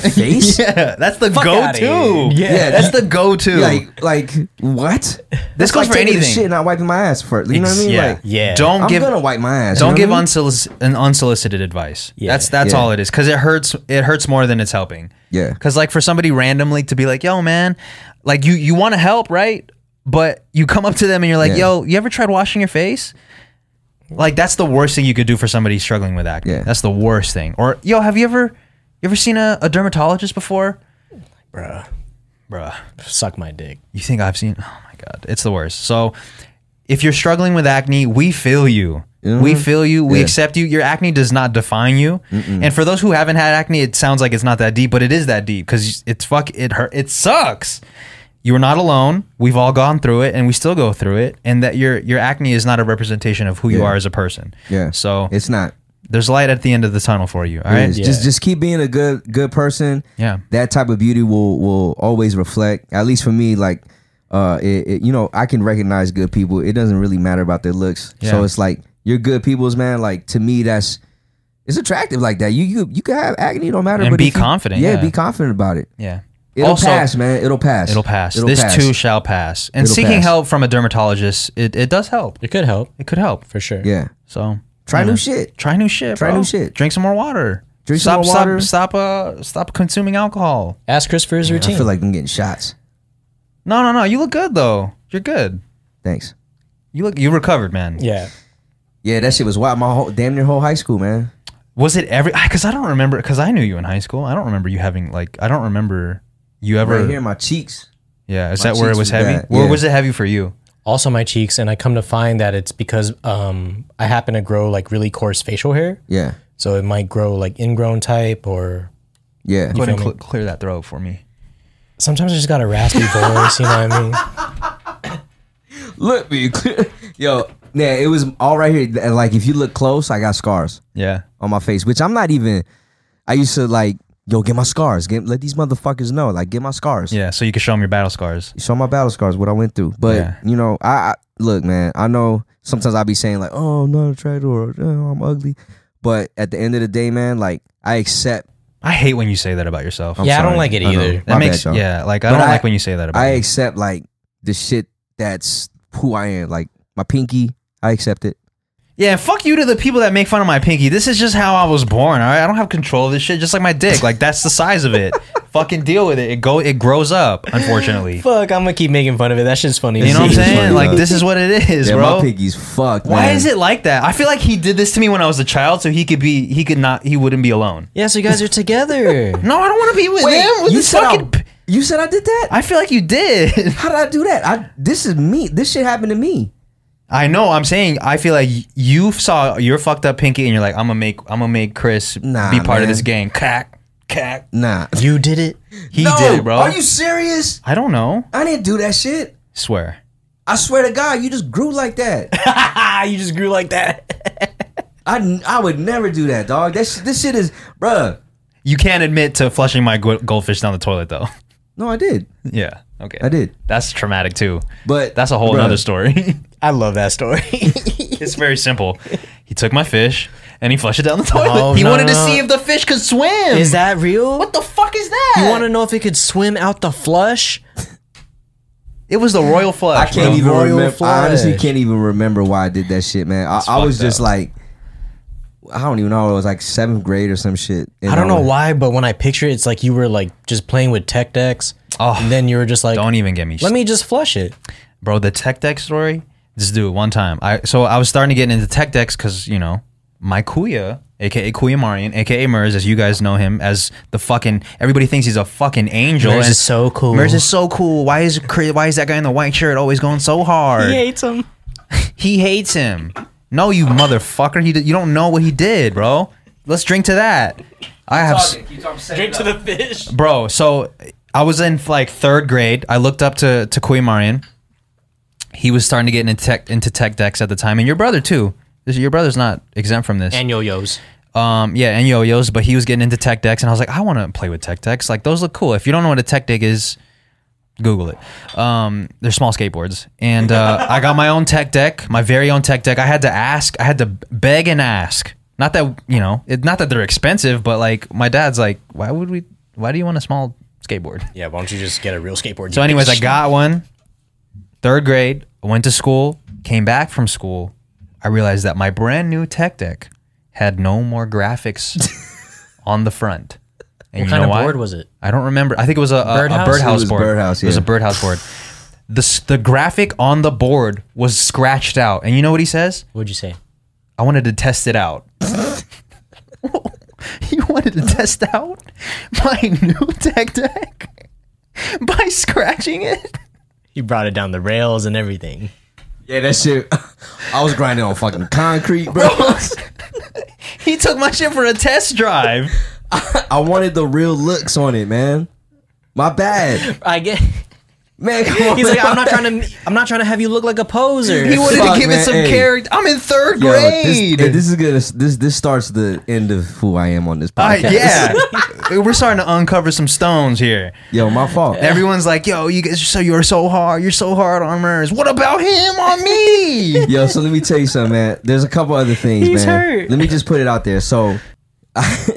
Speaker 5: face.
Speaker 4: yeah, that's the
Speaker 1: Fuck
Speaker 4: go
Speaker 1: outta
Speaker 4: to.
Speaker 1: here. Yeah.
Speaker 5: Yeah,
Speaker 4: that's the go to.
Speaker 5: Like, like what? That's
Speaker 4: goes
Speaker 5: like
Speaker 4: for
Speaker 5: taking
Speaker 4: anything.
Speaker 5: The shit, and not wiping my ass for it. You know what I mean?
Speaker 4: yeah,
Speaker 5: Like,
Speaker 1: Yeah.
Speaker 4: Don't
Speaker 5: I'm
Speaker 4: give
Speaker 5: gonna wipe my ass. you
Speaker 4: don't
Speaker 5: know
Speaker 4: give
Speaker 5: what I mean?
Speaker 4: unsolic- an unsolicited advice.
Speaker 1: Yeah.
Speaker 4: That's that's
Speaker 5: Yeah.
Speaker 4: all it is because it hurts. It hurts more than it's helping.
Speaker 5: Yeah.
Speaker 4: Because like for somebody randomly to be like, "Yo, man," like you you want to help, right? But you come up to them and you're like,
Speaker 5: Yeah.
Speaker 4: "Yo, you ever tried washing your face?" Like that's the worst thing you could do for somebody struggling with acne.
Speaker 5: Yeah.
Speaker 4: That's the worst thing. Or yo, have you ever you ever seen a, a dermatologist before?
Speaker 1: Bro,
Speaker 4: Bruh.
Speaker 1: suck my dick.
Speaker 4: You think I've seen? Oh my god, it's the worst. So, if you're struggling with acne, we feel you. We
Speaker 5: Mm-hmm.
Speaker 4: feel you. We accept you. Your acne does not define you. And for those who haven't had acne, it sounds like it's not that deep, but it is that deep because it's fuck. It hurt. It sucks. You are not alone. We've all gone through it, and we still go through it. And that your your acne is not a representation of who you
Speaker 5: Yeah.
Speaker 4: are as a person.
Speaker 5: Yeah.
Speaker 4: So
Speaker 5: It's not.
Speaker 4: there's light at the end of the tunnel for you. All right.
Speaker 5: It's
Speaker 1: Yeah.
Speaker 5: Just just keep being a good good person.
Speaker 4: Yeah.
Speaker 5: That type of beauty will will always reflect. At least for me, like uh, it, it- you know, I can recognize good people. It doesn't really matter about their looks.
Speaker 4: Yeah.
Speaker 5: So it's like you're good people's man. Like to me, that's it's attractive like that. You you you can have acne, it don't matter.
Speaker 4: And
Speaker 5: but
Speaker 4: be
Speaker 5: if you-
Speaker 4: confident, yeah.
Speaker 5: be confident about it.
Speaker 4: Yeah.
Speaker 5: It'll pass, man. It'll pass.
Speaker 4: It'll pass. this too shall pass. And
Speaker 5: It'll
Speaker 4: seeking
Speaker 5: pass.
Speaker 4: help from a dermatologist, it, it does help.
Speaker 1: It could help
Speaker 4: It could help.
Speaker 1: for sure.
Speaker 5: Yeah.
Speaker 4: So
Speaker 5: Try
Speaker 4: you
Speaker 5: new
Speaker 4: know,
Speaker 5: shit.
Speaker 4: Try new shit.
Speaker 5: Try
Speaker 4: bro.
Speaker 5: new shit.
Speaker 4: Drink some more water.
Speaker 5: Drink
Speaker 4: stop,
Speaker 5: some more water.
Speaker 4: Stop. Stop. Uh. Stop consuming alcohol.
Speaker 1: Ask Chris for his routine.
Speaker 5: I feel like I'm getting shots.
Speaker 4: No, no, no. You look good though. You're good.
Speaker 5: Thanks.
Speaker 4: You look. You recovered, man.
Speaker 1: yeah.
Speaker 5: Yeah, that shit was wild. My whole damn near whole high school, man.
Speaker 4: Was it every? Because I don't remember. Because I knew you in high school. I don't remember you having like. I don't remember you ever.
Speaker 5: Right here, my cheeks.
Speaker 4: yeah. Is
Speaker 5: my
Speaker 4: that where it was
Speaker 5: cheeks was
Speaker 4: heavy?
Speaker 5: bad.
Speaker 4: Where
Speaker 5: Yeah.
Speaker 4: was it heavy for you?
Speaker 1: Also my cheeks, and I come to find that it's because um I happen to grow like really coarse facial hair,
Speaker 5: Yeah.
Speaker 1: so it might grow like ingrown type, or
Speaker 5: Yeah.
Speaker 4: Go ahead and
Speaker 1: feel
Speaker 4: cl- clear that throat for me.
Speaker 1: sometimes I just got a raspy voice. You know what I mean?
Speaker 5: Look me. Yo, yeah, it was all right here. And, Like if you look close, I got scars
Speaker 4: Yeah.
Speaker 5: on my face, which I'm not even I used to like, yo, get my scars. Get let these motherfuckers know. Like get my scars.
Speaker 4: Yeah. So you can show them your battle scars.
Speaker 5: You saw my battle scars, what I went through. But
Speaker 4: Yeah.
Speaker 5: you know, I, I look, man, I know sometimes I'll be saying like, oh I'm not attractive or oh, I'm ugly. But at the end of the day, man, like I accept
Speaker 4: I hate when you say that about yourself.
Speaker 5: I'm
Speaker 1: Yeah, I don't
Speaker 5: sorry.
Speaker 1: like it
Speaker 5: know.
Speaker 1: either.
Speaker 5: Oh, My
Speaker 4: That makes
Speaker 5: bad, y'all.
Speaker 4: yeah, like I
Speaker 5: But
Speaker 4: don't
Speaker 5: I-
Speaker 4: like when you say that about
Speaker 5: I
Speaker 4: me.
Speaker 5: accept like the shit that's who I am. Like my pinky, I accept it.
Speaker 4: Yeah, fuck you to the people that make fun of my pinky. This is just how I was born. All right, I don't have control of this shit. Just like my dick, like that's the size of it. Fucking deal with it. It go. It grows up. Unfortunately,
Speaker 1: Fuck, I'm gonna keep making fun of it. That shit's funny.
Speaker 4: you know what I'm
Speaker 5: It's funny,
Speaker 4: saying? Like
Speaker 5: though.
Speaker 4: this is what it is,
Speaker 5: Yeah,
Speaker 4: bro.
Speaker 5: my pinky's fucked.
Speaker 4: Why
Speaker 5: man.
Speaker 4: is it like that? I feel like he did this to me when I was a child, so he could be. He could not. He wouldn't be alone.
Speaker 1: Yeah, so you guys are together.
Speaker 4: No, I don't want to be with him. With
Speaker 5: you
Speaker 4: this
Speaker 5: said
Speaker 4: fucking.
Speaker 5: I,
Speaker 4: p-
Speaker 5: you said I did that.
Speaker 4: I feel like you did.
Speaker 5: How did I do that? I this is me. This shit happened to me.
Speaker 4: I know. I'm saying. I feel like y- you saw your fucked up pinky, and you're like, I'm gonna make. I'm gonna make Chris
Speaker 5: Nah,
Speaker 4: be part of
Speaker 5: man.
Speaker 4: this gang. Cack, cack.
Speaker 5: Nah,
Speaker 1: You did it.
Speaker 4: He did it, bro.
Speaker 5: Are you serious?
Speaker 4: I don't know.
Speaker 5: I didn't do that shit.
Speaker 4: Swear.
Speaker 5: I swear to God, you just grew like that.
Speaker 1: Ah, you just grew like that.
Speaker 5: I, I would never do that, dog. That sh- this shit is, bruh.
Speaker 4: You can't admit to flushing my go- goldfish down the toilet, though.
Speaker 5: No, I did.
Speaker 4: yeah. Okay.
Speaker 5: I did.
Speaker 4: That's traumatic too.
Speaker 5: But
Speaker 4: That's a whole
Speaker 5: bruh,
Speaker 4: other story.
Speaker 1: I love that story.
Speaker 4: it's very simple. He took my fish and he flushed it down the toilet.
Speaker 1: No,
Speaker 4: he
Speaker 1: no,
Speaker 4: wanted to
Speaker 1: no.
Speaker 4: see if the fish could swim.
Speaker 1: Is that real?
Speaker 4: what the fuck is that?
Speaker 1: you want to know if it could swim out the flush?
Speaker 4: It was the royal
Speaker 5: I
Speaker 4: flush.
Speaker 5: can't
Speaker 4: bro.
Speaker 5: even
Speaker 1: Royal
Speaker 5: remember. I honestly
Speaker 1: flush.
Speaker 5: can't even remember why I did that shit, man. I, I was
Speaker 4: fucked
Speaker 5: just
Speaker 4: up.
Speaker 5: like, I don't even know. It was like seventh grade or some shit. and
Speaker 1: I don't know
Speaker 5: was-
Speaker 1: why, but when I picture it, it's like you were like just playing with tech decks
Speaker 4: Oh,
Speaker 1: and then you were just like,
Speaker 4: Don't even get me.
Speaker 1: let me just flush it.
Speaker 4: bro the tech deck story this dude one time i so i was starting to get into tech decks because you know my kuya aka kuya marion aka mers as you guys know him as the fucking everybody thinks he's a fucking angel
Speaker 1: Murs
Speaker 4: and-
Speaker 1: is so cool.
Speaker 4: mers is so cool why is cra- why is that guy in the white shirt always going so hard
Speaker 1: hates him.
Speaker 4: he hates him no you motherfucker he did, you don't know what he did bro let's drink to that i have s-
Speaker 2: Talking, keep talking, set it up.
Speaker 3: fish.
Speaker 4: bro. So I was in like third grade. I looked up to to Kui Marion. He was starting to get into tech into tech decks at the time, and your brother too. This- Your brother's not exempt from this.
Speaker 3: And yo yo's.
Speaker 4: Um, yeah, and yo-yos, but he was getting into tech decks, and I was like, I want to play with tech decks. Like those look cool. If you don't know what a tech deck is, Google it. Um, they're small skateboards, and uh, I got my own tech deck, my very own tech deck. I had to ask, I had to beg and ask. Not that you know, it, not that they're expensive, but like my dad's like, why would we? Why do you want a small skateboard?
Speaker 1: Yeah, why don't you just get a real skateboard?
Speaker 4: So, anyways, I got one. Third grade, went to school, came back from school. I realized that my brand new tech deck had no more graphics on the front. And
Speaker 1: What
Speaker 4: you
Speaker 1: kind
Speaker 4: know
Speaker 1: of
Speaker 4: why?
Speaker 1: board was it?
Speaker 4: I don't remember. I think it was a, a- a birdhouse,
Speaker 1: Birdhouse?
Speaker 5: It was
Speaker 4: board.
Speaker 5: birdhouse,
Speaker 4: It was a
Speaker 5: yeah.
Speaker 4: birdhouse board. The s- the graphic on the board was scratched out, and you know what he says?
Speaker 1: What'd you say?
Speaker 4: I wanted to test it out. you wanted to test out my new tech deck by scratching it?
Speaker 1: You brought it down the rails and everything.
Speaker 5: Yeah, that shit. I was grinding on fucking concrete, bro.
Speaker 4: He took my shit for a test drive.
Speaker 5: I wanted the real looks on it, man. My bad,
Speaker 1: I get.
Speaker 5: man. Come on,
Speaker 1: He's
Speaker 5: man.
Speaker 1: like, I'm not trying to. I'm not trying to have you look like a poser.
Speaker 4: He wanted
Speaker 5: Fuck,
Speaker 4: to give
Speaker 5: man,
Speaker 4: it some
Speaker 5: hey.
Speaker 4: character. I'm in third
Speaker 5: Yo, this,
Speaker 4: grade.
Speaker 5: hey, this is gonna this this starts the end of who I am on this
Speaker 1: Uh,
Speaker 4: All
Speaker 5: podcast.
Speaker 4: right, yeah, we're starting to uncover some stones here.
Speaker 5: Yo, my fault.
Speaker 4: Everyone's like, "Yo, you guys are so you're so hard. You're so hard on Murs. What about him on me?"
Speaker 5: Yo, so let me tell you something, man. There's a couple other things,
Speaker 1: He's
Speaker 5: man.
Speaker 1: hurt.
Speaker 5: Let me just put it out there. So,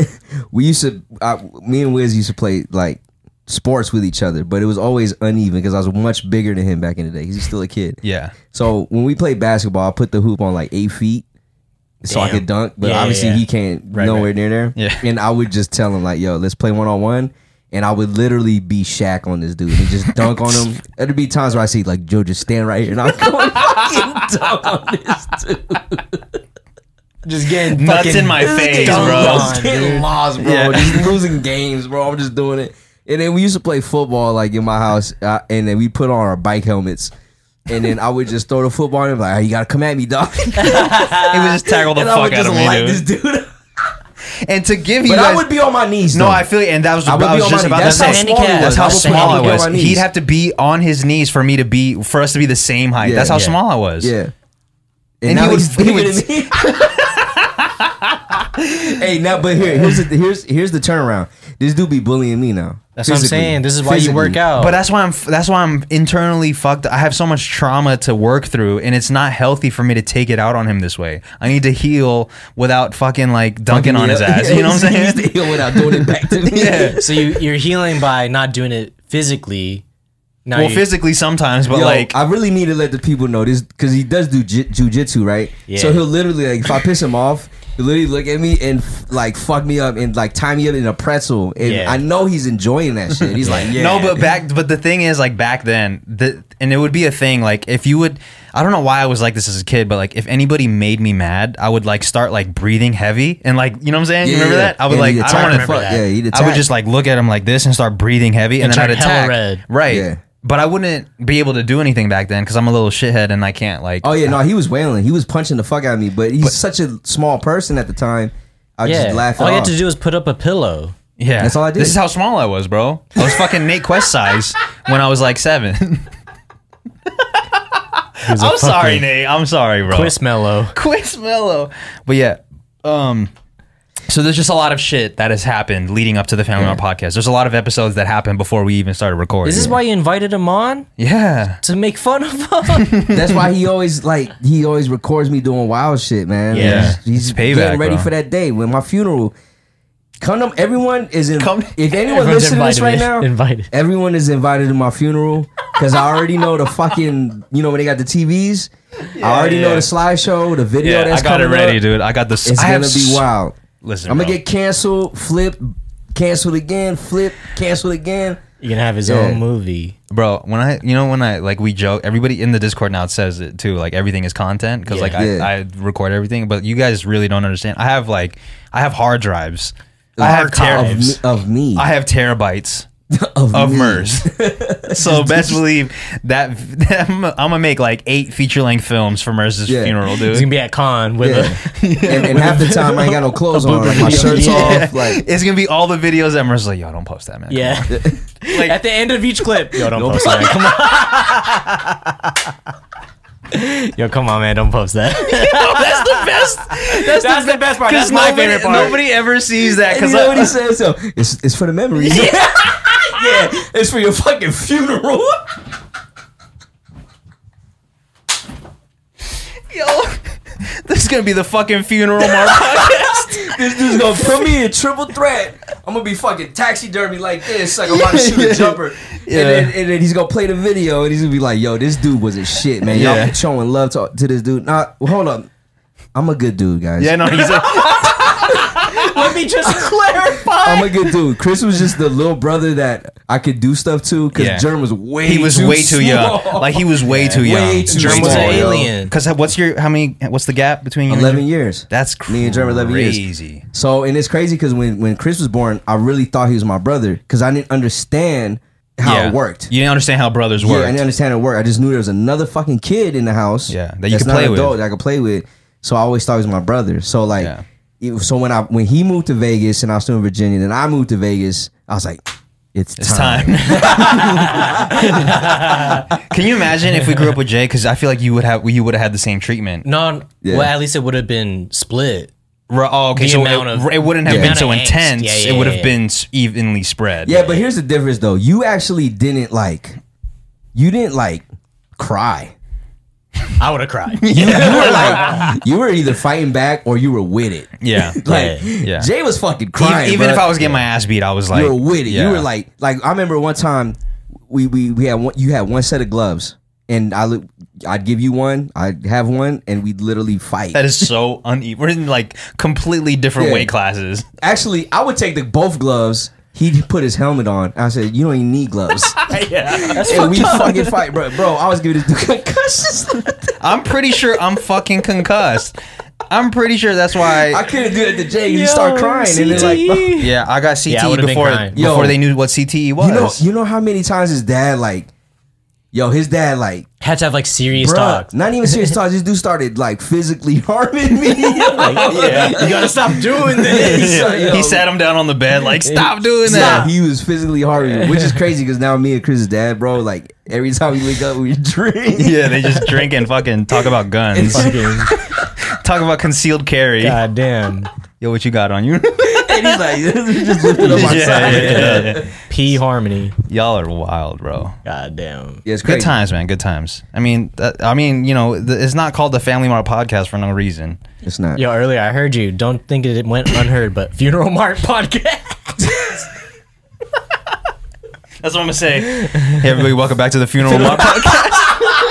Speaker 5: we used to, I, me and Wiz used to play like sports with each other, but it was always uneven because I was much bigger than him back in the day. He's still a kid.
Speaker 4: Yeah,
Speaker 5: So when we played basketball, I put the hoop on like eight feet so I
Speaker 1: Damn.
Speaker 5: could dunk, but
Speaker 1: Yeah, yeah,
Speaker 5: obviously
Speaker 1: yeah.
Speaker 5: he can't
Speaker 1: Right,
Speaker 5: nowhere
Speaker 1: right.
Speaker 5: near there.
Speaker 4: Yeah.
Speaker 5: And I would just tell him like, "Yo, let's play one on one." And I would literally be Shaq on this dude and just dunk on him. There'd be times where I see like Joe just stand right here and I'm going fucking dunk on this dude.
Speaker 1: just getting
Speaker 4: nuts in my face,
Speaker 1: dumb
Speaker 4: bro.
Speaker 1: on,
Speaker 5: Just getting lost, bro.
Speaker 4: Yeah.
Speaker 5: Just losing games, bro. I'm just doing it. And then we used to play football like in my house, uh, and then we put on our bike helmets. And then I would just throw the football and be like, "Ah, you gotta come at me, dog.
Speaker 4: He would just tackle the
Speaker 5: and I
Speaker 4: fuck
Speaker 5: would
Speaker 4: out
Speaker 5: just
Speaker 4: of me,
Speaker 5: light
Speaker 4: dude.
Speaker 5: this dude. up.
Speaker 4: And to give you
Speaker 5: But I
Speaker 4: guys,
Speaker 5: would be on my knees.
Speaker 4: no,
Speaker 5: though.
Speaker 4: I feel you, and that was, I,
Speaker 5: I would be
Speaker 4: was
Speaker 5: on
Speaker 4: just
Speaker 5: my
Speaker 4: about
Speaker 5: knees.
Speaker 4: to say
Speaker 5: That's how small
Speaker 1: Handicap.
Speaker 5: it
Speaker 4: that's
Speaker 5: was.
Speaker 4: how
Speaker 1: I would say
Speaker 4: small
Speaker 1: I
Speaker 4: I
Speaker 1: would be on
Speaker 4: was.
Speaker 5: my knees.
Speaker 4: He'd have to be on his knees for me to be for us to be the same height.
Speaker 5: Yeah.
Speaker 4: that's how
Speaker 1: Yeah.
Speaker 4: small I was.
Speaker 5: Yeah.
Speaker 4: And he
Speaker 5: now
Speaker 4: would-
Speaker 5: he's
Speaker 4: he
Speaker 5: bigger
Speaker 4: would-
Speaker 5: than me. hey, now but here, here's the here's here's the turnaround. This dude be bullying me now.
Speaker 1: That's what I'm
Speaker 5: Physically.
Speaker 1: saying. This is why you work
Speaker 5: Physically.
Speaker 1: out.
Speaker 4: But that's why I'm that's why I'm internally fucked. I have so much trauma to work through, and it's not healthy for me to take it out on him this way. I need to heal without fucking like dunking on his
Speaker 5: Yeah.
Speaker 4: ass. You know what I'm
Speaker 5: He used
Speaker 4: saying?
Speaker 5: to heal without doing it back to me.
Speaker 4: Yeah.
Speaker 1: so you, you're healing by not doing it physically. Now
Speaker 4: Well,
Speaker 1: you-
Speaker 4: physically sometimes, but
Speaker 5: Yo,
Speaker 4: like
Speaker 5: I really need to let the people know this because he does do j- jujitsu, right?
Speaker 1: Yeah.
Speaker 5: So he'll literally like if I piss him off, he'll literally look at me and f- like fuck me up and like tie me up in a pretzel. And
Speaker 1: Yeah.
Speaker 5: I know he's enjoying that shit. He's like, yeah,
Speaker 4: No, but back, but the thing is, like back then, the and it would be a thing. Like if you would, I don't know why I was like this as a kid, but like if anybody made me mad, I would like start like breathing heavy and like you know what I'm saying. you
Speaker 5: Yeah,
Speaker 4: remember
Speaker 5: yeah.
Speaker 4: that? I would
Speaker 5: And
Speaker 4: like
Speaker 5: he'd
Speaker 4: I
Speaker 5: attack.
Speaker 4: don't want to
Speaker 5: Fuck, yeah, he'd
Speaker 4: I would
Speaker 5: attack.
Speaker 4: just like look at him like this and start breathing heavy,
Speaker 1: And
Speaker 4: and, then I'd
Speaker 1: turn hella
Speaker 4: attack.
Speaker 1: red.
Speaker 4: Right.
Speaker 5: Yeah.
Speaker 4: But I wouldn't be able to do anything back then because I'm a little shithead and I can't like.
Speaker 5: Oh yeah, no, he was wailing. He was punching the fuck out of me, but he's such a small person at the time. I
Speaker 1: yeah.
Speaker 5: just laugh. it
Speaker 1: All you
Speaker 5: off.
Speaker 1: have to do is put up a pillow.
Speaker 4: yeah.
Speaker 5: that's all I did.
Speaker 4: This is how small I was, bro. I was fucking Nate Quest size when I was like seven. I'm sorry, Nate. I'm sorry, bro.
Speaker 1: Quismello.
Speaker 4: Quizmello. But yeah, um, so there's just a lot of shit that has happened leading up to the Family Mart podcast. There's a lot of episodes that happened before we even started recording.
Speaker 1: Is this why you invited him on
Speaker 4: Yeah.
Speaker 1: to make fun of him?
Speaker 5: That's why he always like he always records me doing wild shit, man.
Speaker 4: Yeah.
Speaker 5: he's, he's
Speaker 4: It's payback,
Speaker 5: getting ready
Speaker 4: bro.
Speaker 5: for that day when my funeral. Come to everyone is in.
Speaker 4: Come-
Speaker 5: if anyone
Speaker 1: Everyone's
Speaker 5: listening to this right
Speaker 1: invited.
Speaker 5: now,
Speaker 1: Invited.
Speaker 5: Everyone is invited to my funeral because I already know the fucking you know when they got the TVs. I already know
Speaker 4: yeah.
Speaker 5: the slideshow, the video.
Speaker 4: Yeah,
Speaker 5: that's
Speaker 4: I got it
Speaker 5: coming
Speaker 4: ready,
Speaker 5: up.
Speaker 4: dude. I got this.
Speaker 5: It's
Speaker 4: I have
Speaker 5: gonna
Speaker 4: s-
Speaker 5: be wild.
Speaker 4: Listen,
Speaker 5: I'm
Speaker 4: bro.
Speaker 5: gonna get canceled, flip, canceled again, flip, canceled again.
Speaker 1: You can have his
Speaker 5: Yeah.
Speaker 1: own movie.
Speaker 4: bro when i you know when i like we joke everybody in the discord now says it too like everything is content because like I,
Speaker 5: Yeah.
Speaker 4: I record everything but you guys really don't understand i have like i have hard drives i have
Speaker 1: Hard drives.
Speaker 5: of me,
Speaker 4: terabytes
Speaker 5: of me,
Speaker 4: i have terabytes of
Speaker 5: me.
Speaker 4: MERS. so best believe that, that I'm, I'm gonna make like eight feature length films for MERS's
Speaker 5: Yeah.
Speaker 4: funeral,
Speaker 1: He's gonna
Speaker 4: dude.
Speaker 1: be at con with
Speaker 5: Yeah.
Speaker 1: a
Speaker 5: and, and half the time I ain't got no clothes on. Like my shirt's
Speaker 4: Yeah.
Speaker 5: off. Like
Speaker 4: it's gonna be all the videos that MERS like, yo, don't post that, man.
Speaker 1: yeah.
Speaker 4: Like,
Speaker 1: at the end of each clip, yo, don't post that. Come on. Yo, come on, man! Don't post that.
Speaker 4: that's the best. That's,
Speaker 1: That's
Speaker 4: the,
Speaker 1: the best part. That's my
Speaker 4: nobody,
Speaker 1: favorite part.
Speaker 4: Nobody ever sees that
Speaker 5: because
Speaker 4: because
Speaker 5: you know what he said. So it's it's for the memories. Yeah, it's for your fucking funeral.
Speaker 4: Yo, this is gonna be the fucking funeral mark podcast.
Speaker 5: This dude's gonna put me in triple threat.
Speaker 2: I'm gonna be fucking taxidermy like this, like I'm about to shoot a jumper.
Speaker 5: And, then, and then he's gonna play the video and he's gonna be like, yo, this dude was a shit, man.
Speaker 4: Yeah.
Speaker 5: Y'all showing love to, to this dude. Nah, well, hold up. I'm a good dude, guys.
Speaker 4: yeah, no, he's a,
Speaker 1: Let me just clarify.
Speaker 5: I'm a good dude. Chris was just the little brother that I could do stuff to because
Speaker 4: Yeah.
Speaker 5: Germ was way
Speaker 4: he was
Speaker 5: too
Speaker 4: way too young.
Speaker 5: small.
Speaker 4: Like he was way too young.
Speaker 5: Way too
Speaker 1: Germ was
Speaker 5: small,
Speaker 1: an
Speaker 5: yo.
Speaker 1: alien.
Speaker 4: Because what's your how many? What's the gap between you? and
Speaker 5: Eleven
Speaker 4: Germ?
Speaker 5: years.
Speaker 4: That's crazy.
Speaker 5: Me and Germ are 11 years. So and it's crazy because when when Chris was born, I really thought he was my brother because I didn't understand how
Speaker 4: Yeah.
Speaker 5: it worked.
Speaker 4: You didn't understand how brothers
Speaker 5: Yeah,
Speaker 4: work.
Speaker 5: I didn't understand how it worked. I just knew there was another fucking kid in the house.
Speaker 4: Yeah, that you
Speaker 5: that's
Speaker 4: could
Speaker 5: not an
Speaker 4: play with.
Speaker 5: Adult that I could play with. So I always thought he was my brother. So like,
Speaker 4: Yeah.
Speaker 5: it- so when I when he moved to Vegas and I was still in Virginia, then I moved to Vegas. I was like, it's time.
Speaker 4: It's time. Can you imagine if we grew up with Jay? Because I feel like you would have you would have had the same treatment.
Speaker 1: No,
Speaker 5: Yeah.
Speaker 1: well, at least it would have been split.
Speaker 4: Ru- Oh, okay.
Speaker 1: The
Speaker 4: so
Speaker 1: amount
Speaker 4: it,
Speaker 1: of-
Speaker 4: it wouldn't have
Speaker 1: the
Speaker 4: been
Speaker 1: amount
Speaker 4: so
Speaker 1: of angst.
Speaker 4: intense.
Speaker 1: Yeah, yeah,
Speaker 4: it would have
Speaker 1: yeah.
Speaker 4: been s- evenly spread.
Speaker 5: Yeah, but here's the difference though. You actually didn't like, you didn't like cry.
Speaker 1: I would have cried.
Speaker 5: You were like, you were either fighting back or you were with it.
Speaker 4: yeah.
Speaker 5: Like
Speaker 4: Yeah.
Speaker 5: Jay was fucking crying.
Speaker 4: even if
Speaker 5: bruh.
Speaker 4: I was getting my ass beat, I was like,
Speaker 5: you were with it.
Speaker 4: yeah.
Speaker 5: You were like, like I remember one time we we we had one. You had one set of gloves, and I look, I'd give you one. I'd have one, and we'd literally fight.
Speaker 4: that is so uneven. We're in like completely different
Speaker 5: Yeah.
Speaker 4: weight classes.
Speaker 5: Actually, I would take the both gloves. He'd put his helmet on. I said, "You don't even need gloves." and we fucking fight, bro. Bro, I was giving this dude concussions.
Speaker 4: I'm pretty sure I'm fucking concussed. I'm pretty sure that's why.
Speaker 5: I couldn't do that to Jay. He started crying, and then like,
Speaker 4: E.
Speaker 5: you
Speaker 4: yeah, I got CTE
Speaker 1: Yeah, I would've been
Speaker 4: before
Speaker 1: crying.
Speaker 5: Yo.
Speaker 4: before they knew what CTE was.
Speaker 5: know, you know how many times his dad like, yo, his dad like.
Speaker 1: had to have like serious
Speaker 5: Bruh,
Speaker 1: talk.
Speaker 5: not even serious talk. This dude started like physically harming me. yeah,
Speaker 1: You gotta stop doing this.
Speaker 5: Yo.
Speaker 4: he sat him down on the bed like, stop doing
Speaker 5: Yeah,
Speaker 4: that.
Speaker 5: he was physically harming me, which is crazy because now me and Chris's dad, bro, like every time we wake up, we drink.
Speaker 4: Yeah, they just drink and fucking talk about guns. talk about concealed carry.
Speaker 1: God damn.
Speaker 4: Yo, what you got on you?
Speaker 5: And he's like, just lifting up
Speaker 4: Yeah,
Speaker 5: my
Speaker 4: yeah,
Speaker 5: side.
Speaker 4: yeah, yeah.
Speaker 1: P Harmony.
Speaker 4: Y'all are wild, bro.
Speaker 1: God damn.
Speaker 5: Yeah, it's crazy.
Speaker 4: Good times, man. Good times. I mean, that, I mean, you know, th- it's not called the Family Mart podcast for no reason.
Speaker 5: It's not.
Speaker 1: Yo, earlier I heard you. Don't think it went unheard, but Funeral Mart podcast.
Speaker 4: That's what I'm gonna say. Hey, everybody, welcome back to the Funeral Mart podcast.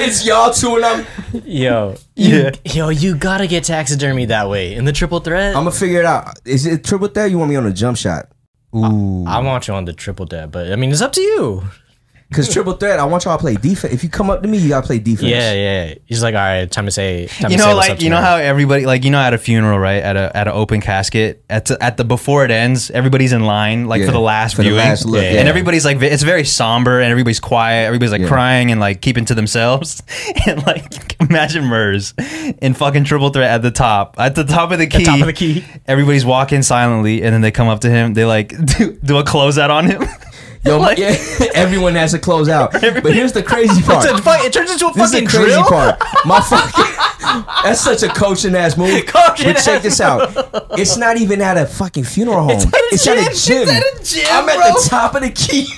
Speaker 5: It's y'all two and I'm.
Speaker 1: Yo.
Speaker 4: Yeah.
Speaker 1: Yo, you gotta get taxidermy that way. In the triple threat,
Speaker 5: I'm gonna figure it out. Is it triple threat? You want me on a jump shot?
Speaker 4: Ooh,
Speaker 1: I want you on the triple threat, but I mean, it's up to you.
Speaker 5: Because triple threat, I want y'all to play defense. If you come up to me, you gotta play defense.
Speaker 1: Yeah, yeah. He's like, all right, time to say. Time
Speaker 4: you
Speaker 1: to say
Speaker 4: know,
Speaker 1: what's up
Speaker 4: like you know
Speaker 1: tonight."
Speaker 4: how everybody, like you know, at a funeral, right? At a at an open casket, at the, at the before it ends, everybody's in line, like
Speaker 5: Yeah,
Speaker 4: for the last
Speaker 5: for the
Speaker 4: viewing,
Speaker 5: last look, Yeah. yeah.
Speaker 4: and everybody's like, it's very somber, and everybody's quiet, everybody's like crying and like keeping to themselves, and like imagine Murs in fucking triple threat at the top, at the top of the key,
Speaker 1: top of the key.
Speaker 4: Everybody's walking silently, and then they come up to him, they like do, do a closeout on him.
Speaker 5: Yo,
Speaker 4: Like-
Speaker 5: yeah, everyone has to close out. But here's the crazy part.
Speaker 1: It's a fuck- it turns into a
Speaker 5: This is the
Speaker 1: fucking
Speaker 5: crazy
Speaker 1: drill.
Speaker 5: part. My fucking that's such a coaching ass move.
Speaker 1: Coaching
Speaker 5: but check
Speaker 1: ass
Speaker 5: this out. It's not even at a fucking funeral home. It's at a, gym.
Speaker 1: It's at a gym,
Speaker 5: I'm at
Speaker 1: bro.
Speaker 5: the top of the key.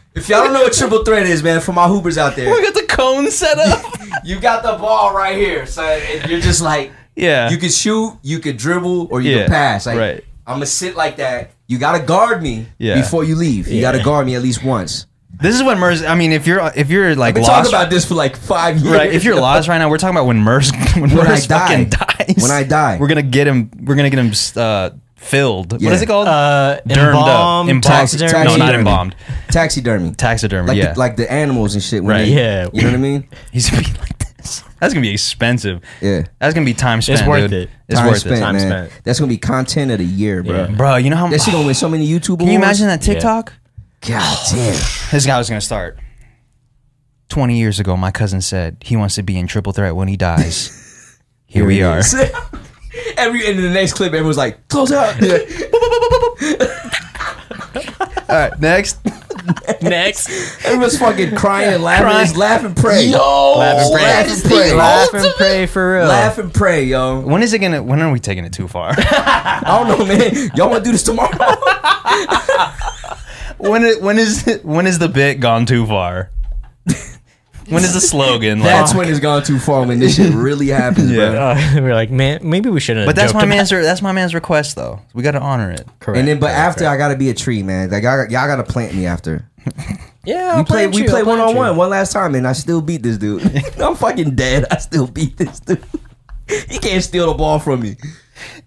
Speaker 5: if y'all don't know what triple threat is, man, for my hoopers out there,
Speaker 4: got the cone set up.
Speaker 5: you got the ball right here. So and you're just like,
Speaker 4: Yeah.
Speaker 5: you can shoot, you can dribble, or you
Speaker 4: Yeah,
Speaker 5: can pass. Like,
Speaker 4: right.
Speaker 5: I'm gonna sit like that. You gotta guard me
Speaker 4: Yeah.
Speaker 5: before you leave. You gotta guard me at least once.
Speaker 4: This is when Mers. I mean, if you're if you're like
Speaker 5: We
Speaker 4: lost,
Speaker 5: talked about this for like five years.
Speaker 4: right? If you're lost right now, we're talking about when Mers when,
Speaker 5: When I
Speaker 4: Mers fucking
Speaker 5: die.
Speaker 4: dies.
Speaker 5: When I die.
Speaker 4: we're gonna get him. We're gonna get him uh, filled.
Speaker 5: Yeah.
Speaker 4: What is it called?
Speaker 1: Uh,
Speaker 4: Dermed
Speaker 1: embalmed,
Speaker 4: up. Embalmed.
Speaker 1: taxidermy.
Speaker 4: No, not
Speaker 5: Taxidermy.
Speaker 4: embalmed.
Speaker 5: Taxidermy.
Speaker 4: Taxidermy.
Speaker 5: like
Speaker 4: yeah.
Speaker 5: the, like the animals and shit. When
Speaker 4: Right.
Speaker 5: they-
Speaker 1: Yeah.
Speaker 5: You know what I mean?
Speaker 4: He's gonna be like this. That's gonna be expensive.
Speaker 5: Yeah.
Speaker 4: That's gonna be time spent.
Speaker 1: worth
Speaker 4: dude.
Speaker 1: it.
Speaker 4: It's
Speaker 5: time
Speaker 4: worth
Speaker 5: spent,
Speaker 4: it.
Speaker 1: Time
Speaker 5: man.
Speaker 1: spent.
Speaker 5: That's gonna be content of the year, bro.
Speaker 1: Yeah.
Speaker 4: Bro, you know how
Speaker 5: That shit gonna win so many YouTube.
Speaker 4: Can you imagine that TikTok?
Speaker 5: God damn.
Speaker 4: This guy was gonna start. Twenty years ago, my cousin said he wants to be in triple threat when he dies. Here, we
Speaker 5: it
Speaker 4: are.
Speaker 5: is. Every and the next clip, everyone's like, "Close out." Yeah.
Speaker 4: All right, next.
Speaker 1: Next.
Speaker 5: Everyone's fucking crying and laughing.
Speaker 4: Crying.
Speaker 5: Just laugh and pray.
Speaker 1: Yo. Laugh and pray.
Speaker 5: Laugh and
Speaker 1: Laugh
Speaker 5: pray.
Speaker 1: and pray for real.
Speaker 5: Laugh and pray, yo.
Speaker 4: When is it gonna? When are we taking it too far?
Speaker 5: I don't know, man. Y'all want to do this tomorrow?
Speaker 4: when it, when is it, when is the bit gone too far? when is the slogan?
Speaker 5: That's
Speaker 4: like,
Speaker 5: when it's gone too far. When this shit really happens,
Speaker 4: Yeah.
Speaker 5: bro.
Speaker 1: Uh, we're like, man, maybe we shouldn't.
Speaker 4: but that's my
Speaker 1: man.
Speaker 4: man's. That's my man's request, though. We gotta honor it.
Speaker 1: Correct.
Speaker 5: And then, but after I gotta be a tree, man. Like y'all, y'all gotta plant me after.
Speaker 1: yeah,
Speaker 5: We played, we played one on one one last time, and I still beat this dude. I'm fucking dead. I still beat this dude. He can't steal the ball from me.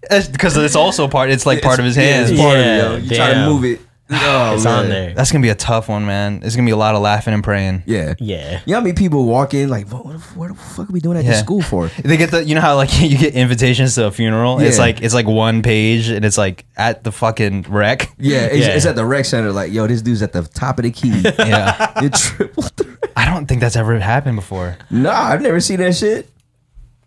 Speaker 4: Because it's also part. It's like part of his
Speaker 5: Yeah,
Speaker 4: hands.
Speaker 5: it's part of it,
Speaker 1: Yeah,
Speaker 5: yo. You try to
Speaker 1: damn.
Speaker 5: move it. Oh,
Speaker 1: It's
Speaker 5: man.
Speaker 1: on there.
Speaker 4: That's gonna be a tough one, man. It's gonna be a lot of laughing and praying.
Speaker 5: Yeah.
Speaker 1: Yeah.
Speaker 5: You know how many people walk in like, what, what, the- what the fuck are we doing at this
Speaker 4: Yeah.
Speaker 5: school for?
Speaker 4: They get the you know how like you get invitations to a funeral. It's
Speaker 5: Yeah.
Speaker 4: like it's like one page and it's like at the fucking wreck.
Speaker 5: Yeah it's,
Speaker 1: Yeah.
Speaker 5: it's at the rec center. Like, yo, this dude's at the top of the key.
Speaker 4: Yeah,
Speaker 5: It triple threat.
Speaker 4: I don't think that's ever happened before.
Speaker 5: Nah, I've never seen that shit.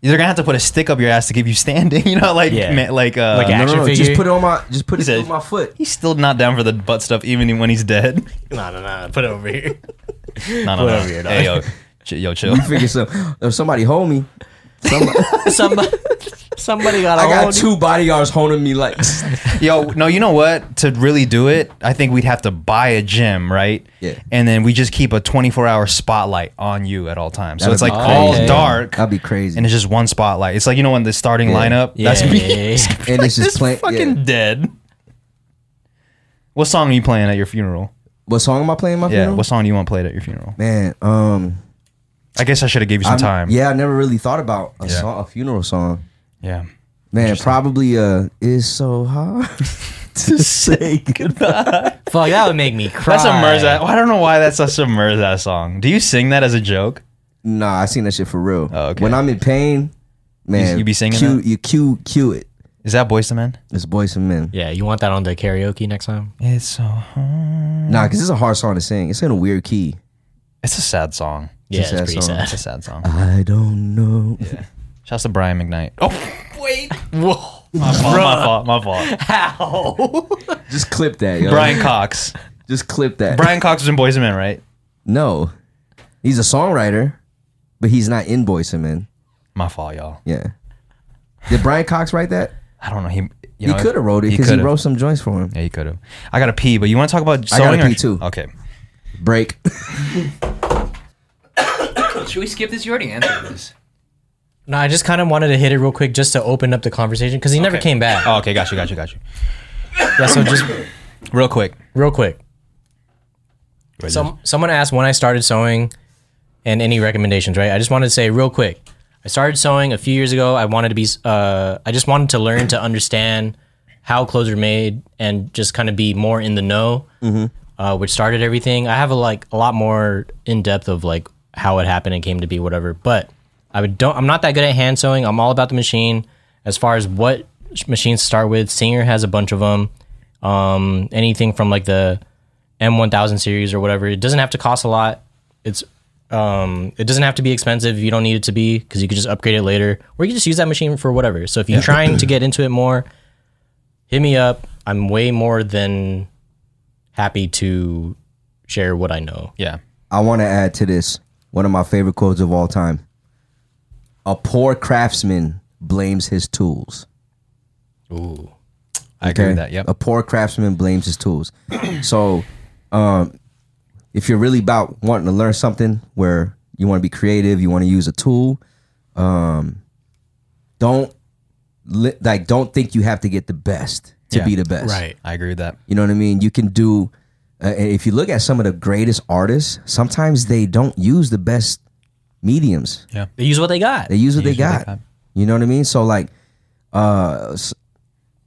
Speaker 4: They're gonna have to put a stick up your ass to keep you standing. You know, like
Speaker 1: Yeah.
Speaker 4: ma- like uh,
Speaker 1: Like action figure.
Speaker 5: Just put it on my, just put it
Speaker 4: said-
Speaker 5: on my foot.
Speaker 4: He's still not down for the butt stuff, even when he's dead.
Speaker 1: No, no, no. Put it over here.
Speaker 4: No, no, no.
Speaker 1: Whatever you're
Speaker 4: Hey, yo,
Speaker 1: doing.
Speaker 4: ch- yo, chill.
Speaker 5: Figure some. If somebody hold me, somebody,
Speaker 1: somebody, somebody got a
Speaker 5: I got
Speaker 1: hold.
Speaker 5: two bodyguards holding me like.
Speaker 4: Yo, no, you know what? To really do it, I think we'd have to buy a gym, right?
Speaker 5: Yeah.
Speaker 4: And then we just keep a 24 hour spotlight on you at all times. So
Speaker 5: That'd
Speaker 4: it's
Speaker 5: be
Speaker 4: like all
Speaker 1: crazy.
Speaker 4: dark.
Speaker 5: That'd be crazy.
Speaker 4: And it's just one spotlight. It's like, you know, when the starting lineup,
Speaker 1: Yeah,
Speaker 4: that's
Speaker 1: yeah,
Speaker 4: me.
Speaker 1: yeah, yeah.
Speaker 5: and
Speaker 4: This
Speaker 5: it's just playing. yeah.
Speaker 4: fucking dead. What song are you playing at your funeral?
Speaker 5: What song am I playing? My
Speaker 4: Yeah.
Speaker 5: funeral?
Speaker 4: What song do you want played at your funeral?
Speaker 5: man. Um,
Speaker 4: I guess I should have gave you some
Speaker 5: I'm-
Speaker 4: time.
Speaker 5: Yeah, I never really thought about a
Speaker 4: Yeah.
Speaker 5: song, a funeral song.
Speaker 4: Yeah.
Speaker 5: Man, probably uh, it's so hard to say goodbye.
Speaker 1: Fuck, that would make me cry.
Speaker 4: That's a Mirza. I don't know why that's such a Mirza song. Do you sing that as a joke?
Speaker 5: nah, I seen that shit for real.
Speaker 4: Oh, okay.
Speaker 5: When I'm in pain, man,
Speaker 4: you be singing
Speaker 5: cue,
Speaker 4: that?
Speaker 5: You cue, cue it.
Speaker 4: Is that Boys to Men?
Speaker 5: It's boys and men.
Speaker 1: Yeah, you want that on the karaoke next time?
Speaker 4: It's so hard.
Speaker 5: Nah, because it's a hard song to sing. It's in a weird key.
Speaker 4: It's a sad song.
Speaker 1: Yeah, it's
Speaker 5: sad
Speaker 1: pretty
Speaker 5: song.
Speaker 1: sad.
Speaker 4: It's a sad song.
Speaker 5: I don't know.
Speaker 4: Shouts to Brian McKnight. Oh, wait. Whoa. My fault. My fault. My fault.
Speaker 5: Just clip that, yo.
Speaker 4: Brian Cox.
Speaker 5: Just clip that.
Speaker 4: Brian Cox was in Boys and Men, right?
Speaker 5: No, he's a songwriter, but he's not in boys and men.
Speaker 4: My fault, y'all.
Speaker 5: Yeah. Did Brian Cox write that?
Speaker 4: I don't know. He you know,
Speaker 5: he could have wrote it because he,
Speaker 4: could've.
Speaker 5: wrote some joints for him.
Speaker 4: Yeah, he could have. I got to pee, but you want to talk about
Speaker 5: I gotta
Speaker 4: sewing or-
Speaker 5: pee too.
Speaker 4: Okay.
Speaker 5: Break.
Speaker 3: Should we skip this? You already answered this.
Speaker 1: No, I just kind of wanted to hit it real quick just to open up the conversation because he never
Speaker 4: Okay.
Speaker 1: came back.
Speaker 4: Oh, okay. Got you. Got you. Got you.
Speaker 1: Yeah, so just
Speaker 4: Real quick.
Speaker 1: real quick. Some someone asked when I started sewing, and any recommendations, right? I just wanted to say real quick. I started sewing a few years ago. I wanted to be. Uh, I just wanted to learn to understand how clothes are made and just kind of be more in the know, uh, which started everything. I have a like a lot more in depth of like how it happened and came to be, whatever. But I would don't. I'm not that good at hand sewing. I'm all about the machine. As far as what sh- machines to start with, Singer has a bunch of them. Um, anything from like the M1000 series or whatever. It doesn't have to cost a lot. It's um, it doesn't have to be expensive. You don't need it to be because you could just upgrade it later, or you can just use that machine for whatever. So if you're trying to get into it more, hit me up. I'm way more than happy to share what I know.
Speaker 4: Yeah.
Speaker 5: I want to add to this one of my favorite quotes of all time. A poor craftsman blames his tools.
Speaker 1: Ooh,
Speaker 4: I agree with that. Yep.
Speaker 5: A poor craftsman blames his tools. so, um, if you're really about wanting to learn something where you want to be creative, you want to use a tool, um, don't li- like don't think you have to get the best to
Speaker 4: Yeah.
Speaker 5: be the best.
Speaker 4: I agree with that.
Speaker 5: You know what I mean? You can do. Uh, and if you look at some of the greatest artists, sometimes they don't use the best mediums.
Speaker 1: They use what they got.
Speaker 5: They use what, they,
Speaker 4: use what
Speaker 5: got.
Speaker 4: they got.
Speaker 5: You know what I mean? So like, uh, s-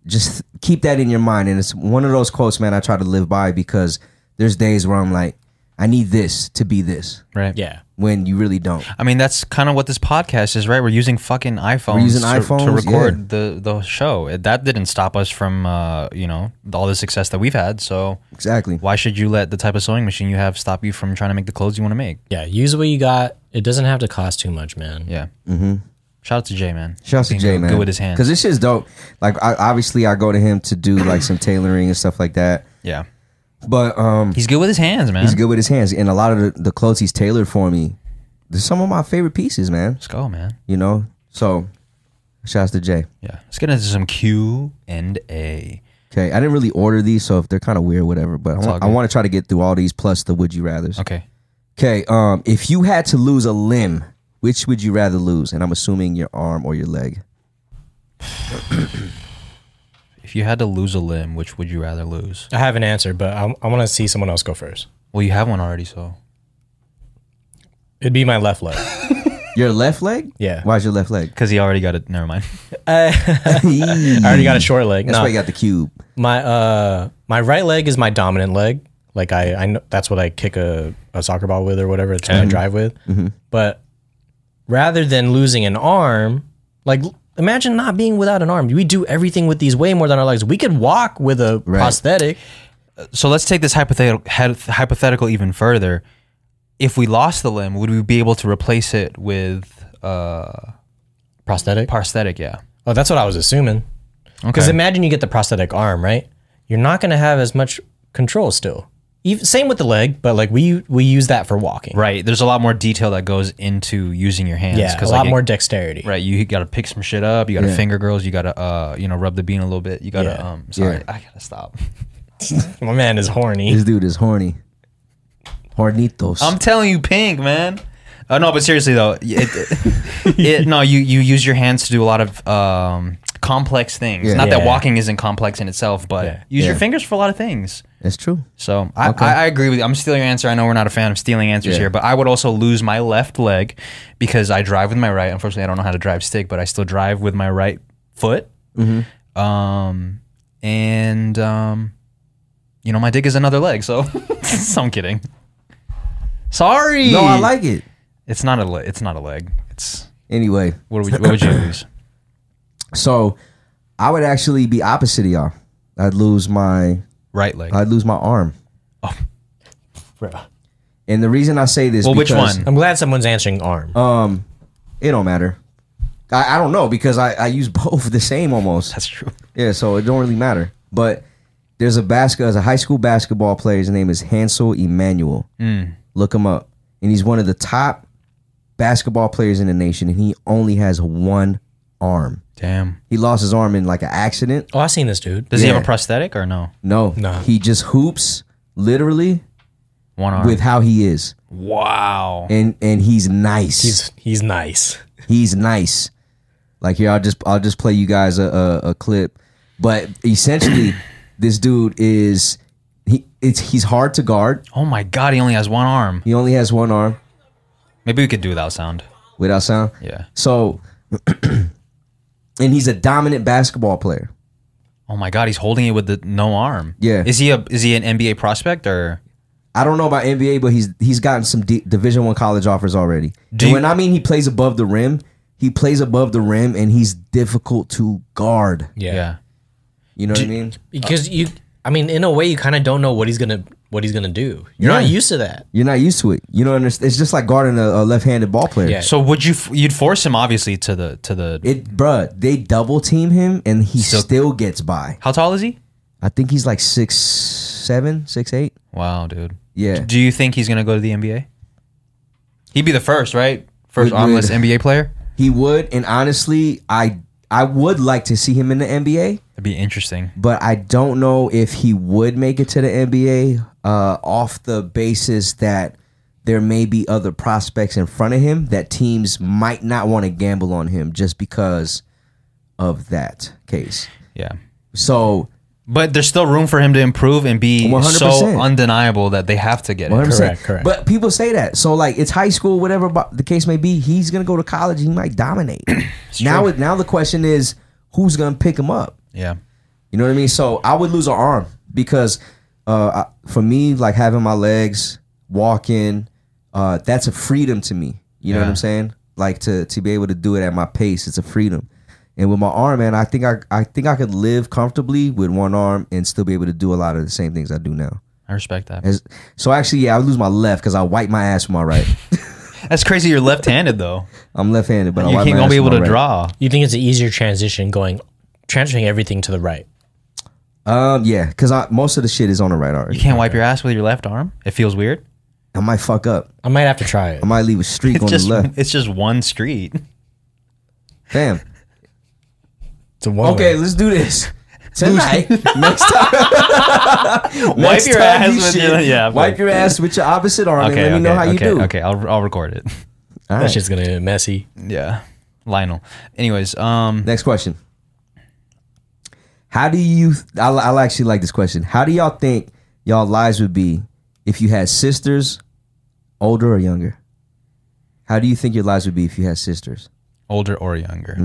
Speaker 5: just keep that in your mind. And it's one of those quotes, man, I try to live by because there's days where I'm like, I need this to be this
Speaker 4: right?
Speaker 1: Yeah.
Speaker 5: when you really don't.
Speaker 4: I mean, that's kind of what this podcast is, right? We're using fucking iPhones,
Speaker 5: using
Speaker 4: to, to
Speaker 5: iPhones,
Speaker 4: record the the show. That didn't stop us from, uh, you know, all the success that we've had. So
Speaker 5: Exactly.
Speaker 4: why should you let the type of sewing machine you have stop you from trying to make the clothes you want to make?
Speaker 1: Yeah. Use what you got. It doesn't have to cost too much, man.
Speaker 4: Yeah. Mm-hmm. Shout out to Jay, man.
Speaker 5: Shout out to
Speaker 4: Being
Speaker 5: Jay,
Speaker 4: good-
Speaker 5: man.
Speaker 4: Good with his hands.
Speaker 5: Because this shit's dope. Like, I, obviously, I go to him to do like some tailoring and stuff like that.
Speaker 4: yeah,
Speaker 5: But um,
Speaker 4: he's good with his hands, man.
Speaker 5: he's good with his hands. And a lot of the, the clothes he's tailored for me, they're some of my favorite pieces, man.
Speaker 4: Let's go, man.
Speaker 5: You know? So, shouts to Jay.
Speaker 4: Yeah. Let's get into some Q and A.
Speaker 5: Okay. I didn't really order these, so if they're kind of weird, whatever. But I,
Speaker 4: all
Speaker 5: want, I
Speaker 4: good.
Speaker 5: want to try to get through all these plus the would you rather's.
Speaker 4: Okay.
Speaker 5: Okay, um, if you had to lose a limb, which would you rather lose? And I'm assuming your arm or your leg.
Speaker 4: If you had to lose a limb, which would you rather lose?
Speaker 1: I have an answer, but I, I want to see someone else go first.
Speaker 4: Well, you have one already, so
Speaker 1: It'd be my left leg.
Speaker 5: Your left leg?
Speaker 1: Yeah.
Speaker 5: Why's your left leg?
Speaker 4: because he already got it. Never mind.
Speaker 1: I already got a short leg.
Speaker 5: That's
Speaker 1: No,
Speaker 5: why you got the cube.
Speaker 1: my uh, my right leg is my dominant leg. Like I, I know that's what I kick a, a soccer ball with or whatever. That's what I drive with. But rather than losing an arm, like l- imagine not being without an arm. We do everything with these way more than our legs. We could walk with a prosthetic.
Speaker 4: so let's take this hypothetical hypothetical even further. If we lost the limb, would we be able to replace it with uh
Speaker 1: Prosthetic.
Speaker 4: prosthetic? Yeah.
Speaker 1: Oh, that's what I was assuming. Because imagine you get the prosthetic arm, right? You're not going to have as much control still. Even, same with the leg, but like we we use that for walking.
Speaker 4: right. There's a lot more detail that goes into using your hands.
Speaker 1: Yeah, a
Speaker 4: 'cause,
Speaker 1: lot
Speaker 4: like, it-
Speaker 1: more dexterity.
Speaker 4: Right. You got to pick some shit up. You got to finger girls. You got to uh you know rub the bean a little bit. You got to
Speaker 1: Yeah.
Speaker 4: um. Sorry,
Speaker 5: Yeah.
Speaker 4: I gotta stop.
Speaker 1: My man is horny.
Speaker 5: This dude is horny. Hornitos.
Speaker 4: I'm telling you, pink man. Uh, no, but seriously though, it, it, no, you you use your hands to do a lot of um, complex things.
Speaker 5: Yeah.
Speaker 4: Not that
Speaker 1: Yeah.
Speaker 4: walking isn't complex in itself, but
Speaker 1: Yeah.
Speaker 4: use your
Speaker 5: Yeah.
Speaker 4: fingers for a lot of things.
Speaker 5: That's true.
Speaker 4: So I, I, I agree with you. I'm stealing your answer. I know we're not a fan of stealing answers
Speaker 5: Yeah.
Speaker 4: here, but I would also lose my left leg because I drive with my right. Unfortunately, I don't know how to drive stick, but I still drive with my right foot.
Speaker 5: Mm-hmm.
Speaker 4: Um, and um, you know, my dick is another leg. So, so I'm kidding. Sorry.
Speaker 5: No, I like it.
Speaker 4: It's not a. Le- it's not a leg. It's
Speaker 5: Anyway,
Speaker 4: what would what would you lose?
Speaker 5: so I would actually be opposite of y'all. I'd lose my
Speaker 4: Right leg.
Speaker 5: I'd lose my arm.
Speaker 1: Bruh.
Speaker 5: And the reason I say this
Speaker 4: Well, which
Speaker 5: because-
Speaker 4: one?
Speaker 1: I'm glad someone's answering arm.
Speaker 5: Um it don't matter. I, I don't know because I, I use both the same almost.
Speaker 4: That's true.
Speaker 5: Yeah, so it don't really matter. But there's a basket as a high school basketball player. His name is Hansel Emanuel.
Speaker 4: Hmm.
Speaker 5: Look him up, and he's one of the top basketball players in the nation, and he only has one arm.
Speaker 4: Damn.
Speaker 5: He lost his arm in like an accident.
Speaker 1: oh, I seen this dude.
Speaker 4: Does he have
Speaker 5: Yeah.
Speaker 4: a prosthetic or no?
Speaker 5: No,
Speaker 1: No.
Speaker 5: he just hoops literally
Speaker 4: One arm.
Speaker 5: with how he is,
Speaker 4: wow.
Speaker 5: and and he's nice.
Speaker 1: He's he's nice.
Speaker 5: he's nice. Like here, I'll just I'll just play you guys a a, a clip. But essentially, this dude is he it's he's hard to guard.
Speaker 4: Oh my god, he only has one arm.
Speaker 5: He only has one arm
Speaker 4: Maybe we could do without sound.
Speaker 5: without sound.
Speaker 4: Yeah.
Speaker 5: So, and he's a dominant basketball player.
Speaker 4: Oh my god, he's holding it with the no arm.
Speaker 5: Yeah.
Speaker 4: Is he a is he an NBA prospect or
Speaker 5: I don't know about NBA, but he's he's gotten some D- Division One college offers already.
Speaker 4: Do
Speaker 5: and
Speaker 4: you-
Speaker 5: when I mean he plays above the rim, he plays above the rim, and he's difficult to guard.
Speaker 1: Yeah.
Speaker 5: You know what I mean?
Speaker 1: Because you I mean, in a way you kinda don't know what he's gonna what he's gonna do. You're not
Speaker 5: Yeah.
Speaker 1: used to that.
Speaker 5: You're not used to it. You don't understand. It's just like guarding a, a left-handed ball player.
Speaker 1: Yeah.
Speaker 4: So would you f- you'd force him obviously to the to the
Speaker 5: It, bruh, they double team him, and he
Speaker 4: Still-
Speaker 5: still gets by.
Speaker 4: How tall is he?
Speaker 5: I think he's like six, seven, six, eight.
Speaker 4: Wow, dude.
Speaker 5: Yeah.
Speaker 4: Do you think he's going to go to the NBA? He'd be the first, right? First
Speaker 5: Would-
Speaker 4: armless
Speaker 5: would-
Speaker 4: NBA player?
Speaker 5: He would, and honestly, I I would like to see him in the NBA,
Speaker 4: That'd be interesting.
Speaker 5: but I don't know if he would make it to the NBA uh, off the basis that there may be other prospects in front of him that teams might not want to gamble on him just because of that case.
Speaker 4: Yeah.
Speaker 5: So
Speaker 4: But there's still room for him to improve and be
Speaker 5: 100%.
Speaker 4: so undeniable that they have to get him.
Speaker 5: 100%.
Speaker 1: Correct, correct.
Speaker 5: But people say that. So like it's high school, whatever bu- the case may be, he's gonna go to college. He might dominate. now, it, now the question is, who's gonna pick him up?
Speaker 4: Yeah.
Speaker 5: You know what I mean? So I would lose an arm because uh, I, for me, like having my legs, walking, uh, that's a freedom to me. You know what
Speaker 4: Yeah.
Speaker 5: I'm saying? Like to to be able to do it at my pace, it's a freedom. And with my arm, man, I think I I think I could live comfortably with one arm and still be able to do a lot of the same things I do now.
Speaker 4: I respect that.
Speaker 5: As, so actually, yeah, I would lose my left because I wipe my ass with my right.
Speaker 4: That's crazy. You're left-handed though.
Speaker 5: I'm left-handed, but I
Speaker 4: you
Speaker 5: wipe
Speaker 4: can't
Speaker 5: my
Speaker 4: gonna
Speaker 5: ass
Speaker 4: be able
Speaker 5: with my
Speaker 4: to
Speaker 5: right.
Speaker 4: draw.
Speaker 1: You think it's an easier transition going transferring everything to the right?
Speaker 5: Um, yeah, because I most of the shit is on the right
Speaker 4: You
Speaker 5: already.
Speaker 4: can't wipe your ass with your left arm. It feels weird.
Speaker 5: I might fuck up.
Speaker 1: I might have to try it.
Speaker 5: I might leave a streak
Speaker 4: It's
Speaker 5: on
Speaker 4: just
Speaker 5: the left.
Speaker 4: it's just one street.
Speaker 5: Bam.
Speaker 1: It's a one
Speaker 5: Okay,
Speaker 1: way.
Speaker 5: let's do this. Tonight, next time,
Speaker 4: wipe
Speaker 5: next
Speaker 4: your
Speaker 5: time
Speaker 4: ass
Speaker 5: you
Speaker 4: with
Speaker 5: shit,
Speaker 4: your yeah. I'm
Speaker 5: wipe
Speaker 4: like-
Speaker 5: your ass with your opposite arm
Speaker 4: Okay,
Speaker 5: and let
Speaker 4: okay,
Speaker 5: me know how you
Speaker 4: okay,
Speaker 5: do.
Speaker 4: okay. I'll I'll record it.
Speaker 5: All
Speaker 1: That
Speaker 5: right.
Speaker 1: shit's gonna get messy.
Speaker 4: Yeah, Lionel. Anyways, um,
Speaker 5: Next question. How do you? I, I actually like this question. How do y'all think y'all lives would be if you had sisters, older or younger? How do you think your lives would be if you had sisters? Mm-hmm.
Speaker 4: older or younger?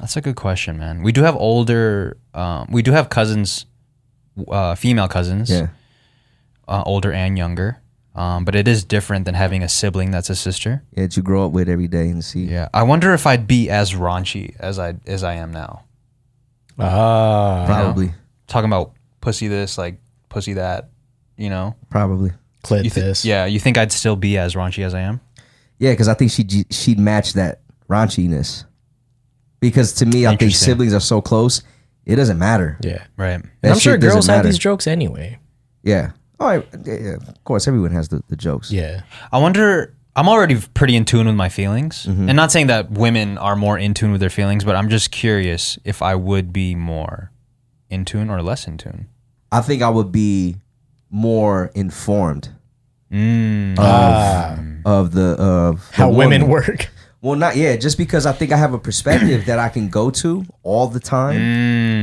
Speaker 4: That's a good question, man. We do have older. Um, we do have cousins, uh, female cousins,
Speaker 5: Yeah,
Speaker 4: uh, older and younger. Um, but it is different than having a sibling that's a sister.
Speaker 5: yeah, that you grow up with every day and see.
Speaker 4: Yeah, I wonder if I'd be as raunchy as I as I am now.
Speaker 1: Ah,
Speaker 5: Probably,
Speaker 4: Talking about pussy this, like pussy that, you know.
Speaker 5: probably.
Speaker 1: clip
Speaker 4: You thi-
Speaker 1: this.
Speaker 4: Yeah, you think I'd still be as raunchy as I am?
Speaker 5: Yeah, because I think she she'd match that raunchiness. Because to me, I think
Speaker 4: Interesting.
Speaker 5: siblings are so close, it doesn't matter.
Speaker 1: yeah.
Speaker 4: Right.
Speaker 5: That
Speaker 1: And I'm
Speaker 5: shit
Speaker 1: sure
Speaker 5: doesn't
Speaker 1: girls have
Speaker 5: matter.
Speaker 1: these jokes anyway.
Speaker 5: Yeah. All right. Yeah, yeah. Of course, everyone has the, the jokes.
Speaker 1: Yeah,
Speaker 4: I wonder. I'm already pretty in tune with my feelings,
Speaker 5: Mm-hmm.
Speaker 4: and not saying that women are more in tune with their feelings, but I'm just curious if I would be more in tune or less in tune.
Speaker 5: I think I would be more informed
Speaker 4: Mm.
Speaker 5: Uh, of the of the
Speaker 1: Ah. how women
Speaker 5: woman.
Speaker 1: work.
Speaker 5: Well, not yeah, just because I think I have a perspective that I can go to all the time.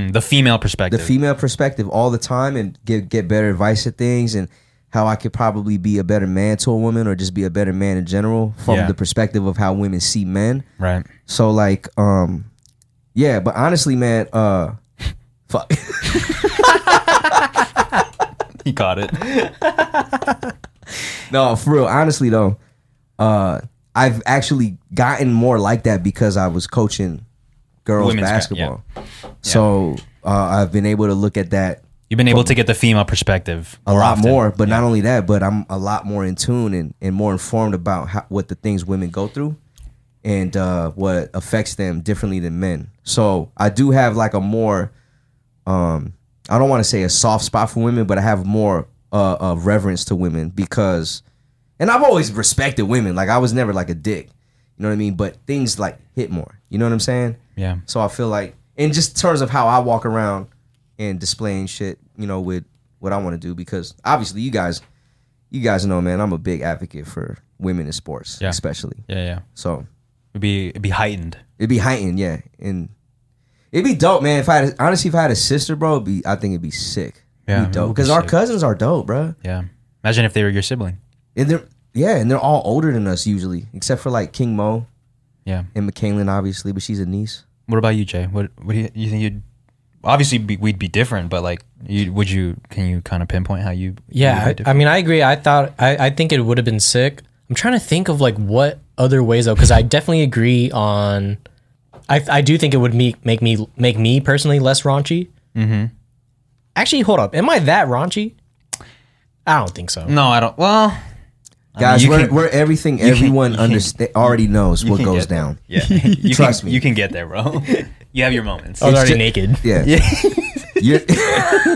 Speaker 4: Mm, the female
Speaker 5: the
Speaker 4: perspective.
Speaker 5: female perspective all the time and get get better advice at things and how I could probably be a better man to a woman or just be a better man in general from
Speaker 4: Yeah.
Speaker 5: the perspective of how women see men.
Speaker 4: right.
Speaker 5: So like um yeah, but honestly man, uh fuck.
Speaker 4: He caught it.
Speaker 5: no, for real, honestly though, uh I've actually gotten more like that because I was coaching girls
Speaker 4: Women's ba-
Speaker 5: basketball. So uh, I've been able to look at that
Speaker 4: You've been able to get the female perspective
Speaker 5: a lot
Speaker 4: often.
Speaker 5: more. But not only that, but I'm a lot more in tune and, and more informed about how, what the things women go through and uh, what affects them differently than men. So I do have like a more, um, I don't want to say a soft spot for women, but I have more uh, of reverence to women because, and I've always respected women. Like I was never like a dick, you know what I mean? But things like hit more, you know what I'm saying?
Speaker 4: Yeah.
Speaker 5: So I feel like, in just terms of how I walk around and displaying shit, you know, with what I want to do, because obviously you guys, you guys know, man, I'm a big advocate for women in sports,
Speaker 4: Yeah.
Speaker 5: especially.
Speaker 4: Yeah, yeah.
Speaker 5: So
Speaker 4: It'd be it'd be heightened.
Speaker 5: it'd be heightened, yeah, and it'd be dope, man. If I had, honestly, if I had a sister, bro, it'd be I think it'd be sick.
Speaker 4: Yeah,
Speaker 5: Yeah,
Speaker 4: it
Speaker 5: dope
Speaker 4: would be
Speaker 5: because our
Speaker 4: sick.
Speaker 5: cousins are dope, bro,
Speaker 4: Yeah. Imagine if they were your sibling.
Speaker 5: and they're yeah, and they're all older than us usually, except for like King Mo
Speaker 4: Yeah.
Speaker 5: and McKaylin, obviously, but she's a niece.
Speaker 4: What about you, Jay? What what do you, you think you'd obviously be, we'd be different, but like you would you can you kind of pinpoint how you you'd be
Speaker 1: Yeah,
Speaker 4: different?
Speaker 1: I, I mean, I agree. I thought I, I think it would have been sick. I'm trying to think of like what other ways though, because I definitely agree on. I I do think it would make make me make me personally less raunchy. Mm-hmm. Actually, hold up. Am I that raunchy? I don't think so.
Speaker 4: no, I don't. Well,
Speaker 5: Guys,
Speaker 4: you
Speaker 5: we're,
Speaker 4: can-
Speaker 5: we're everything everyone
Speaker 4: you can-
Speaker 5: understa- already knows
Speaker 4: you
Speaker 5: what
Speaker 4: can
Speaker 5: goes
Speaker 4: get there.
Speaker 5: down.
Speaker 4: Yeah, you
Speaker 5: Trust
Speaker 4: can,
Speaker 5: me. Oh,
Speaker 4: You can get there, bro. you have your moments.
Speaker 1: I was
Speaker 5: it's
Speaker 1: already
Speaker 5: ju-
Speaker 1: naked.
Speaker 5: Yeah. You're,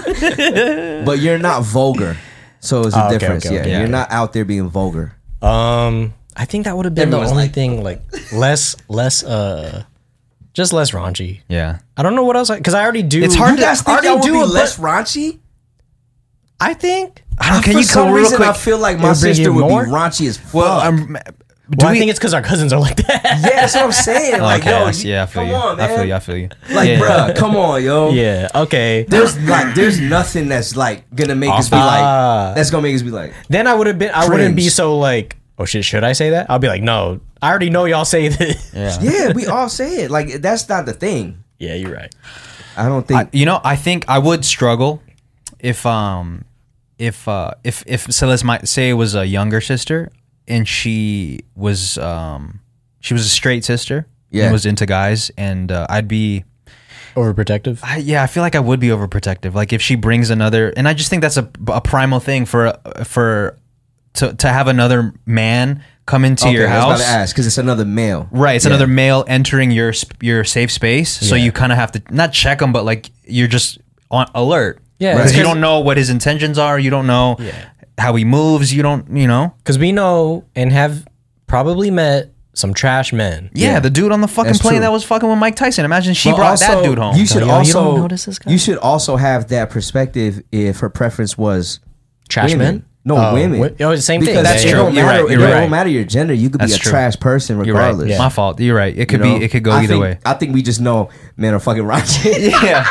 Speaker 5: but you're not vulgar. So it's a
Speaker 1: Oh, okay,
Speaker 5: difference.
Speaker 1: okay,
Speaker 5: yeah.
Speaker 1: okay,
Speaker 5: you're
Speaker 4: Ah, okay.
Speaker 5: not out there being vulgar.
Speaker 1: Um, I think that would have been
Speaker 5: Everyone's
Speaker 1: the only
Speaker 5: like-
Speaker 1: thing like less less uh, just less raunchy.
Speaker 4: Yeah,
Speaker 1: I don't know what else because I, already do.
Speaker 4: It's hard
Speaker 5: You guys think
Speaker 1: already
Speaker 5: I would
Speaker 1: do
Speaker 5: be
Speaker 1: a bu-
Speaker 5: less raunchy?
Speaker 1: I think.
Speaker 4: I don't,
Speaker 5: Oh, For some reason, I feel like my
Speaker 1: It'll bring
Speaker 5: sister
Speaker 1: in
Speaker 5: would
Speaker 1: more?
Speaker 5: be raunchy as fuck.
Speaker 4: well, I'm, do
Speaker 1: Well, I
Speaker 4: we,
Speaker 1: think it's because our cousins are like that.
Speaker 5: yeah, that's what I'm saying. Like,
Speaker 4: okay,
Speaker 5: yo,
Speaker 4: I see- yeah, I feel
Speaker 5: come
Speaker 4: you.
Speaker 5: on,
Speaker 4: I
Speaker 5: man.
Speaker 4: feel you. I feel you.
Speaker 5: Like,
Speaker 4: yeah,
Speaker 5: bruh, come on, yo.
Speaker 1: Yeah. Okay.
Speaker 5: There's like, there's nothing that's like gonna make us be
Speaker 4: Off-
Speaker 5: like,
Speaker 1: Ah.
Speaker 5: that's gonna make us be like,
Speaker 1: Then I would have been. I wouldn't be
Speaker 5: Cringe.
Speaker 1: so like oh shit, should I say that? I'll be like, no, I already know y'all say this. Yeah,
Speaker 5: Yeah, we all say it. Like that's not the thing.
Speaker 1: you're right.
Speaker 5: I don't think.
Speaker 4: I- you know, I think I would struggle if um if uh if if so let's my, say it was a younger sister and she was um she was a straight sister and
Speaker 5: Yeah.
Speaker 4: was into guys and uh, I'd be
Speaker 1: Overprotective.
Speaker 4: I, yeah I feel like I would be overprotective like if she brings another and I just think that's a, a primal thing for for to to have another man come into
Speaker 5: okay,
Speaker 4: your
Speaker 5: I was about
Speaker 4: house
Speaker 5: to ask because it's another male.
Speaker 4: Right, it's another male entering your sp- your safe space, so you kind of have to not check them, but like you're just on alert.
Speaker 1: Yeah,
Speaker 4: because
Speaker 1: it's
Speaker 4: you
Speaker 1: 'cause-
Speaker 4: don't know what his intentions are. You don't know how he moves. You don't, you know.
Speaker 1: Because we know and have probably met some trash men.
Speaker 4: Yeah, the dude on the fucking
Speaker 5: That's
Speaker 4: plane
Speaker 5: true.
Speaker 4: that was fucking with Mike Tyson. Imagine she
Speaker 5: But
Speaker 4: brought that
Speaker 5: also,
Speaker 4: dude home.
Speaker 5: You should
Speaker 1: Yo, you
Speaker 5: also
Speaker 1: don't notice this guy?
Speaker 5: you should also have that perspective if her preference was
Speaker 1: Trash
Speaker 5: women.
Speaker 1: men?
Speaker 5: No,
Speaker 1: Oh,
Speaker 5: women.
Speaker 1: wi- oh, it's the same thing.
Speaker 5: Because
Speaker 1: That's
Speaker 5: it
Speaker 1: true.
Speaker 5: Don't
Speaker 4: You're
Speaker 5: matter,
Speaker 4: right,
Speaker 5: It
Speaker 4: you're
Speaker 5: don't
Speaker 4: right.
Speaker 5: matter your gender. You could
Speaker 4: That's
Speaker 5: be a
Speaker 4: true.
Speaker 5: trash person
Speaker 4: You're right.
Speaker 5: regardless.
Speaker 4: My fault. You're right. It could
Speaker 5: You know?
Speaker 4: be. It could go
Speaker 5: I
Speaker 4: either
Speaker 5: think-
Speaker 4: way.
Speaker 5: I think we just know men are fucking rocket.
Speaker 4: yeah.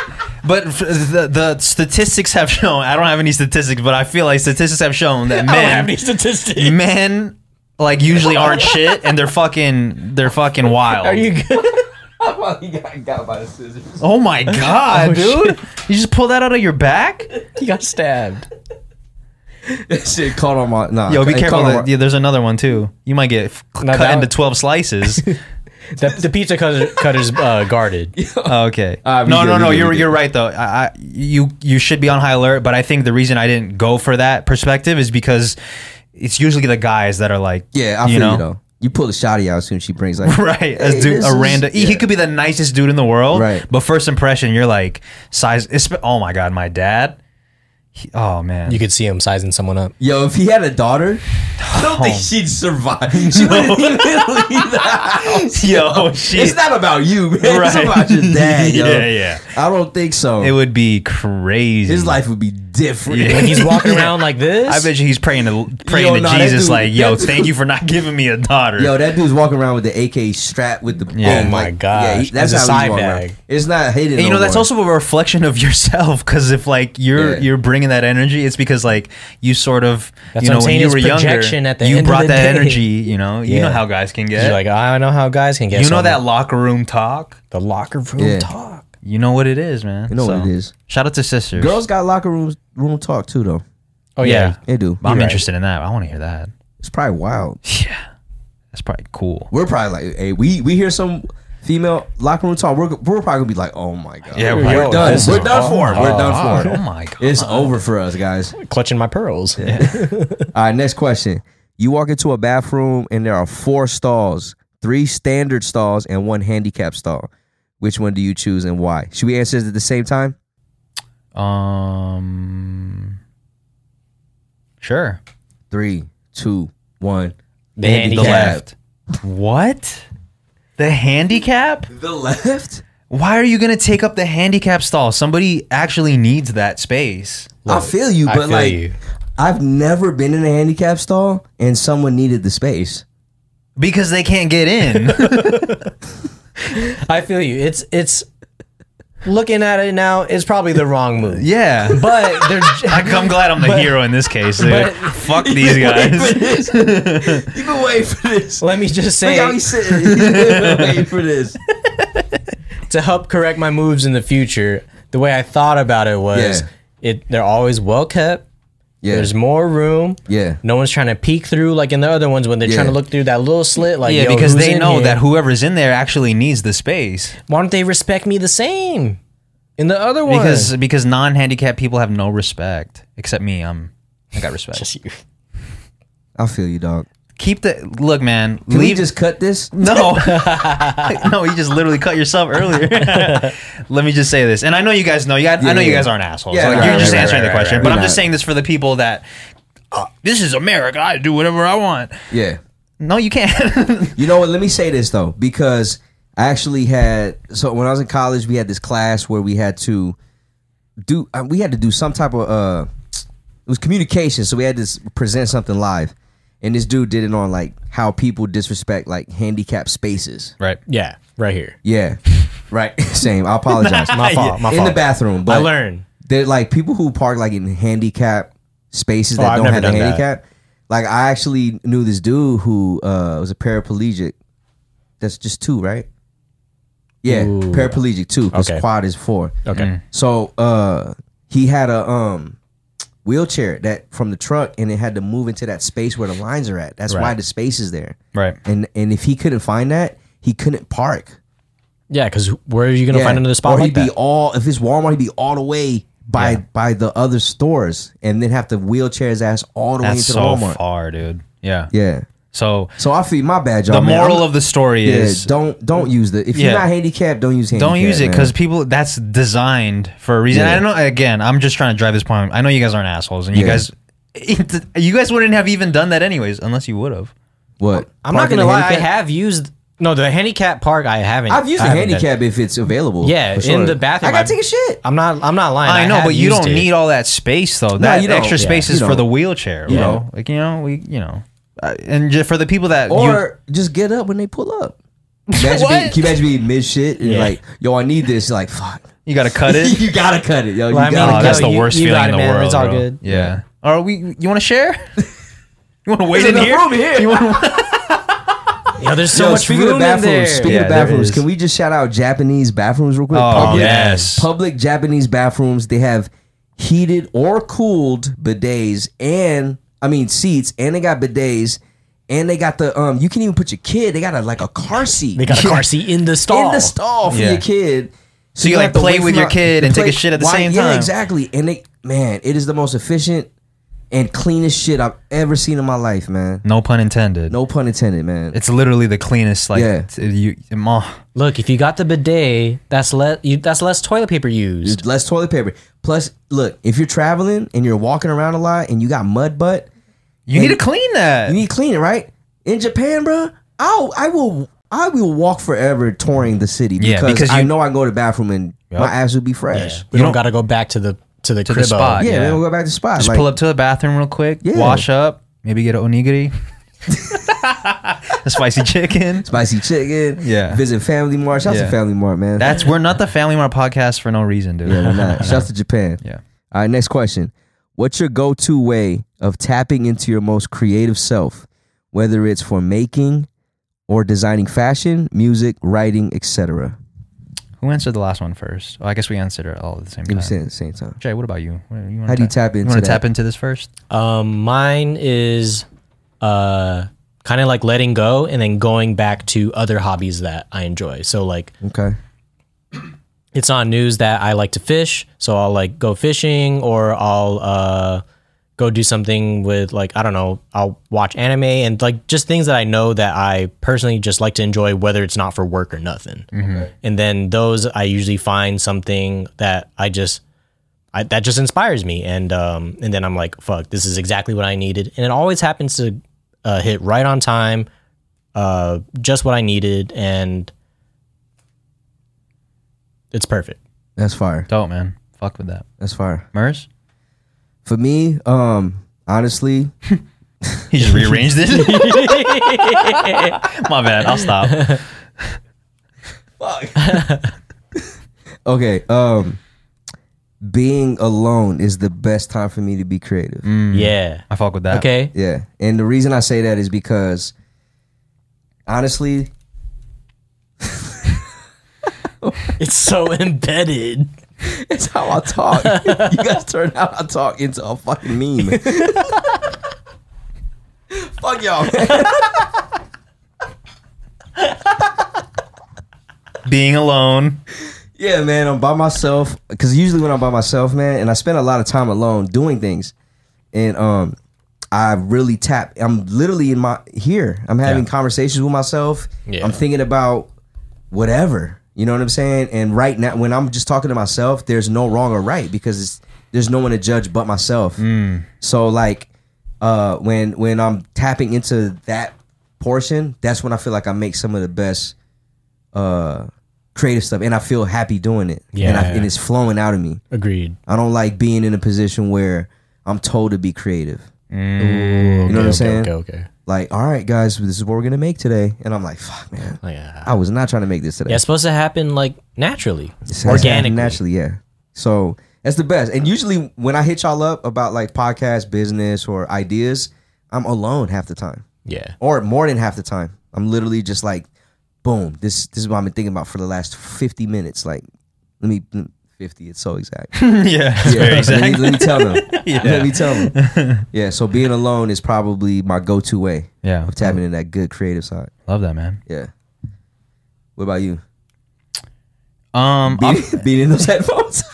Speaker 4: But f- the, the statistics have shown. I don't have any statistics, but I feel like statistics have shown that men
Speaker 1: statistics.
Speaker 4: men like usually aren't shit and they're fucking they're fucking wild.
Speaker 1: Are you good?
Speaker 2: Probably got, got by the scissors.
Speaker 4: oh my god, dude. You just pull that out of your back?
Speaker 1: You got stabbed.
Speaker 5: That shit caught on my. Nah,
Speaker 4: Yo, be
Speaker 5: it caught
Speaker 4: careful.
Speaker 5: on
Speaker 4: that-
Speaker 5: my-
Speaker 4: yeah, there's another one too. You might get f-
Speaker 1: No,
Speaker 4: cut
Speaker 1: that-
Speaker 4: into 12 slices.
Speaker 1: The, the pizza cutter, cutter's uh, guarded.
Speaker 4: Oh, okay.
Speaker 5: All right, we
Speaker 4: no,
Speaker 5: good,
Speaker 4: no,
Speaker 5: we
Speaker 4: no.
Speaker 5: good, we
Speaker 4: You're
Speaker 5: good.
Speaker 4: you're right though. I, I you you should be on high alert, but I think the reason I didn't go for that perspective is because it's usually the guys that are like
Speaker 5: yeah, I feel you though. You pull the shotty out as soon as she brings like
Speaker 4: Right, as
Speaker 5: "Hey,
Speaker 4: dude,
Speaker 5: this
Speaker 4: a
Speaker 5: is-"
Speaker 4: random. He could be the nicest dude in the world,
Speaker 5: Right.
Speaker 4: But first impression, you're like size. It's, oh my god, my dad. He, oh man,
Speaker 1: You could see him sizing someone up.
Speaker 5: Yo, if he had a daughter, I don't think she'd survive. She wouldn't even leave the house.
Speaker 4: yo, shit.
Speaker 5: It's not about you, man. It's
Speaker 4: Right.
Speaker 5: about your dad. Yo.
Speaker 4: Yeah, yeah.
Speaker 5: I don't think so.
Speaker 4: it would be crazy.
Speaker 5: His life would be different.
Speaker 4: Yeah.
Speaker 1: When he's walking around like this,
Speaker 4: I bet you he's praying to praying
Speaker 5: Yo,
Speaker 4: to
Speaker 5: nah, that
Speaker 4: Jesus,
Speaker 5: dude-
Speaker 4: like, yo,
Speaker 5: that
Speaker 4: thank you for not giving me a daughter.
Speaker 5: Yo, that dude's walking around with the AK strap with the
Speaker 4: Yeah.
Speaker 5: boom,
Speaker 1: Oh my
Speaker 5: like-
Speaker 1: gosh.
Speaker 5: he- that's
Speaker 1: It's a
Speaker 5: how he's
Speaker 1: side
Speaker 5: walking around.
Speaker 1: bag.
Speaker 5: It's not hidden.
Speaker 4: and you
Speaker 5: no
Speaker 4: know that's
Speaker 5: more.
Speaker 4: also a reflection of yourself because if like you're
Speaker 5: Yeah.
Speaker 4: you're bringing that energy it's because like you sort of
Speaker 1: That's
Speaker 4: you
Speaker 1: what I'm
Speaker 4: know when
Speaker 1: saying,
Speaker 4: you
Speaker 1: it's
Speaker 4: were younger
Speaker 1: projection at the
Speaker 4: you
Speaker 1: end of
Speaker 4: brought
Speaker 1: the
Speaker 4: that
Speaker 1: day.
Speaker 4: energy you know you know
Speaker 1: Yeah.
Speaker 4: how guys can get
Speaker 1: you're like, I know how guys can get.
Speaker 4: you know
Speaker 1: some."
Speaker 4: that locker room talk
Speaker 1: the locker room
Speaker 5: Yeah.
Speaker 1: talk.
Speaker 4: You know what it is, man.
Speaker 5: You know what it is.
Speaker 4: Shout out to sisters.
Speaker 5: Girls got locker room room talk too, though.
Speaker 1: Oh
Speaker 4: yeah.
Speaker 1: yeah.
Speaker 5: They
Speaker 4: I'm
Speaker 5: do.
Speaker 1: You're right.
Speaker 4: interested in that. I want to hear that.
Speaker 5: It's probably wild.
Speaker 4: Yeah, that's probably cool.
Speaker 5: We're probably like, hey, we we hear some female locker room talk. We're, we're probably gonna be like, oh my god,
Speaker 4: Yeah,
Speaker 5: we're,
Speaker 4: we're
Speaker 1: like,
Speaker 5: done.
Speaker 1: this
Speaker 5: We're
Speaker 1: is
Speaker 5: done for. it. We're done for.
Speaker 4: Oh
Speaker 5: it.
Speaker 4: my god,
Speaker 5: It's over for us, guys.
Speaker 1: Clutching my pearls.
Speaker 5: All right, next question. You walk into a bathroom and there are four stalls, three standard stalls and one handicap stall. Which one do you choose and why? Should we answer this at the same time?
Speaker 4: Um, sure.
Speaker 5: Three, two, one.
Speaker 1: The
Speaker 5: handicap.
Speaker 1: handicap.
Speaker 4: The left. What? The handicap?
Speaker 5: The left?
Speaker 4: Why are you gonna take up the handicap stall? Somebody actually needs that space.
Speaker 5: I feel you,
Speaker 1: I
Speaker 5: but
Speaker 1: feel
Speaker 5: like
Speaker 1: you.
Speaker 5: I've never been in a handicap stall and someone needed the space.
Speaker 4: Because they can't get in.
Speaker 1: I feel you. It's it's looking at it now. It's probably the wrong move.
Speaker 4: yeah.
Speaker 1: But they're
Speaker 4: I, I'm glad I'm the hero in this case, dude.
Speaker 1: but-
Speaker 4: Fuck these guys.
Speaker 5: You've been waiting for this.
Speaker 1: let me just
Speaker 5: Look how
Speaker 1: say
Speaker 5: he's sitting. He's been waiting for this.
Speaker 1: to help correct my moves in the future. The way I thought about it was,
Speaker 5: Yeah.
Speaker 1: it they're always well kept.
Speaker 5: Yeah.
Speaker 1: There's more room.
Speaker 5: yeah.
Speaker 1: No one's trying to peek through like in the other ones when they're
Speaker 5: Yeah.
Speaker 1: trying to look through that little slit. Like
Speaker 4: Yeah,
Speaker 1: yo,
Speaker 4: because
Speaker 1: who's
Speaker 4: they
Speaker 1: in
Speaker 4: know
Speaker 1: here?
Speaker 4: that whoever's in there actually needs the space.
Speaker 1: Why don't they respect me the same? In the other one,
Speaker 4: Because because non handicapped people have no respect. Except me, I'm I got respect.
Speaker 5: I feel you, dog.
Speaker 4: Keep the look, man.
Speaker 5: Can we
Speaker 4: leave
Speaker 5: just cut this?
Speaker 4: no, no. You just literally cut yourself earlier. Let me just say this, and I know you guys know. You guys, I know you
Speaker 5: yeah.
Speaker 4: guys aren't assholes.
Speaker 5: Yeah,
Speaker 4: Like,
Speaker 5: right,
Speaker 4: you're just
Speaker 5: right,
Speaker 4: answering the
Speaker 5: right, right,
Speaker 4: question,
Speaker 5: right,
Speaker 4: but
Speaker 5: right.
Speaker 4: I'm
Speaker 5: We're
Speaker 4: just
Speaker 5: not-
Speaker 4: saying this for the people that uh, this is America. I do whatever I want.
Speaker 5: Yeah.
Speaker 4: No, you can't.
Speaker 5: You know what? Let me say this though, because I actually had so when I was in college, we had this class where we had to do uh, we had to do some type of uh it was communication, so we had to s- present something live, and this dude did it on like how people disrespect like handicapped spaces.
Speaker 4: right.
Speaker 1: yeah, right here,
Speaker 5: Yeah, right. Same. I apologize.
Speaker 1: my fault, my
Speaker 5: in
Speaker 1: fault.
Speaker 5: the bathroom, but
Speaker 1: I learned.
Speaker 5: they're like people who park like in handicap spaces
Speaker 1: Oh,
Speaker 5: that
Speaker 1: I've
Speaker 5: don't
Speaker 1: never
Speaker 5: have a
Speaker 1: done that.
Speaker 5: handicap. Like I actually knew this dude who uh, was a paraplegic. That's just two, right? Yeah,
Speaker 1: Ooh.
Speaker 5: paraplegic two. Because
Speaker 1: Okay.
Speaker 5: quad is four.
Speaker 1: Okay.
Speaker 5: So uh, he had a um, wheelchair that from the truck, and it had to move into that space where the lines are at. That's why
Speaker 1: Right.
Speaker 5: the space is there.
Speaker 4: Right.
Speaker 5: And and if he couldn't find that, he couldn't park.
Speaker 1: Yeah, because where are you gonna
Speaker 5: Yeah.
Speaker 1: find another spot
Speaker 5: Or
Speaker 1: like
Speaker 5: he'd be
Speaker 1: that?
Speaker 5: all if it's Walmart, he'd be all the way by by the other stores, and then have to wheelchair his ass all the way
Speaker 4: That's
Speaker 5: into
Speaker 4: so
Speaker 5: the Walmart.
Speaker 4: far, dude. Yeah.
Speaker 5: Yeah.
Speaker 4: So
Speaker 5: So I feel my bad, y'all.
Speaker 4: the
Speaker 5: man.
Speaker 4: moral
Speaker 5: I'm-
Speaker 4: of the story
Speaker 5: yeah,
Speaker 4: is
Speaker 5: don't don't use the if
Speaker 4: Yeah.
Speaker 5: you're not handicapped, don't use handicap.
Speaker 4: don't use it
Speaker 5: man.
Speaker 4: because people that's designed for a reason.
Speaker 5: Yeah.
Speaker 4: I know. Again, I'm just trying to drive this point. I know you guys aren't assholes, and you
Speaker 5: Yeah.
Speaker 4: guys, you guys wouldn't have even done that anyways, unless you would have.
Speaker 5: what
Speaker 1: I'm not
Speaker 5: Parking
Speaker 1: gonna
Speaker 5: the
Speaker 1: lie,
Speaker 5: handicap?
Speaker 1: I have used no the handicap park. I haven't.
Speaker 5: I've used
Speaker 1: I
Speaker 5: a
Speaker 1: haven't done it.
Speaker 5: handicap if it's available.
Speaker 1: Yeah,
Speaker 5: for
Speaker 1: in the bathroom,
Speaker 5: I gotta
Speaker 1: I-
Speaker 5: take a shit.
Speaker 1: I'm not. I'm not lying.
Speaker 4: I know,
Speaker 1: have
Speaker 4: but you
Speaker 1: used
Speaker 4: don't
Speaker 1: it.
Speaker 4: need all that space though. That
Speaker 5: you don't.
Speaker 4: extra
Speaker 5: Yeah.
Speaker 4: space
Speaker 5: You
Speaker 4: is for
Speaker 5: don't.
Speaker 4: the wheelchair, bro.
Speaker 5: don't.
Speaker 4: Like you know, we you know, Uh, and ju- for the people that you,
Speaker 5: Or just get up when they pull up. Imagine
Speaker 4: What?
Speaker 5: being- can you imagine being mid shit and
Speaker 1: Yeah.
Speaker 5: like, yo, I need this. You're like, fuck.
Speaker 4: you got to cut it.
Speaker 5: you gotta cut it, yo. You
Speaker 1: Well, I mean,
Speaker 5: gotta
Speaker 4: oh,
Speaker 1: yo,
Speaker 5: cut
Speaker 4: that's
Speaker 5: it.
Speaker 4: the
Speaker 1: you-
Speaker 4: worst
Speaker 1: you
Speaker 4: feeling
Speaker 1: got
Speaker 4: in
Speaker 1: it,
Speaker 4: the
Speaker 1: man.
Speaker 4: world.
Speaker 1: It's all
Speaker 4: bro.
Speaker 1: good.
Speaker 4: Yeah. Are we? You want to share? you want to wait
Speaker 5: There's
Speaker 4: in
Speaker 5: enough
Speaker 4: here?
Speaker 5: room here.
Speaker 4: You wanna,
Speaker 1: Yo, there's so
Speaker 5: Yo,
Speaker 1: much
Speaker 5: speaking
Speaker 1: room
Speaker 5: of
Speaker 1: in there.
Speaker 5: bathrooms, speaking
Speaker 4: Yeah,
Speaker 5: of
Speaker 4: there
Speaker 5: bathrooms,
Speaker 4: is.
Speaker 5: can we just shout out Japanese bathrooms real quick?
Speaker 4: Oh, yes.
Speaker 5: Public Japanese bathrooms, they have heated or cooled bidets and I mean seats, and they got bidets, and they got the um you can even put your kid, they got a like a car seat.
Speaker 1: They got a car seat in the stall.
Speaker 5: in the stall for
Speaker 4: Yeah.
Speaker 5: your kid. So,
Speaker 4: you,
Speaker 5: don't
Speaker 4: like,
Speaker 5: have to
Speaker 4: play
Speaker 5: wait
Speaker 4: with
Speaker 5: for
Speaker 4: your
Speaker 5: my-
Speaker 4: kid
Speaker 5: to
Speaker 4: and take a shit at the same
Speaker 5: Yeah,
Speaker 4: time.
Speaker 5: exactly. And they man, it is the most efficient and cleanest shit I've ever seen in my life, man.
Speaker 4: no pun intended.
Speaker 5: No pun intended, man.
Speaker 4: It's literally the cleanest. Like
Speaker 5: Yeah.
Speaker 4: yeah. you, ma.
Speaker 1: Look, if you got the bidet, that's less. You, that's less toilet paper used.
Speaker 5: less toilet paper. Plus, look, if you're traveling and you're walking around a lot and you got mud butt,
Speaker 4: You need
Speaker 5: And-
Speaker 4: to clean that.
Speaker 5: you need to clean it, right? In Japan, bro, I'll I will I will walk forever touring the city because,
Speaker 4: Yeah, because
Speaker 5: I
Speaker 4: you-
Speaker 5: know I can go to the bathroom and my ass will be fresh.
Speaker 1: We
Speaker 4: You
Speaker 1: don't
Speaker 4: don't-
Speaker 1: got to go back to the to the
Speaker 4: To the
Speaker 1: crib.
Speaker 4: spot.
Speaker 5: Yeah,
Speaker 4: Yeah.
Speaker 5: then we'll go back to the spot.
Speaker 4: Just
Speaker 5: Like,
Speaker 4: pull up to the bathroom real quick.
Speaker 5: Yeah.
Speaker 4: Wash up. Maybe get an onigiri. a spicy chicken.
Speaker 5: spicy chicken.
Speaker 4: Yeah.
Speaker 5: Visit Family Mart. Shout out
Speaker 4: Yeah.
Speaker 5: to Family Mart, man.
Speaker 4: That's we're not the Family Mart podcast for no reason, dude.
Speaker 5: yeah, we're not. Shout out to Japan.
Speaker 4: Yeah.
Speaker 5: All right, next question. What's your go to way of tapping into your most creative self, whether it's for making or designing fashion, music, writing, etc.?
Speaker 4: Who answered the last one first? Oh, I guess we answered it all at the same
Speaker 5: Give
Speaker 4: time.
Speaker 5: me say it at the same time.
Speaker 4: Jay, what about you? What- you wanna
Speaker 5: How do you tap
Speaker 4: You
Speaker 5: into
Speaker 4: want
Speaker 5: that?
Speaker 4: to tap into this first?
Speaker 1: Um, mine is uh kind of like letting go and then going back to other hobbies that I enjoy. So like
Speaker 5: Okay.
Speaker 1: it's on news that I like to fish, so I'll like go fishing or I'll uh go do something with like I don't know, I'll watch anime and like just things that I know that I personally just like to enjoy whether it's not for work or nothing. And then those I usually find something that I just I, that just inspires me and um and then I'm like fuck this is exactly what I needed and it always happens to uh, hit right on time uh just what I needed and it's perfect.
Speaker 5: That's fire.
Speaker 4: Dope, man. Fuck with that.
Speaker 5: That's fire.
Speaker 4: Mers?
Speaker 5: For me, um, honestly,
Speaker 4: He just rearranged it. My bad. I'll stop.
Speaker 5: okay, um, being alone is the best time for me to be creative.
Speaker 1: Yeah.
Speaker 4: I fuck with that.
Speaker 1: Okay.
Speaker 5: Yeah. And the reason I say that is because honestly,
Speaker 1: It's so embedded.
Speaker 5: it's how I talk. you guys turn out I talk into a fucking meme. Fuck y'all, man.
Speaker 4: Being alone.
Speaker 5: Yeah, man, I'm by myself. Cause usually when I'm by myself, man, and I spend a lot of time alone doing things. And um I really tap I'm literally in my here. I'm having conversations with myself.
Speaker 1: Yeah.
Speaker 5: I'm thinking about whatever. You know what I'm saying? And right now, when I'm just talking to myself, there's no wrong or right because it's, there's no one to judge but myself. So like, uh, when when I'm tapping into that portion, that's when I feel like I make some of the best uh, creative stuff, and I feel happy doing it. and, I,
Speaker 1: Yeah.
Speaker 5: and it's flowing out of me.
Speaker 1: Agreed.
Speaker 5: I don't like being in a position where I'm told to be creative.
Speaker 1: you
Speaker 5: know what I'm saying?
Speaker 1: Mm, Okay, okay.
Speaker 5: Like, all right, guys, this is what we're gonna make today, and I'm like, fuck, man,
Speaker 1: Oh, yeah.
Speaker 5: I was not trying to make this today.
Speaker 1: Yeah, it's supposed to happen like naturally,
Speaker 5: It's- it's
Speaker 1: organically.
Speaker 5: naturally yeah so that's the best and usually when i hit y'all up about like podcast business or ideas I'm alone half the time,
Speaker 1: Yeah.
Speaker 5: or more than half the time. I'm literally just like, boom. This this is what I've been thinking about for the last 50 minutes. Like, let me 50. It's so exact.
Speaker 4: yeah, it's
Speaker 5: Yeah,
Speaker 4: very
Speaker 5: let me-
Speaker 4: exact.
Speaker 5: Let me, tell them.
Speaker 4: Yeah.
Speaker 5: Let me tell them. Yeah. So being alone is probably my go-to way
Speaker 4: Yeah,
Speaker 5: of tapping in that good creative side.
Speaker 4: love that man.
Speaker 5: Yeah. What about you?
Speaker 4: Um, I'm-
Speaker 5: Beating, beating those headphones.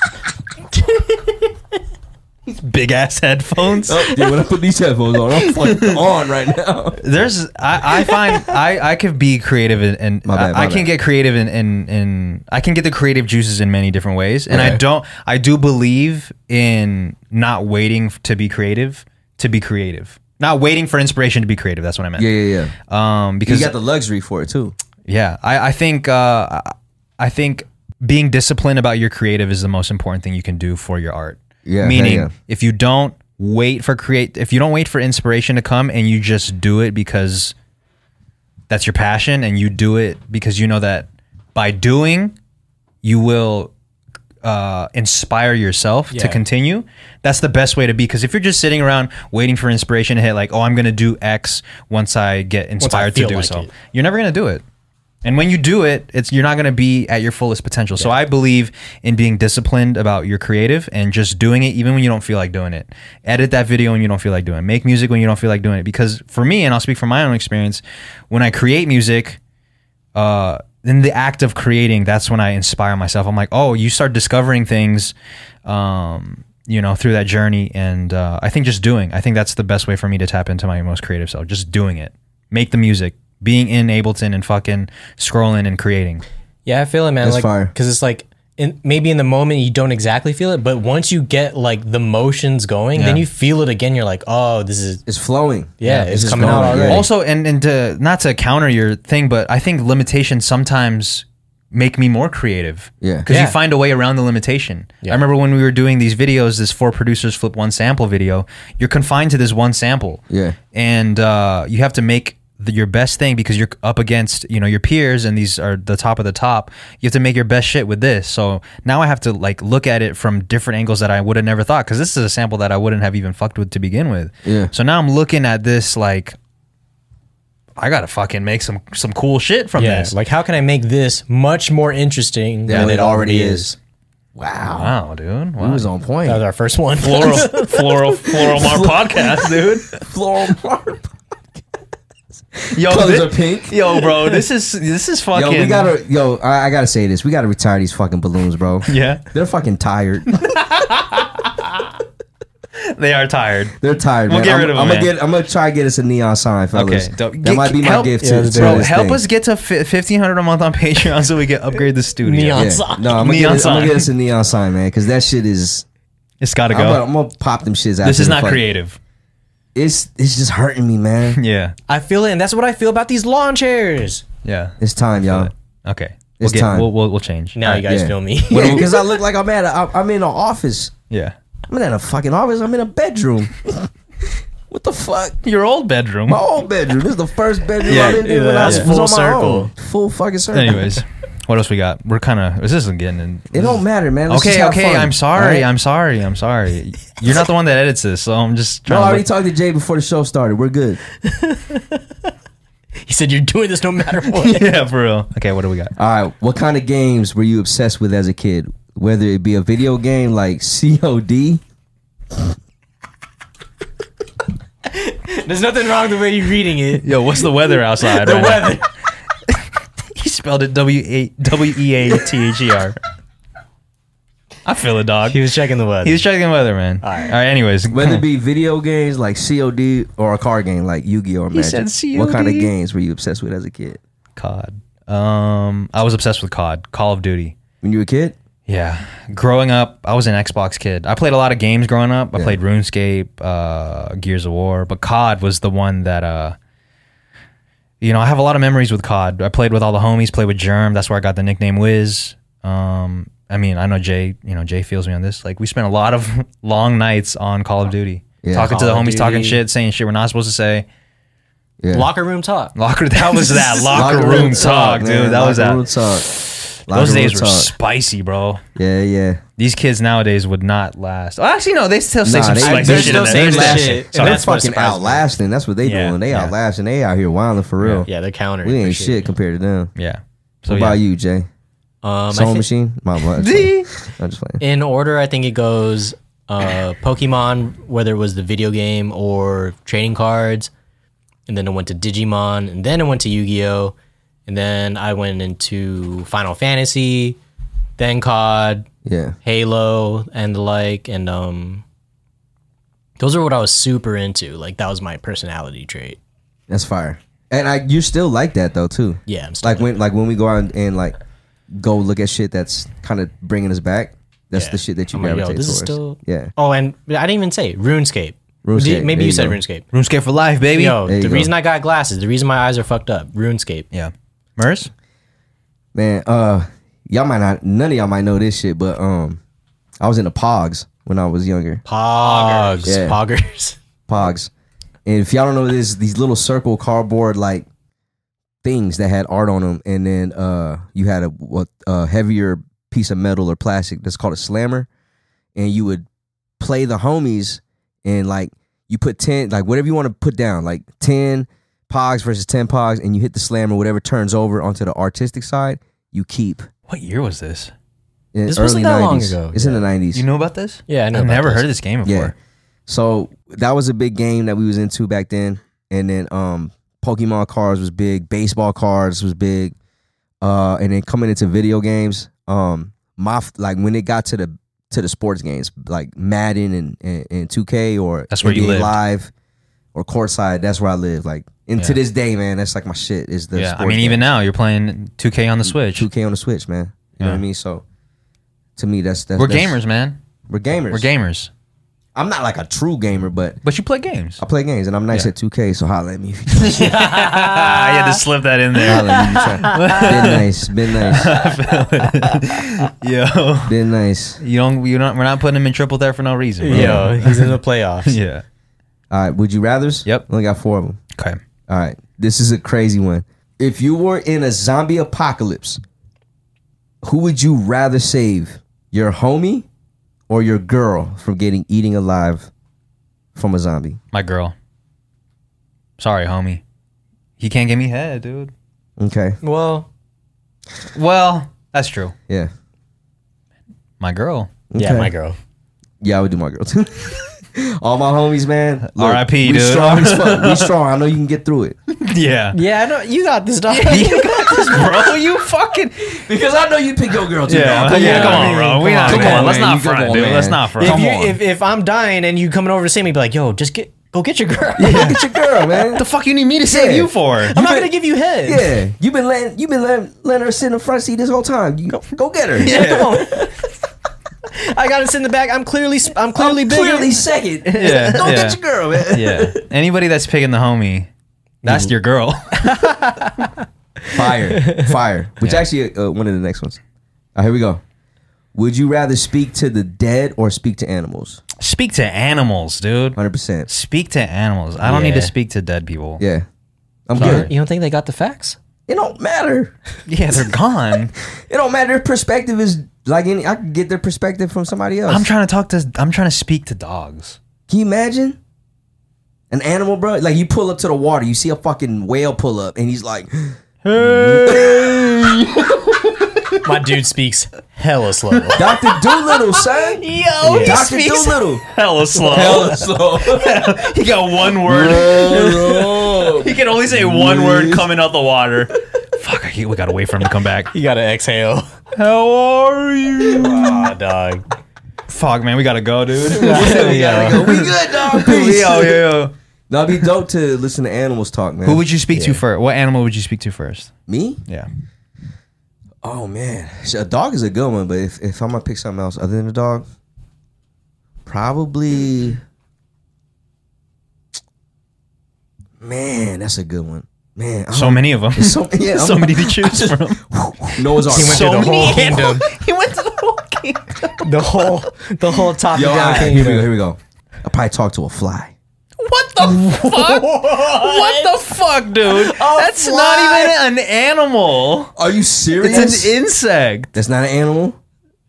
Speaker 4: big ass headphones.
Speaker 5: oh, dude, when I put these headphones on, I'm fucking on right now.
Speaker 4: There's, I, I find I, I could be creative and, and
Speaker 5: My bad, my
Speaker 4: I, I can
Speaker 5: bad.
Speaker 4: get creative and in, in, in I can get the creative juices in many different ways. And I don't, I do believe in not waiting to be creative to be creative, not waiting for inspiration to be creative. That's what I meant.
Speaker 5: Yeah, yeah, yeah.
Speaker 4: Um,
Speaker 5: You
Speaker 4: because
Speaker 5: got the luxury for it too.
Speaker 4: yeah, I, I think, uh, I- I think being disciplined about your creative is the most important thing you can do for your art.
Speaker 5: Yeah, hell
Speaker 4: Meaning,
Speaker 5: yeah.
Speaker 4: if you don't wait for create, if you don't wait for inspiration to come and you just do it because that's your passion and you do it because you know that by doing you will uh, inspire yourself to
Speaker 1: Yeah.
Speaker 4: continue that's the best way to be because if you're just sitting around waiting for inspiration to hit like oh i'm gonna do x once i get inspired to
Speaker 1: feel
Speaker 4: do
Speaker 1: like
Speaker 4: so
Speaker 1: it.
Speaker 4: you're never gonna do it and when you do it it's you're not gonna be at your fullest potential so i believe in being disciplined about your creative and just doing it even when you don't feel like doing it edit that video when you don't feel like doing it make music when you don't feel like doing it because for me and i'll speak from my own experience when i create music uh, in the act of creating, that's when I inspire myself. I'm like, oh, you start discovering things, um, you know, through that journey. And uh, I think just doing, I think that's the best way for me to tap into my most creative self. Just doing it, make the music, being in Ableton and fucking scrolling and creating.
Speaker 1: Yeah, I feel it, man.
Speaker 5: That's
Speaker 1: like,
Speaker 5: fire.
Speaker 1: Because it's like, in, maybe in the moment you don't exactly feel it, but once you get like the motions going, then
Speaker 4: Yeah.
Speaker 1: you feel it again. You're like, oh, this is
Speaker 5: It's flowing.
Speaker 1: yeah,
Speaker 5: it's
Speaker 1: it's
Speaker 5: just
Speaker 1: coming out
Speaker 5: going,
Speaker 1: already.
Speaker 5: yeah. Right.
Speaker 4: Also, and and to not to counter your thing, but I think limitations sometimes make me more creative.
Speaker 5: Yeah.
Speaker 4: because
Speaker 1: Yeah.
Speaker 4: you find a way around the limitation. I remember when we were doing these videos, this four producers flip one sample video. You're confined to this one sample.
Speaker 5: Yeah.
Speaker 4: and uh, you have to make. The, your best thing because you're up against you know your peers and these are the top of the top you have to make your best shit with this so now i have to like look at it from different angles that i would have never thought because this is a sample that i wouldn't have even fucked with to begin with
Speaker 5: Yeah.
Speaker 4: so now i'm looking at this like I gotta fucking make some some cool shit from
Speaker 1: Yeah,
Speaker 4: this.
Speaker 1: like how can I make this much more interesting
Speaker 5: Yeah,
Speaker 1: than
Speaker 5: what
Speaker 1: it already is?
Speaker 5: Wow.
Speaker 4: wow, dude,
Speaker 5: He
Speaker 4: wow.
Speaker 5: was on point.
Speaker 1: That was our first one.
Speaker 4: floral floral floral mar podcast, dude.
Speaker 5: Floral mark.
Speaker 4: Yo,
Speaker 5: Colors
Speaker 4: thi-
Speaker 5: are pink.
Speaker 4: yo, bro, this is this is
Speaker 5: Yo,
Speaker 4: fucking.
Speaker 5: we gotta. Yo, I, I gotta say this. We gotta retire these fucking balloons, bro.
Speaker 4: Yeah,
Speaker 5: They're fucking tired.
Speaker 4: they are tired.
Speaker 5: They're tired.
Speaker 4: We'll
Speaker 5: man.
Speaker 4: get
Speaker 5: I'm,
Speaker 4: rid of
Speaker 5: I'm
Speaker 4: 'em,
Speaker 5: gonna
Speaker 4: man.
Speaker 5: get. I'm gonna try to get us a neon sign, fellas.
Speaker 4: Okay, dope.
Speaker 5: that
Speaker 4: Get-
Speaker 5: might be my
Speaker 4: help-
Speaker 5: gift
Speaker 1: Yeah,
Speaker 5: to,
Speaker 1: let's
Speaker 5: to
Speaker 1: do it.
Speaker 4: Bro,
Speaker 5: this
Speaker 4: help
Speaker 5: thing.
Speaker 4: us get to fi- fifteen hundred a month on Patreon so we can upgrade the studio.
Speaker 1: Neon.
Speaker 5: Yeah.
Speaker 1: sign.
Speaker 5: No, I'm gonna,
Speaker 4: Neon
Speaker 5: get us, I'm gonna
Speaker 4: sign.
Speaker 5: get us a neon sign, man, because that shit is.
Speaker 4: It's gotta
Speaker 5: I'm gonna,
Speaker 4: go.
Speaker 5: I'm gonna pop them shits out.
Speaker 4: This is not creative.
Speaker 5: It's it's just hurting me, man.
Speaker 4: Yeah,
Speaker 1: I feel it, and that's what I feel about these lawn chairs.
Speaker 4: yeah.
Speaker 5: It's time, y'all.
Speaker 4: Okay,
Speaker 5: It's
Speaker 4: we'll get
Speaker 5: time.
Speaker 4: We'll, we'll we'll change.
Speaker 1: Now you guys
Speaker 5: yeah.
Speaker 1: feel me.
Speaker 5: Because I look like I'm at. A, I'm- I'm in an office.
Speaker 4: Yeah,
Speaker 5: I'm not in a fucking office. I'm in a bedroom. what the fuck?
Speaker 4: your old bedroom.
Speaker 5: My old bedroom. This is the first bedroom I lived in when I
Speaker 1: yeah.
Speaker 5: was,
Speaker 1: It's
Speaker 5: was
Speaker 1: full
Speaker 5: on my
Speaker 1: circle.
Speaker 5: own. Full fucking circle.
Speaker 4: Anyways, what else we got? We're kind of. This isn't getting. In,
Speaker 5: It don't matter, man. Let's just
Speaker 4: okay,
Speaker 5: have
Speaker 4: okay.
Speaker 5: fun,
Speaker 4: I'm sorry.
Speaker 5: alright?
Speaker 4: I'm sorry. I'm sorry. You're not the one that edits this, so I'm just
Speaker 5: No,
Speaker 4: trying.
Speaker 5: I
Speaker 4: to
Speaker 5: already
Speaker 4: look-
Speaker 5: talked to Jay before the show started. We're good.
Speaker 1: he said you're doing this no matter what.
Speaker 4: yeah, for real. Okay, what do we got?
Speaker 5: All right. What kind of games were you obsessed with as a kid? Whether it be a video game like COD.
Speaker 1: There's nothing wrong with the way you're reading it.
Speaker 4: Yo, what's the weather outside? the weather. he spelled it W A W E A T H E R. I feel it, dog.
Speaker 1: He was checking the weather.
Speaker 4: He was checking the weather, man. All
Speaker 1: right.
Speaker 4: All right. Anyways,
Speaker 5: Whether it be video games like COD or a card game like Yu Gi Oh or Magic.
Speaker 4: said
Speaker 5: What kind of
Speaker 4: COD?
Speaker 5: games were you obsessed with as a kid?
Speaker 4: COD. Um, I was obsessed with COD, Call of Duty.
Speaker 5: When you were a kid?
Speaker 4: Yeah, growing up, I was an Xbox kid. I played a lot of games growing up. I played RuneScape, uh, Gears of War, but COD was the one that, uh, you know, I have a lot of memories with COD. I played with all the homies, played with Germ. That's where I got the nickname Wiz. Um, I mean, I know Jay. You know, Jay feels me on this. Like, we spent a lot of long nights on Call of Duty, talking to the
Speaker 1: Call of
Speaker 4: homies, talking
Speaker 1: Duty.
Speaker 4: shit, saying shit we're not supposed to say.
Speaker 5: Yeah.
Speaker 1: Locker room talk.
Speaker 4: Locker. That was that locker, room, talk, dude.
Speaker 5: man.
Speaker 4: That was
Speaker 5: Locker
Speaker 4: that.
Speaker 5: room talk. Locker
Speaker 4: Those
Speaker 5: room
Speaker 4: days were
Speaker 5: talk.
Speaker 4: spicy, bro.
Speaker 5: Yeah, yeah.
Speaker 4: These kids nowadays would not last. Oh, actually, no, they still say
Speaker 5: Nah,
Speaker 4: some
Speaker 5: they-
Speaker 4: slick
Speaker 5: they're
Speaker 4: shit.
Speaker 1: still
Speaker 4: in
Speaker 1: saying
Speaker 4: there.
Speaker 1: that
Speaker 4: Still-
Speaker 1: shit.
Speaker 5: So
Speaker 1: And
Speaker 5: they're
Speaker 1: that's what
Speaker 5: fucking
Speaker 1: surprised me.
Speaker 5: outlasting. That's what they
Speaker 4: Yeah,
Speaker 5: doing. They
Speaker 4: yeah.
Speaker 5: outlasting. They out here wilding for real.
Speaker 1: Yeah, they're countering.
Speaker 5: We
Speaker 1: for
Speaker 5: ain't shit compared to them.
Speaker 4: Yeah.
Speaker 5: what
Speaker 4: So
Speaker 5: about
Speaker 4: yeah.
Speaker 5: you, Jay?
Speaker 1: Um, I
Speaker 5: Soul
Speaker 1: thi-
Speaker 5: Machine? My bad. I'm just playing. I'm just playing.
Speaker 1: in order, I think it goes uh, Pokemon, whether it was the video game or trading cards, and then it went to Digimon, and then it went to Yu Gi Oh, and then I went into Final Fantasy, then COD,
Speaker 5: Yeah.
Speaker 1: Halo, and the like, and um, those are what I was super into. Like that was my personality trait.
Speaker 5: That's fire. And I you still like that though too.
Speaker 1: Yeah, I'm still
Speaker 5: Like when like when we go out and, and like go look at shit that's kind of bringing us back. That's
Speaker 1: Yeah.
Speaker 5: the shit that you
Speaker 1: I'm like, yo,
Speaker 5: gravitate
Speaker 1: this is
Speaker 5: towards.
Speaker 1: still-
Speaker 5: yeah.
Speaker 1: Oh, and I didn't even say RuneScape.
Speaker 5: RuneScape,
Speaker 1: Did-
Speaker 5: there
Speaker 1: Maybe you
Speaker 5: you
Speaker 1: said
Speaker 5: go.
Speaker 1: RuneScape.
Speaker 4: RuneScape for life, baby.
Speaker 1: Yo,
Speaker 5: There you
Speaker 1: the
Speaker 5: go.
Speaker 1: reason I got glasses, the reason my eyes are fucked up, RuneScape.
Speaker 4: Yeah. Mers?
Speaker 5: Man, uh y'all might not none of y'all might know this shit, but um I was into Pogs when I was younger.
Speaker 1: Pogs.
Speaker 5: Yeah.
Speaker 1: Poggers.
Speaker 5: Pogs. And if y'all don't know this, these little circle cardboard like things that had art on them, and then uh, you had a, what a heavier piece of metal or plastic that's called a slammer, and you would play the homies, and like you put ten, like whatever you want to put down, like ten pogs versus ten pogs, and you hit the slammer, whatever turns over onto the artistic side, you keep.
Speaker 4: What year was this?
Speaker 5: In
Speaker 1: This
Speaker 5: early
Speaker 1: wasn't that long
Speaker 5: 90s.
Speaker 1: ago,
Speaker 5: It's in the nineties.
Speaker 4: You know about this?
Speaker 1: Yeah, I know.
Speaker 4: I've
Speaker 1: about
Speaker 4: never
Speaker 1: this.
Speaker 4: heard of this game before.
Speaker 5: Yeah. So that was a big game that we was into back then. And then um Pokemon cards was big, baseball cards was big. Uh and then coming into video games, um my f- like when it got to the to the sports games, like Madden and and, and 2K or
Speaker 4: That's where you
Speaker 5: NBA
Speaker 4: lived.
Speaker 5: Live or courtside, that's where I live. Like and to
Speaker 4: Yeah.
Speaker 5: this day, man, that's like my shit is the
Speaker 4: Yeah, I
Speaker 5: sports
Speaker 4: mean, even
Speaker 5: games.
Speaker 4: now you're playing 2K on the Switch.
Speaker 5: 2K on the Switch, man. You know what I
Speaker 4: Yeah.
Speaker 5: mean? So to me that's that's
Speaker 4: We're
Speaker 5: that's-
Speaker 4: gamers, man.
Speaker 5: We're gamers.
Speaker 4: We're gamers.
Speaker 5: I'm not like a true gamer, but
Speaker 4: But you play games.
Speaker 5: I play games and I'm nice
Speaker 4: Yeah.
Speaker 5: at 2K, so holla at me. if you-
Speaker 4: I Ah, had to slip that in
Speaker 5: holla at me if you try. Been nice, been nice,
Speaker 4: Yo,
Speaker 5: been nice.
Speaker 4: you don't. You don't. We're not putting him in triple there for no reason. bro.
Speaker 1: Yo, he's in the playoffs.
Speaker 4: Yeah.
Speaker 5: All right, would you rather's?
Speaker 4: Yep.
Speaker 5: Only got four of them.
Speaker 4: Okay.
Speaker 5: All right, this is a crazy one. If you were in a zombie apocalypse, who would you rather save? Your homie or your girl from getting eating alive from a zombie?
Speaker 4: My girl. Sorry, homie. He can't give me head, dude.
Speaker 5: Okay,
Speaker 1: Well,
Speaker 4: Well, that's true.
Speaker 5: yeah.
Speaker 4: My girl.
Speaker 1: yeah,
Speaker 5: Okay.
Speaker 1: my girl.
Speaker 5: Yeah, I would do my girl too. All my homies, man. Look,
Speaker 4: R.I.P.,
Speaker 5: We
Speaker 4: dude.
Speaker 5: strong as fuck. We strong. I know you can get through it.
Speaker 4: Yeah.
Speaker 1: Yeah, I know you got this dog.
Speaker 4: bro, you fucking.
Speaker 5: Because I know you pick your girl too.
Speaker 4: Yeah,
Speaker 5: dog.
Speaker 4: come
Speaker 5: Come
Speaker 4: yeah,
Speaker 5: on,
Speaker 4: on, come
Speaker 5: man.
Speaker 4: on, bro. We
Speaker 5: Come
Speaker 4: not,
Speaker 5: on,
Speaker 4: come on,
Speaker 5: man.
Speaker 4: let's not
Speaker 5: You come
Speaker 4: front,
Speaker 5: on,
Speaker 4: dude.
Speaker 5: man.
Speaker 4: Let's not front.
Speaker 1: if,
Speaker 4: Come
Speaker 1: you,
Speaker 4: on.
Speaker 1: if if I'm dying and you coming over to see me, be like, yo, just get go get your girl.
Speaker 5: Get your girl, man.
Speaker 4: the fuck you need me to save
Speaker 5: Yeah.
Speaker 4: you for?
Speaker 1: I'm not gonna give you head.
Speaker 5: Yeah, you've been letting you been letting, letting her sit in the front seat this whole time. You go, go get her.
Speaker 1: Yeah, come on. I got to sit in the back. I'm clearly s- I'm clearly
Speaker 5: I'm
Speaker 1: bigger.
Speaker 5: clearly second.
Speaker 4: Yeah,
Speaker 5: go
Speaker 4: yeah.
Speaker 5: get your girl, man.
Speaker 4: Yeah. Anybody that's picking the homie, that's your girl.
Speaker 5: Fire, fire. Which actually uh, one of the next ones. All right, here we go. Would you rather speak to the dead or speak to animals?
Speaker 4: Speak to animals, dude.
Speaker 5: Hundred percent.
Speaker 4: Speak to animals. I don't need
Speaker 1: Yeah.
Speaker 4: to speak to dead people.
Speaker 5: Yeah, I'm
Speaker 1: You
Speaker 5: good.
Speaker 1: don't- you don't think they got the facts?
Speaker 5: It don't matter.
Speaker 4: Yeah, they're gone.
Speaker 5: It don't matter. Their perspective is like any. I can get their perspective from somebody else.
Speaker 4: I'm trying to talk to. I'm trying to speak to dogs.
Speaker 5: Can you imagine? An animal, bro. Like you pull up to the water, you see a fucking whale pull up, and he's like,
Speaker 1: My dude speaks hella slow.
Speaker 5: "Doctor Doolittle, son." Yo, Doctor Doolittle.
Speaker 4: Hella slow.
Speaker 5: Oh,
Speaker 4: he got one word. He can only say one word coming out the water. Fuck! I can't- we gotta wait for him to come back.
Speaker 1: you gotta exhale.
Speaker 4: How are you?
Speaker 1: Ah, dog.
Speaker 4: Fuck, man, we gotta go, dude.
Speaker 5: Yo, we good, dog. Peace.
Speaker 4: yo, yo, yo.
Speaker 5: That'd be dope to listen to animals talk, man.
Speaker 4: Who would you speak to first? What animal would you speak to first?
Speaker 5: me?
Speaker 4: Yeah.
Speaker 5: Oh man, Shit, a dog is a good one, but if, if I'm gonna pick something else other than a dog, probably. Man, that's a good one. Man, I
Speaker 4: So many of them.
Speaker 5: so, yeah,
Speaker 4: so
Speaker 5: I'm-
Speaker 4: many to choose from.
Speaker 5: Noah's Ark.
Speaker 1: went
Speaker 5: So-
Speaker 1: to the whole kingdom.
Speaker 4: he went to the whole kingdom.
Speaker 1: The whole the whole top
Speaker 5: Yo, all
Speaker 1: down
Speaker 5: right,
Speaker 1: kingdom.
Speaker 5: here we go. Here we go. I probably talk to a fly.
Speaker 4: What the fuck? what the fuck, dude? That's not even an animal.
Speaker 5: Are you serious?
Speaker 4: It's an insect.
Speaker 5: That's not an animal.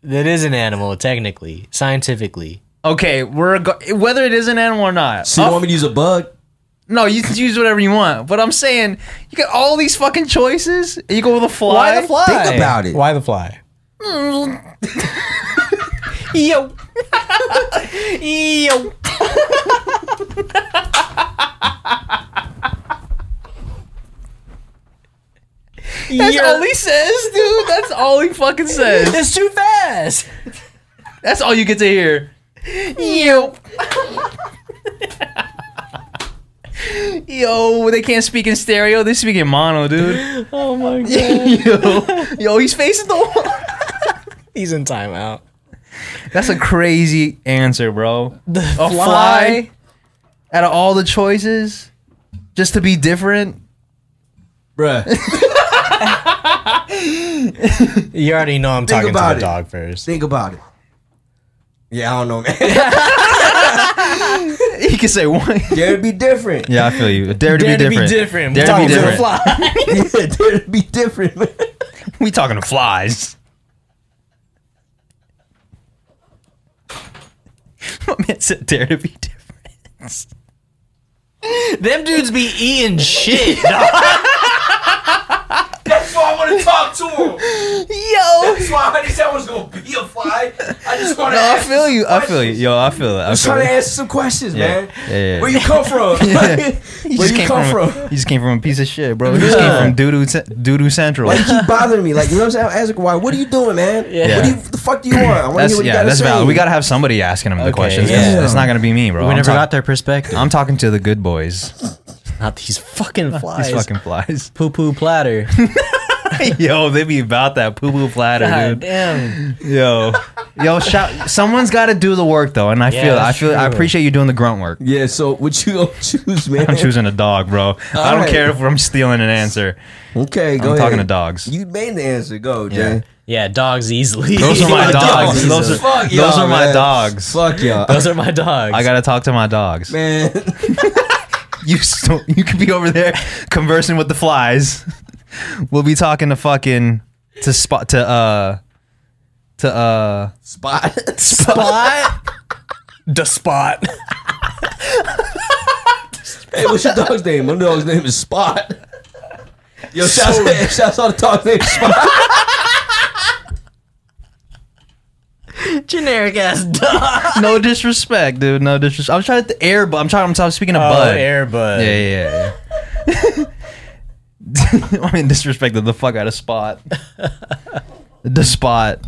Speaker 1: that is an animal technically, scientifically.
Speaker 4: Okay, we're go- whether it is an animal or not. Oh,
Speaker 5: So you want me to use a bug?
Speaker 4: No, you can use whatever you want. But I'm saying you got all these fucking choices. And you go with a fly.
Speaker 1: Why the fly?
Speaker 5: Think about it.
Speaker 1: Why the fly?
Speaker 4: Yo. Yo. That's all he says, dude. That's all he fucking says.
Speaker 1: It's too fast.
Speaker 4: That's all you get to hear. Yo. Yo, they can't speak in stereo. They speak in mono, dude.
Speaker 1: Oh my god.
Speaker 4: Yo, yo, he's facing the wall.
Speaker 1: He's in timeout.
Speaker 4: That's a crazy answer, bro.
Speaker 1: The
Speaker 4: a fly out of all the choices just to be different
Speaker 5: Bruh.
Speaker 1: You already know I'm talking to
Speaker 5: about
Speaker 1: the
Speaker 5: it.
Speaker 1: dog first.
Speaker 5: Think about it. Yeah, I don't know, man.
Speaker 4: he could say one
Speaker 5: There'd be different.
Speaker 4: yeah i feel you dare to
Speaker 1: Dare
Speaker 4: be
Speaker 1: to be
Speaker 4: different
Speaker 1: different.
Speaker 4: Dare
Speaker 1: We're
Speaker 4: to be
Speaker 1: talking to the
Speaker 4: different.
Speaker 1: fly.
Speaker 5: yeah, there'd be different, man.
Speaker 4: we talking to flies my man said dare to be different
Speaker 1: Them dudes be eating shit.
Speaker 2: That's why I want to talk to him.
Speaker 4: yo
Speaker 2: That's why I didn't say I was gonna be a fly. I just want to.
Speaker 4: i feel you i feel you yo i feel it i
Speaker 5: I'm
Speaker 4: feel
Speaker 5: trying to
Speaker 4: it
Speaker 5: answer some questions,
Speaker 4: Yeah,
Speaker 5: man.
Speaker 4: yeah, yeah.
Speaker 5: Where you come from?
Speaker 4: He
Speaker 5: Where
Speaker 4: just
Speaker 5: you
Speaker 4: came
Speaker 5: come
Speaker 4: from,
Speaker 5: from?
Speaker 4: He just came from a piece of shit, bro. He just came
Speaker 5: Yeah.
Speaker 4: from doo doo doo doo central.
Speaker 5: Why you keep bothering me? Like, you know what I'm saying? I ask, why? What are you doing, man?
Speaker 1: Yeah.
Speaker 5: What do you, the fuck do you want? I want to hear
Speaker 4: That's
Speaker 5: what you
Speaker 4: yeah,
Speaker 5: gotta
Speaker 4: that's
Speaker 5: say.
Speaker 4: valid. We gotta have somebody asking him the
Speaker 1: Okay,
Speaker 4: questions.
Speaker 1: yeah.
Speaker 4: It's- It's not gonna be me, bro.
Speaker 1: we
Speaker 4: I'm
Speaker 1: never
Speaker 4: talk-
Speaker 1: got their perspective.
Speaker 4: I'm talking to the good boys.
Speaker 1: Not these fucking flies.
Speaker 4: These fucking flies.
Speaker 1: poo poo platter.
Speaker 4: Yo, they be about that poo poo platter,
Speaker 1: God
Speaker 4: dude.
Speaker 1: damn.
Speaker 4: Yo, yo, shout. Someone's got to do the work though, and I
Speaker 1: Yeah,
Speaker 4: feel, I
Speaker 1: that's
Speaker 4: feel, I
Speaker 1: true.
Speaker 4: appreciate you doing the grunt work.
Speaker 5: Yeah, so what you gonna choose, man?
Speaker 4: I'm choosing a dog, bro. I don't
Speaker 5: right.
Speaker 4: care if I'm stealing an answer.
Speaker 5: Okay, go
Speaker 4: I'm
Speaker 5: ahead.
Speaker 4: talking to dogs.
Speaker 5: You made the answer. Go,
Speaker 1: Yeah.
Speaker 5: Jay.
Speaker 1: yeah, dogs easily.
Speaker 4: Those are my
Speaker 5: Yeah,
Speaker 4: dogs.
Speaker 5: dogs.
Speaker 4: Those are,
Speaker 5: Fuck y'all,
Speaker 4: those are my
Speaker 5: man.
Speaker 4: dogs.
Speaker 5: Fuck y'all.
Speaker 1: Those are my dogs.
Speaker 4: I gotta talk to my dogs.
Speaker 5: man.
Speaker 4: You so, you could be over there conversing with the flies. We'll be talking to fucking to spot to uh to uh
Speaker 5: Spot.
Speaker 1: spot. the spot.
Speaker 5: hey, what's your dog's name? My dog's name is Spot. Yo, shouts shouts out the dog's name is Spot.
Speaker 1: Generic ass dog.
Speaker 4: no disrespect, dude. No disrespect. I'm trying to air, but I'm trying. I'm, talking- speaking of
Speaker 1: Oh,
Speaker 4: bud.
Speaker 1: Airbud.
Speaker 4: Yeah, yeah, yeah. yeah. I mean, disrespected the fuck out of spot. the spot.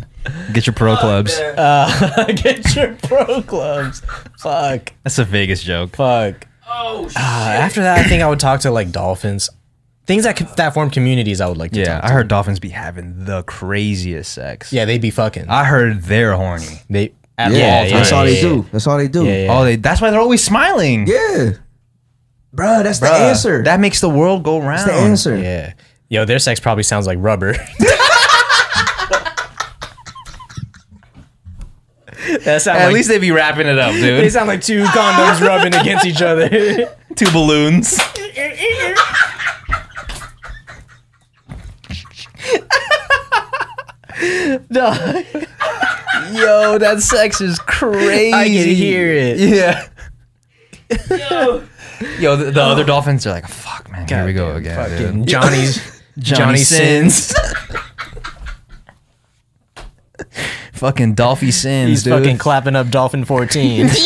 Speaker 4: Get your
Speaker 1: Oh,
Speaker 4: pro clubs.
Speaker 1: Uh, get your pro clubs. Fuck.
Speaker 4: That's a Vegas joke.
Speaker 1: Fuck.
Speaker 2: Oh shit.
Speaker 1: Uh, after that, I think I would talk to like dolphins, things that could, that form communities. I would like to
Speaker 4: Yeah,
Speaker 1: talk.
Speaker 4: I heard dolphins be having the craziest sex.
Speaker 1: Yeah, they be fucking.
Speaker 4: I heard they're horny.
Speaker 1: they at
Speaker 4: Yeah,
Speaker 1: all
Speaker 4: yeah,
Speaker 5: that's all
Speaker 1: times.
Speaker 5: they do. That's all they do.
Speaker 1: Yeah, yeah.
Speaker 4: Oh, they, that's why they're always smiling.
Speaker 5: Yeah. Bruh, that's
Speaker 1: Uh,
Speaker 5: the
Speaker 4: Bruh,
Speaker 5: answer.
Speaker 4: That makes the world go round.
Speaker 5: that's the answer.
Speaker 1: Yeah. Yo, their sex probably sounds like rubber. that sound
Speaker 4: At
Speaker 1: like,
Speaker 4: least they be wrapping it up,
Speaker 1: they
Speaker 4: dude.
Speaker 1: sound like two condoms rubbing against each other.
Speaker 4: Two balloons.
Speaker 1: no,
Speaker 4: Yo, that sex is crazy.
Speaker 1: I can hear it.
Speaker 4: Yeah. Yo, the, the other dolphins are like, fuck, man, here we go
Speaker 1: Goddamn
Speaker 4: again. dude."
Speaker 1: fucking Johnny's
Speaker 4: Johnny,
Speaker 1: Sins.
Speaker 4: sins. fucking Dolphy sins,
Speaker 1: He's
Speaker 4: dude.
Speaker 1: fucking clapping up Dolphin 14.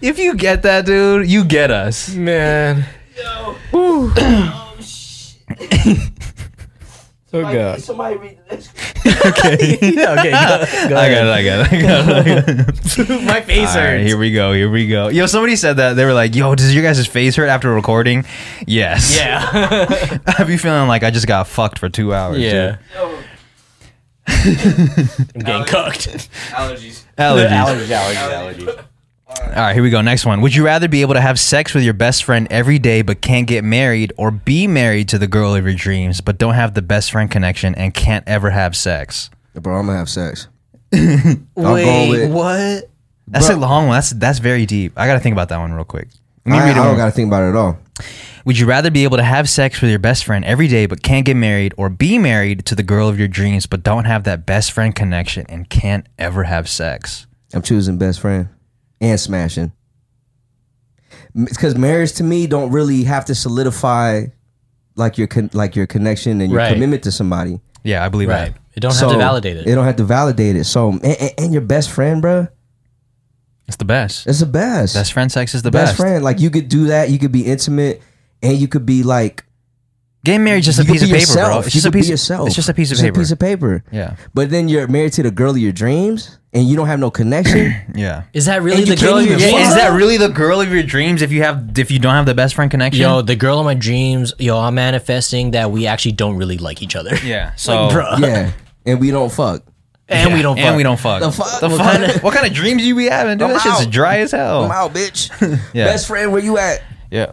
Speaker 4: if you get that, dude, you get us.
Speaker 1: Man. So good.
Speaker 2: Somebody read the next.
Speaker 1: okay, go, go
Speaker 4: I got it. I got it. I got it. I got it.
Speaker 1: ahead. My face
Speaker 4: All right,
Speaker 1: hurts.
Speaker 4: here we go. Here we go. Yo, somebody said that they were like, "Yo, does your guys' face hurt after recording?" Yes.
Speaker 1: yeah.
Speaker 4: I be feeling like I just got fucked for two hours. dude.
Speaker 2: Yo,
Speaker 1: I'm getting cooked.
Speaker 2: allergies.
Speaker 4: Allergies.
Speaker 1: allergies, allergies.
Speaker 4: All right, here we go. Next one. Would you rather be able to have sex with your best friend every day but can't get married, or be married to the girl of your dreams but don't have the best friend connection and can't ever have sex?
Speaker 5: Bro, I'm gonna have sex. I'm going with it.
Speaker 4: what? That's a long one. That's that's very deep. I got to think about that one real quick. Let me
Speaker 5: I,
Speaker 4: read it.
Speaker 5: I
Speaker 4: one
Speaker 5: don't
Speaker 4: more-
Speaker 5: gotta think about it at all.
Speaker 4: Would you rather be able to have sex with your best friend every day but can't get married, or be married to the girl of your dreams but don't have that best friend connection and can't ever have sex?
Speaker 5: I'm choosing best friend and smashing. Because marriage to me don't really have to solidify like your con- like your connection and your
Speaker 1: Right.
Speaker 5: commitment to somebody.
Speaker 4: Yeah, I believe
Speaker 1: Right.
Speaker 4: that.
Speaker 1: It don't
Speaker 5: So,
Speaker 1: have to validate it.
Speaker 5: It don't have to validate it. So and, and- and your best friend, bruh,
Speaker 4: It's the best.
Speaker 5: it's the best.
Speaker 4: Best friend sex is the
Speaker 5: best
Speaker 4: best.
Speaker 5: friend. Like you could do that. You could be intimate, and you could be like
Speaker 4: Getting married is just
Speaker 5: you
Speaker 4: a
Speaker 5: could
Speaker 4: piece of
Speaker 5: be
Speaker 4: paper,
Speaker 5: yourself.
Speaker 4: bro.
Speaker 5: You
Speaker 4: It's just a
Speaker 5: could be
Speaker 4: piece
Speaker 5: yourself.
Speaker 4: It's just a piece of
Speaker 5: It's
Speaker 4: paper.
Speaker 5: A piece of paper.
Speaker 4: yeah,
Speaker 5: But then you're married to the girl of your dreams, and you don't have no connection.
Speaker 4: yeah.
Speaker 1: Is that really
Speaker 5: And you
Speaker 1: the girl
Speaker 5: can't
Speaker 1: you're
Speaker 5: even
Speaker 1: dating?
Speaker 5: fuck
Speaker 4: is that really the girl of your dreams? If you have, if you don't have the best friend connection,
Speaker 1: Yo, the girl of my dreams, yo, I'm manifesting that we actually don't really like each other.
Speaker 4: yeah. So,
Speaker 1: Bruh.
Speaker 5: yeah, and we don't fuck.
Speaker 1: And we don't fuck.
Speaker 4: and we don't fuck.
Speaker 5: The fuck?
Speaker 4: what,
Speaker 5: What
Speaker 4: kind
Speaker 5: kinda-
Speaker 4: of, what kind of dreams you be having, dude?
Speaker 5: I'm
Speaker 4: that shit's
Speaker 5: out.
Speaker 4: dry as hell.
Speaker 5: I'm out, bitch. Best friend, where you at?
Speaker 4: Yeah.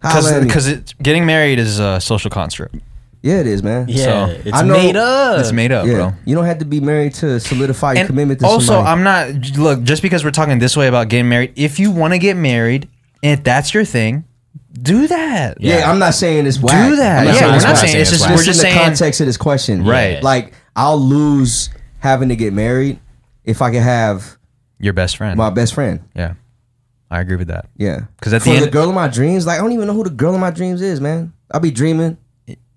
Speaker 5: Holla at me.
Speaker 4: Because it's getting married is a social construct.
Speaker 5: Yeah, it is, man.
Speaker 1: Yeah,
Speaker 4: So,
Speaker 1: it's
Speaker 5: I know-
Speaker 1: made up.
Speaker 4: it's made up,
Speaker 5: yeah.
Speaker 4: bro.
Speaker 5: You don't have to be married to solidify your commitment
Speaker 4: And
Speaker 5: to
Speaker 4: also,
Speaker 5: somebody.
Speaker 4: I'm not look just because we're talking this way about getting married. If you want to get married, if that's your thing, do that.
Speaker 5: yeah, I'm not saying it's whack.
Speaker 4: that.
Speaker 5: I'm not
Speaker 1: Yeah,
Speaker 5: saying
Speaker 1: we're
Speaker 5: it's
Speaker 1: not
Speaker 5: whack.
Speaker 1: saying it's whack.
Speaker 5: Just
Speaker 4: We're just
Speaker 5: in the
Speaker 4: saying-
Speaker 5: context of this question,
Speaker 4: Right.
Speaker 5: Like, I'll lose having to get married if I can have
Speaker 4: Your best friend.
Speaker 5: my best friend.
Speaker 4: yeah, I agree with that.
Speaker 5: Yeah,
Speaker 4: 'Cause at the
Speaker 5: For
Speaker 4: end-
Speaker 5: the girl of my dreams, like I don't even know who the girl of my dreams is, man. I'll be dreaming.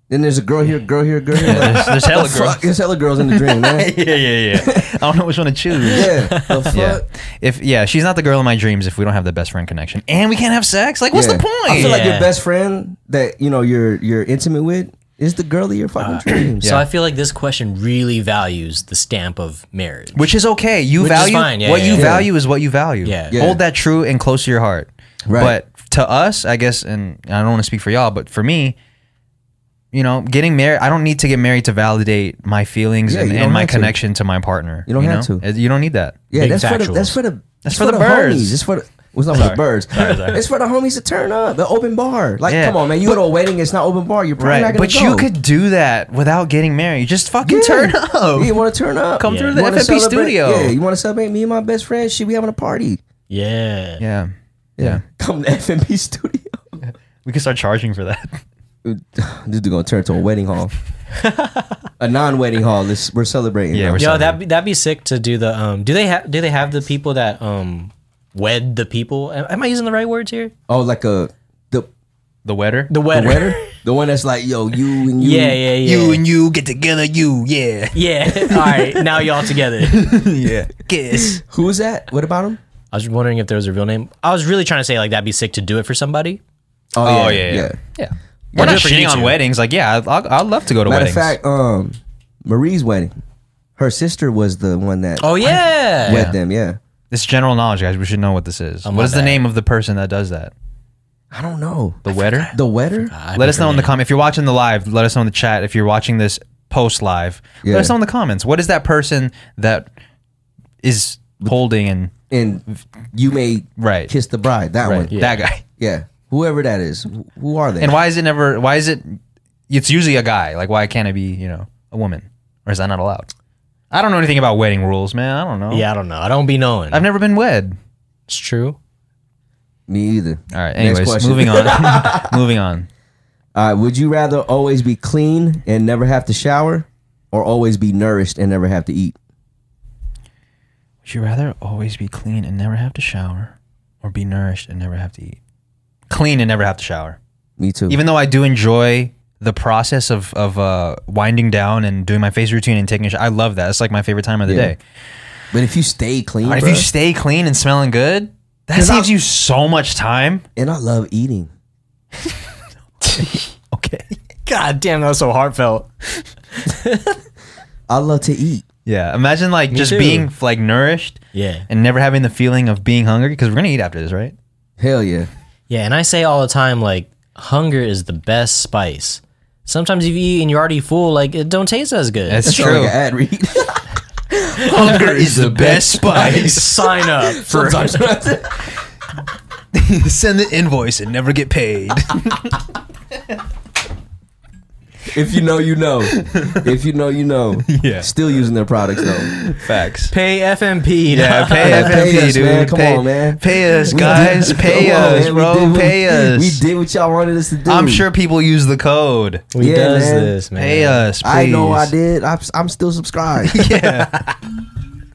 Speaker 5: Then there's a girl here, girl here, girl here. Like,
Speaker 4: There's, there's hella girls.
Speaker 5: fuck, there's hella girls in the dream, man.
Speaker 4: yeah, yeah, yeah. I don't know which one to choose.
Speaker 5: Yeah, the fuck.
Speaker 4: Yeah. If yeah, she's not the girl of my dreams if we don't have the best friend connection. And we can't have sex. Like what's
Speaker 5: Yeah.
Speaker 4: the point?
Speaker 5: I feel like your
Speaker 1: Yeah.
Speaker 5: best friend that you know you're you're intimate with is the girl of your
Speaker 4: Uh,
Speaker 5: fucking dreams.
Speaker 1: So I feel like this question really values the stamp of marriage.
Speaker 4: Which is okay. You
Speaker 1: Which is
Speaker 4: value
Speaker 1: fine. Yeah,
Speaker 4: what
Speaker 1: yeah,
Speaker 4: you
Speaker 1: yeah.
Speaker 4: value is what you value.
Speaker 1: Yeah. Yeah.
Speaker 4: Hold that true and close to your heart.
Speaker 5: Right.
Speaker 4: But to us, I guess, and I don't want to speak for y'all, but for me, you know, getting married, I don't need to get married to validate my feelings
Speaker 5: Yeah,
Speaker 4: and,
Speaker 5: you
Speaker 4: and
Speaker 5: don't
Speaker 4: my
Speaker 5: have to.
Speaker 4: connection to. my partner.
Speaker 5: You don't have
Speaker 4: know?
Speaker 5: to.
Speaker 4: Uh, You don't need that.
Speaker 5: Yeah,
Speaker 1: Big
Speaker 5: that's for the
Speaker 1: factuals.
Speaker 5: that's for the that's
Speaker 4: for the birds.
Speaker 5: Homies. It's for the What's not for the birds? It's for the homies to turn up. The open bar. Like,
Speaker 4: Yeah.
Speaker 5: come on, man. You go to a wedding, it's not open bar. You're probably not
Speaker 4: Right.
Speaker 5: gonna
Speaker 4: But
Speaker 5: go.
Speaker 4: you could do that without getting married. Just fucking
Speaker 5: Yeah.
Speaker 4: turn up.
Speaker 5: You want to turn up?
Speaker 4: Come
Speaker 5: Yeah.
Speaker 4: through
Speaker 5: You
Speaker 4: the
Speaker 5: wanna
Speaker 4: FNP
Speaker 5: celebrate-
Speaker 4: studio.
Speaker 5: Yeah, you want to celebrate? Me and my best friend. She we having a party.
Speaker 1: Yeah.
Speaker 4: Yeah. Yeah.
Speaker 5: Come to FNP studio.
Speaker 4: We can start charging for that.
Speaker 5: This dude gonna turn to a wedding hall, a non-wedding hall. This we're celebrating.
Speaker 4: Yeah,
Speaker 5: bro.
Speaker 4: we're
Speaker 1: Yo,
Speaker 4: Sorry.
Speaker 1: that be, that'd be sick to do the um. Do they have do they have the people that um wed the people? Am, am I using the right words here?
Speaker 5: oh, like a the
Speaker 4: The wetter?
Speaker 1: The
Speaker 5: the
Speaker 1: wedder.
Speaker 5: wetter, the one that's like, yo, you and you.
Speaker 1: Yeah, yeah, yeah.
Speaker 4: You and you get together, you, yeah.
Speaker 1: yeah. All right, now y'all together.
Speaker 4: yeah. Kiss.
Speaker 5: Who's that? What about him?
Speaker 1: I was wondering if there was a real name. I was really trying to say like that'd be sick to do it for somebody.
Speaker 4: Oh, yeah, yeah. Yeah. We're not
Speaker 1: good for you
Speaker 4: shitting on
Speaker 1: two.
Speaker 4: weddings. Like, yeah, I'd, I'd I'd love to go to
Speaker 5: Matter
Speaker 4: weddings.
Speaker 5: of fact, um, Marie's wedding, her sister was the one that
Speaker 1: Oh yeah.
Speaker 5: wed them. Yeah,
Speaker 4: this is general knowledge, guys. We should know what this is.
Speaker 1: my
Speaker 4: what is the
Speaker 1: bad.
Speaker 4: name of the person that does that?
Speaker 5: I don't know
Speaker 4: The wetter?
Speaker 5: the wetter.
Speaker 4: Let us know in the comment. If you're watching the live, let us know in the chat. If you're watching this post live,
Speaker 5: Yeah.
Speaker 4: let us know in the comments. What is that person that is holding and
Speaker 5: and you may
Speaker 4: Right.
Speaker 5: kiss the bride. That one,
Speaker 4: that guy?
Speaker 5: yeah. Whoever that is, Wh- who are they?
Speaker 4: And why is it never? Why is it? It's usually a guy. Like, why can't it be you know a woman? Or is that not allowed? I don't know anything about wedding rules, man. I don't know.
Speaker 1: Yeah, I don't know. I don't be knowing.
Speaker 4: I've never been wed.
Speaker 1: it's true.
Speaker 5: Me either.
Speaker 4: All right.
Speaker 5: Next
Speaker 4: Anyways,
Speaker 5: question.
Speaker 4: moving on. moving on.
Speaker 5: Uh, would you rather always be clean and never have to shower, or always be nourished and never have to eat?
Speaker 4: Would you rather always be clean and never have to shower, or be nourished and never have to eat? Clean and never have to shower.
Speaker 5: Me too.
Speaker 4: Even though I do enjoy the process of of uh, winding down and doing my face routine and taking a shower, I love that. It's like my favorite time of the
Speaker 5: Yeah.
Speaker 4: day.
Speaker 5: but if you stay clean,
Speaker 4: But if
Speaker 5: bruh,
Speaker 4: you stay clean and smelling good, that
Speaker 5: Cause I-
Speaker 4: saves you so much time.
Speaker 5: and I love eating.
Speaker 4: Okay.
Speaker 1: God damn, that was so heartfelt.
Speaker 5: I love to eat.
Speaker 4: Yeah. Imagine like just
Speaker 1: too.
Speaker 4: being like nourished
Speaker 1: Yeah.
Speaker 4: and never having the feeling of being hungry because we're gonna eat after this, right?
Speaker 5: Hell yeah.
Speaker 1: Yeah, and I say all the time, like, hunger is the best spice. Sometimes if you eat and you're already full, like, it don't taste as good.
Speaker 4: That's
Speaker 5: Sound
Speaker 4: true.
Speaker 5: Like an ad read.
Speaker 4: Hunger is the best spice.
Speaker 1: Sign up for.
Speaker 4: Send the invoice and never get paid.
Speaker 5: if you know, you know. If you know, you know.
Speaker 4: Yeah.
Speaker 5: Still using their products though.
Speaker 4: Facts.
Speaker 1: Pay FMP.
Speaker 4: Yeah, pay,
Speaker 5: Yeah,
Speaker 4: FMP,
Speaker 5: pay us,
Speaker 4: dude.
Speaker 5: man. Come
Speaker 4: pay,
Speaker 5: on, man.
Speaker 4: Pay us,
Speaker 5: We
Speaker 4: guys.
Speaker 5: did-
Speaker 4: Pay
Speaker 5: come on,
Speaker 4: us,
Speaker 5: man. We
Speaker 4: bro.
Speaker 5: did what-
Speaker 4: pay us.
Speaker 5: We did what y'all wanted us to do.
Speaker 4: I'm sure people use the code.
Speaker 1: We
Speaker 5: Yeah,
Speaker 1: does
Speaker 5: man.
Speaker 1: this, man.
Speaker 4: Pay us, please.
Speaker 5: I know I did. I'm, I'm still subscribed.
Speaker 4: Yeah.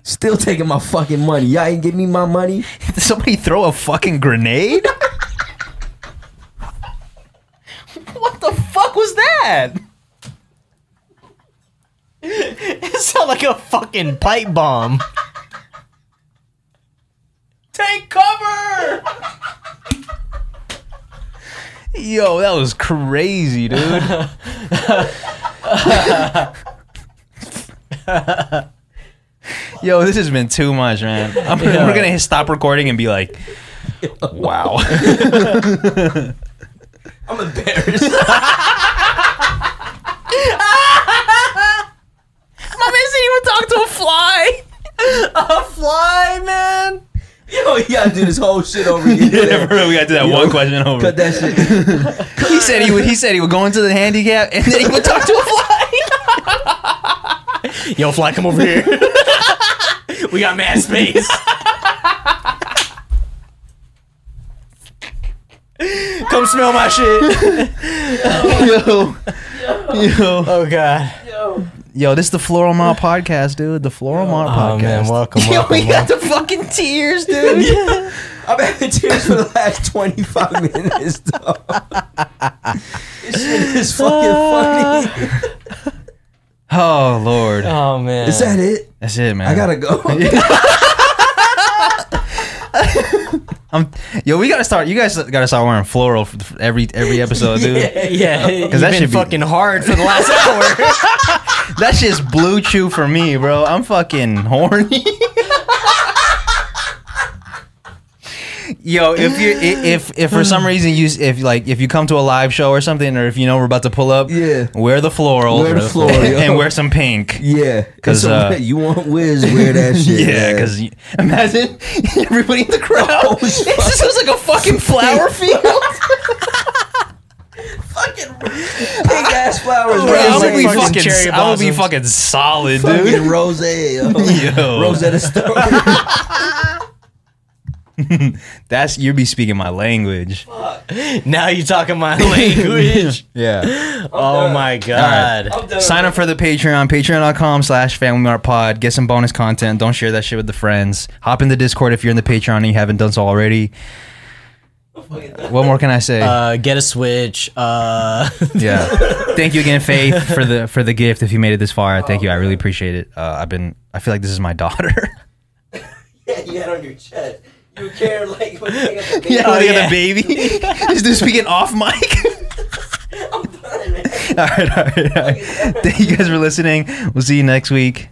Speaker 5: still taking my fucking money. Y'all ain't give me my money.
Speaker 4: Did somebody throw a fucking grenade? what the fuck was that?
Speaker 1: It sound like a fucking pipe bomb.
Speaker 4: Take cover! Yo, that was crazy, dude. Yo, this has been too much, man. I'm, We're gonna hit stop recording and be like, "Wow."
Speaker 2: I'm embarrassed.
Speaker 1: My man said he would talk to a fly. a fly, man.
Speaker 5: Yo, you gotta do this whole shit over again.
Speaker 4: Yeah, for real, we got to do that one question over.
Speaker 5: Cut that shit.
Speaker 4: He said he would. He said he would go into the handicap and then he would talk to a fly.
Speaker 1: Yo, fly, come over here. we got mad space. come smell my shit.
Speaker 4: Yo, yo,
Speaker 1: Oh god.
Speaker 4: yo! This is the Floral Mile podcast, dude. The Floral Mile
Speaker 1: Oh
Speaker 4: podcast.
Speaker 1: man, welcome,
Speaker 4: Yo,
Speaker 1: welcome.
Speaker 4: we got
Speaker 1: welcome.
Speaker 4: the fucking tears, dude.
Speaker 5: I've having tears for the last 25 minutes, though. this shit is fucking funny.
Speaker 4: Oh lord,
Speaker 1: Oh man.
Speaker 5: Is that it?
Speaker 4: that's it, man.
Speaker 5: I gotta go.
Speaker 4: I'm, yo, we gotta start. You guys gotta start wearing floral for for every every episode, dude.
Speaker 1: Yeah, because that
Speaker 4: that
Speaker 1: been
Speaker 4: should be-
Speaker 1: fucking hard for the last hour.
Speaker 4: That shit's blue chew for me, bro. I'm fucking horny. Yo, if you i- if if for some reason you s- if like if you come to a live show or something, or if you know we're about to pull up,
Speaker 5: Yeah.
Speaker 4: wear the floral,
Speaker 5: Wear the floral, yo.
Speaker 4: and wear some pink.
Speaker 5: yeah.
Speaker 4: 'Cause,
Speaker 5: So,
Speaker 4: uh,
Speaker 5: you want Wiz, wear that shit.
Speaker 4: Yeah,
Speaker 5: man. Oh,
Speaker 4: because imagine everybody in the crowd. this was like a fucking flower field.
Speaker 5: big ass flowers.
Speaker 4: Bro,
Speaker 1: It's
Speaker 4: I'm
Speaker 1: like
Speaker 4: gonna be
Speaker 1: fucking
Speaker 4: fucking,
Speaker 1: cherry
Speaker 4: I'm gonna be
Speaker 1: blossoms.
Speaker 4: fucking solid, dude.
Speaker 5: Fucking Rose, yo.
Speaker 4: Yo.
Speaker 5: Rosetta Stone.
Speaker 4: That's you be speaking my language.
Speaker 1: now you talking my language.
Speaker 4: Yeah.
Speaker 1: oh my god.
Speaker 4: Sign up for the Patreon, patreon.com slash family mart pod. Get some bonus content. Don't share that shit with the friends. Hop in the Discord if you're in the Patreon and you haven't done so already. What more can I say?
Speaker 1: Uh, get a switch. Uh,
Speaker 4: yeah. Thank you again, Faith, for the for the gift. If you made it this far, thank you. I really appreciate it. Uh, I've been I feel like this is my daughter.
Speaker 5: yeah, you had on your chest. You care like what
Speaker 4: yeah,
Speaker 1: Oh,
Speaker 4: oh, yeah.
Speaker 1: yeah.
Speaker 4: the baby. Is this speaking off mic? all right, all right, all right. Thank you guys for listening. We'll see you next week.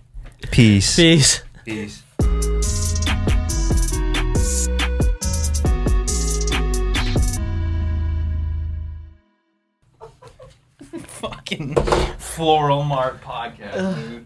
Speaker 4: Peace.
Speaker 1: peace.
Speaker 2: Peace.
Speaker 4: Fucking Floral Mart podcast, dude.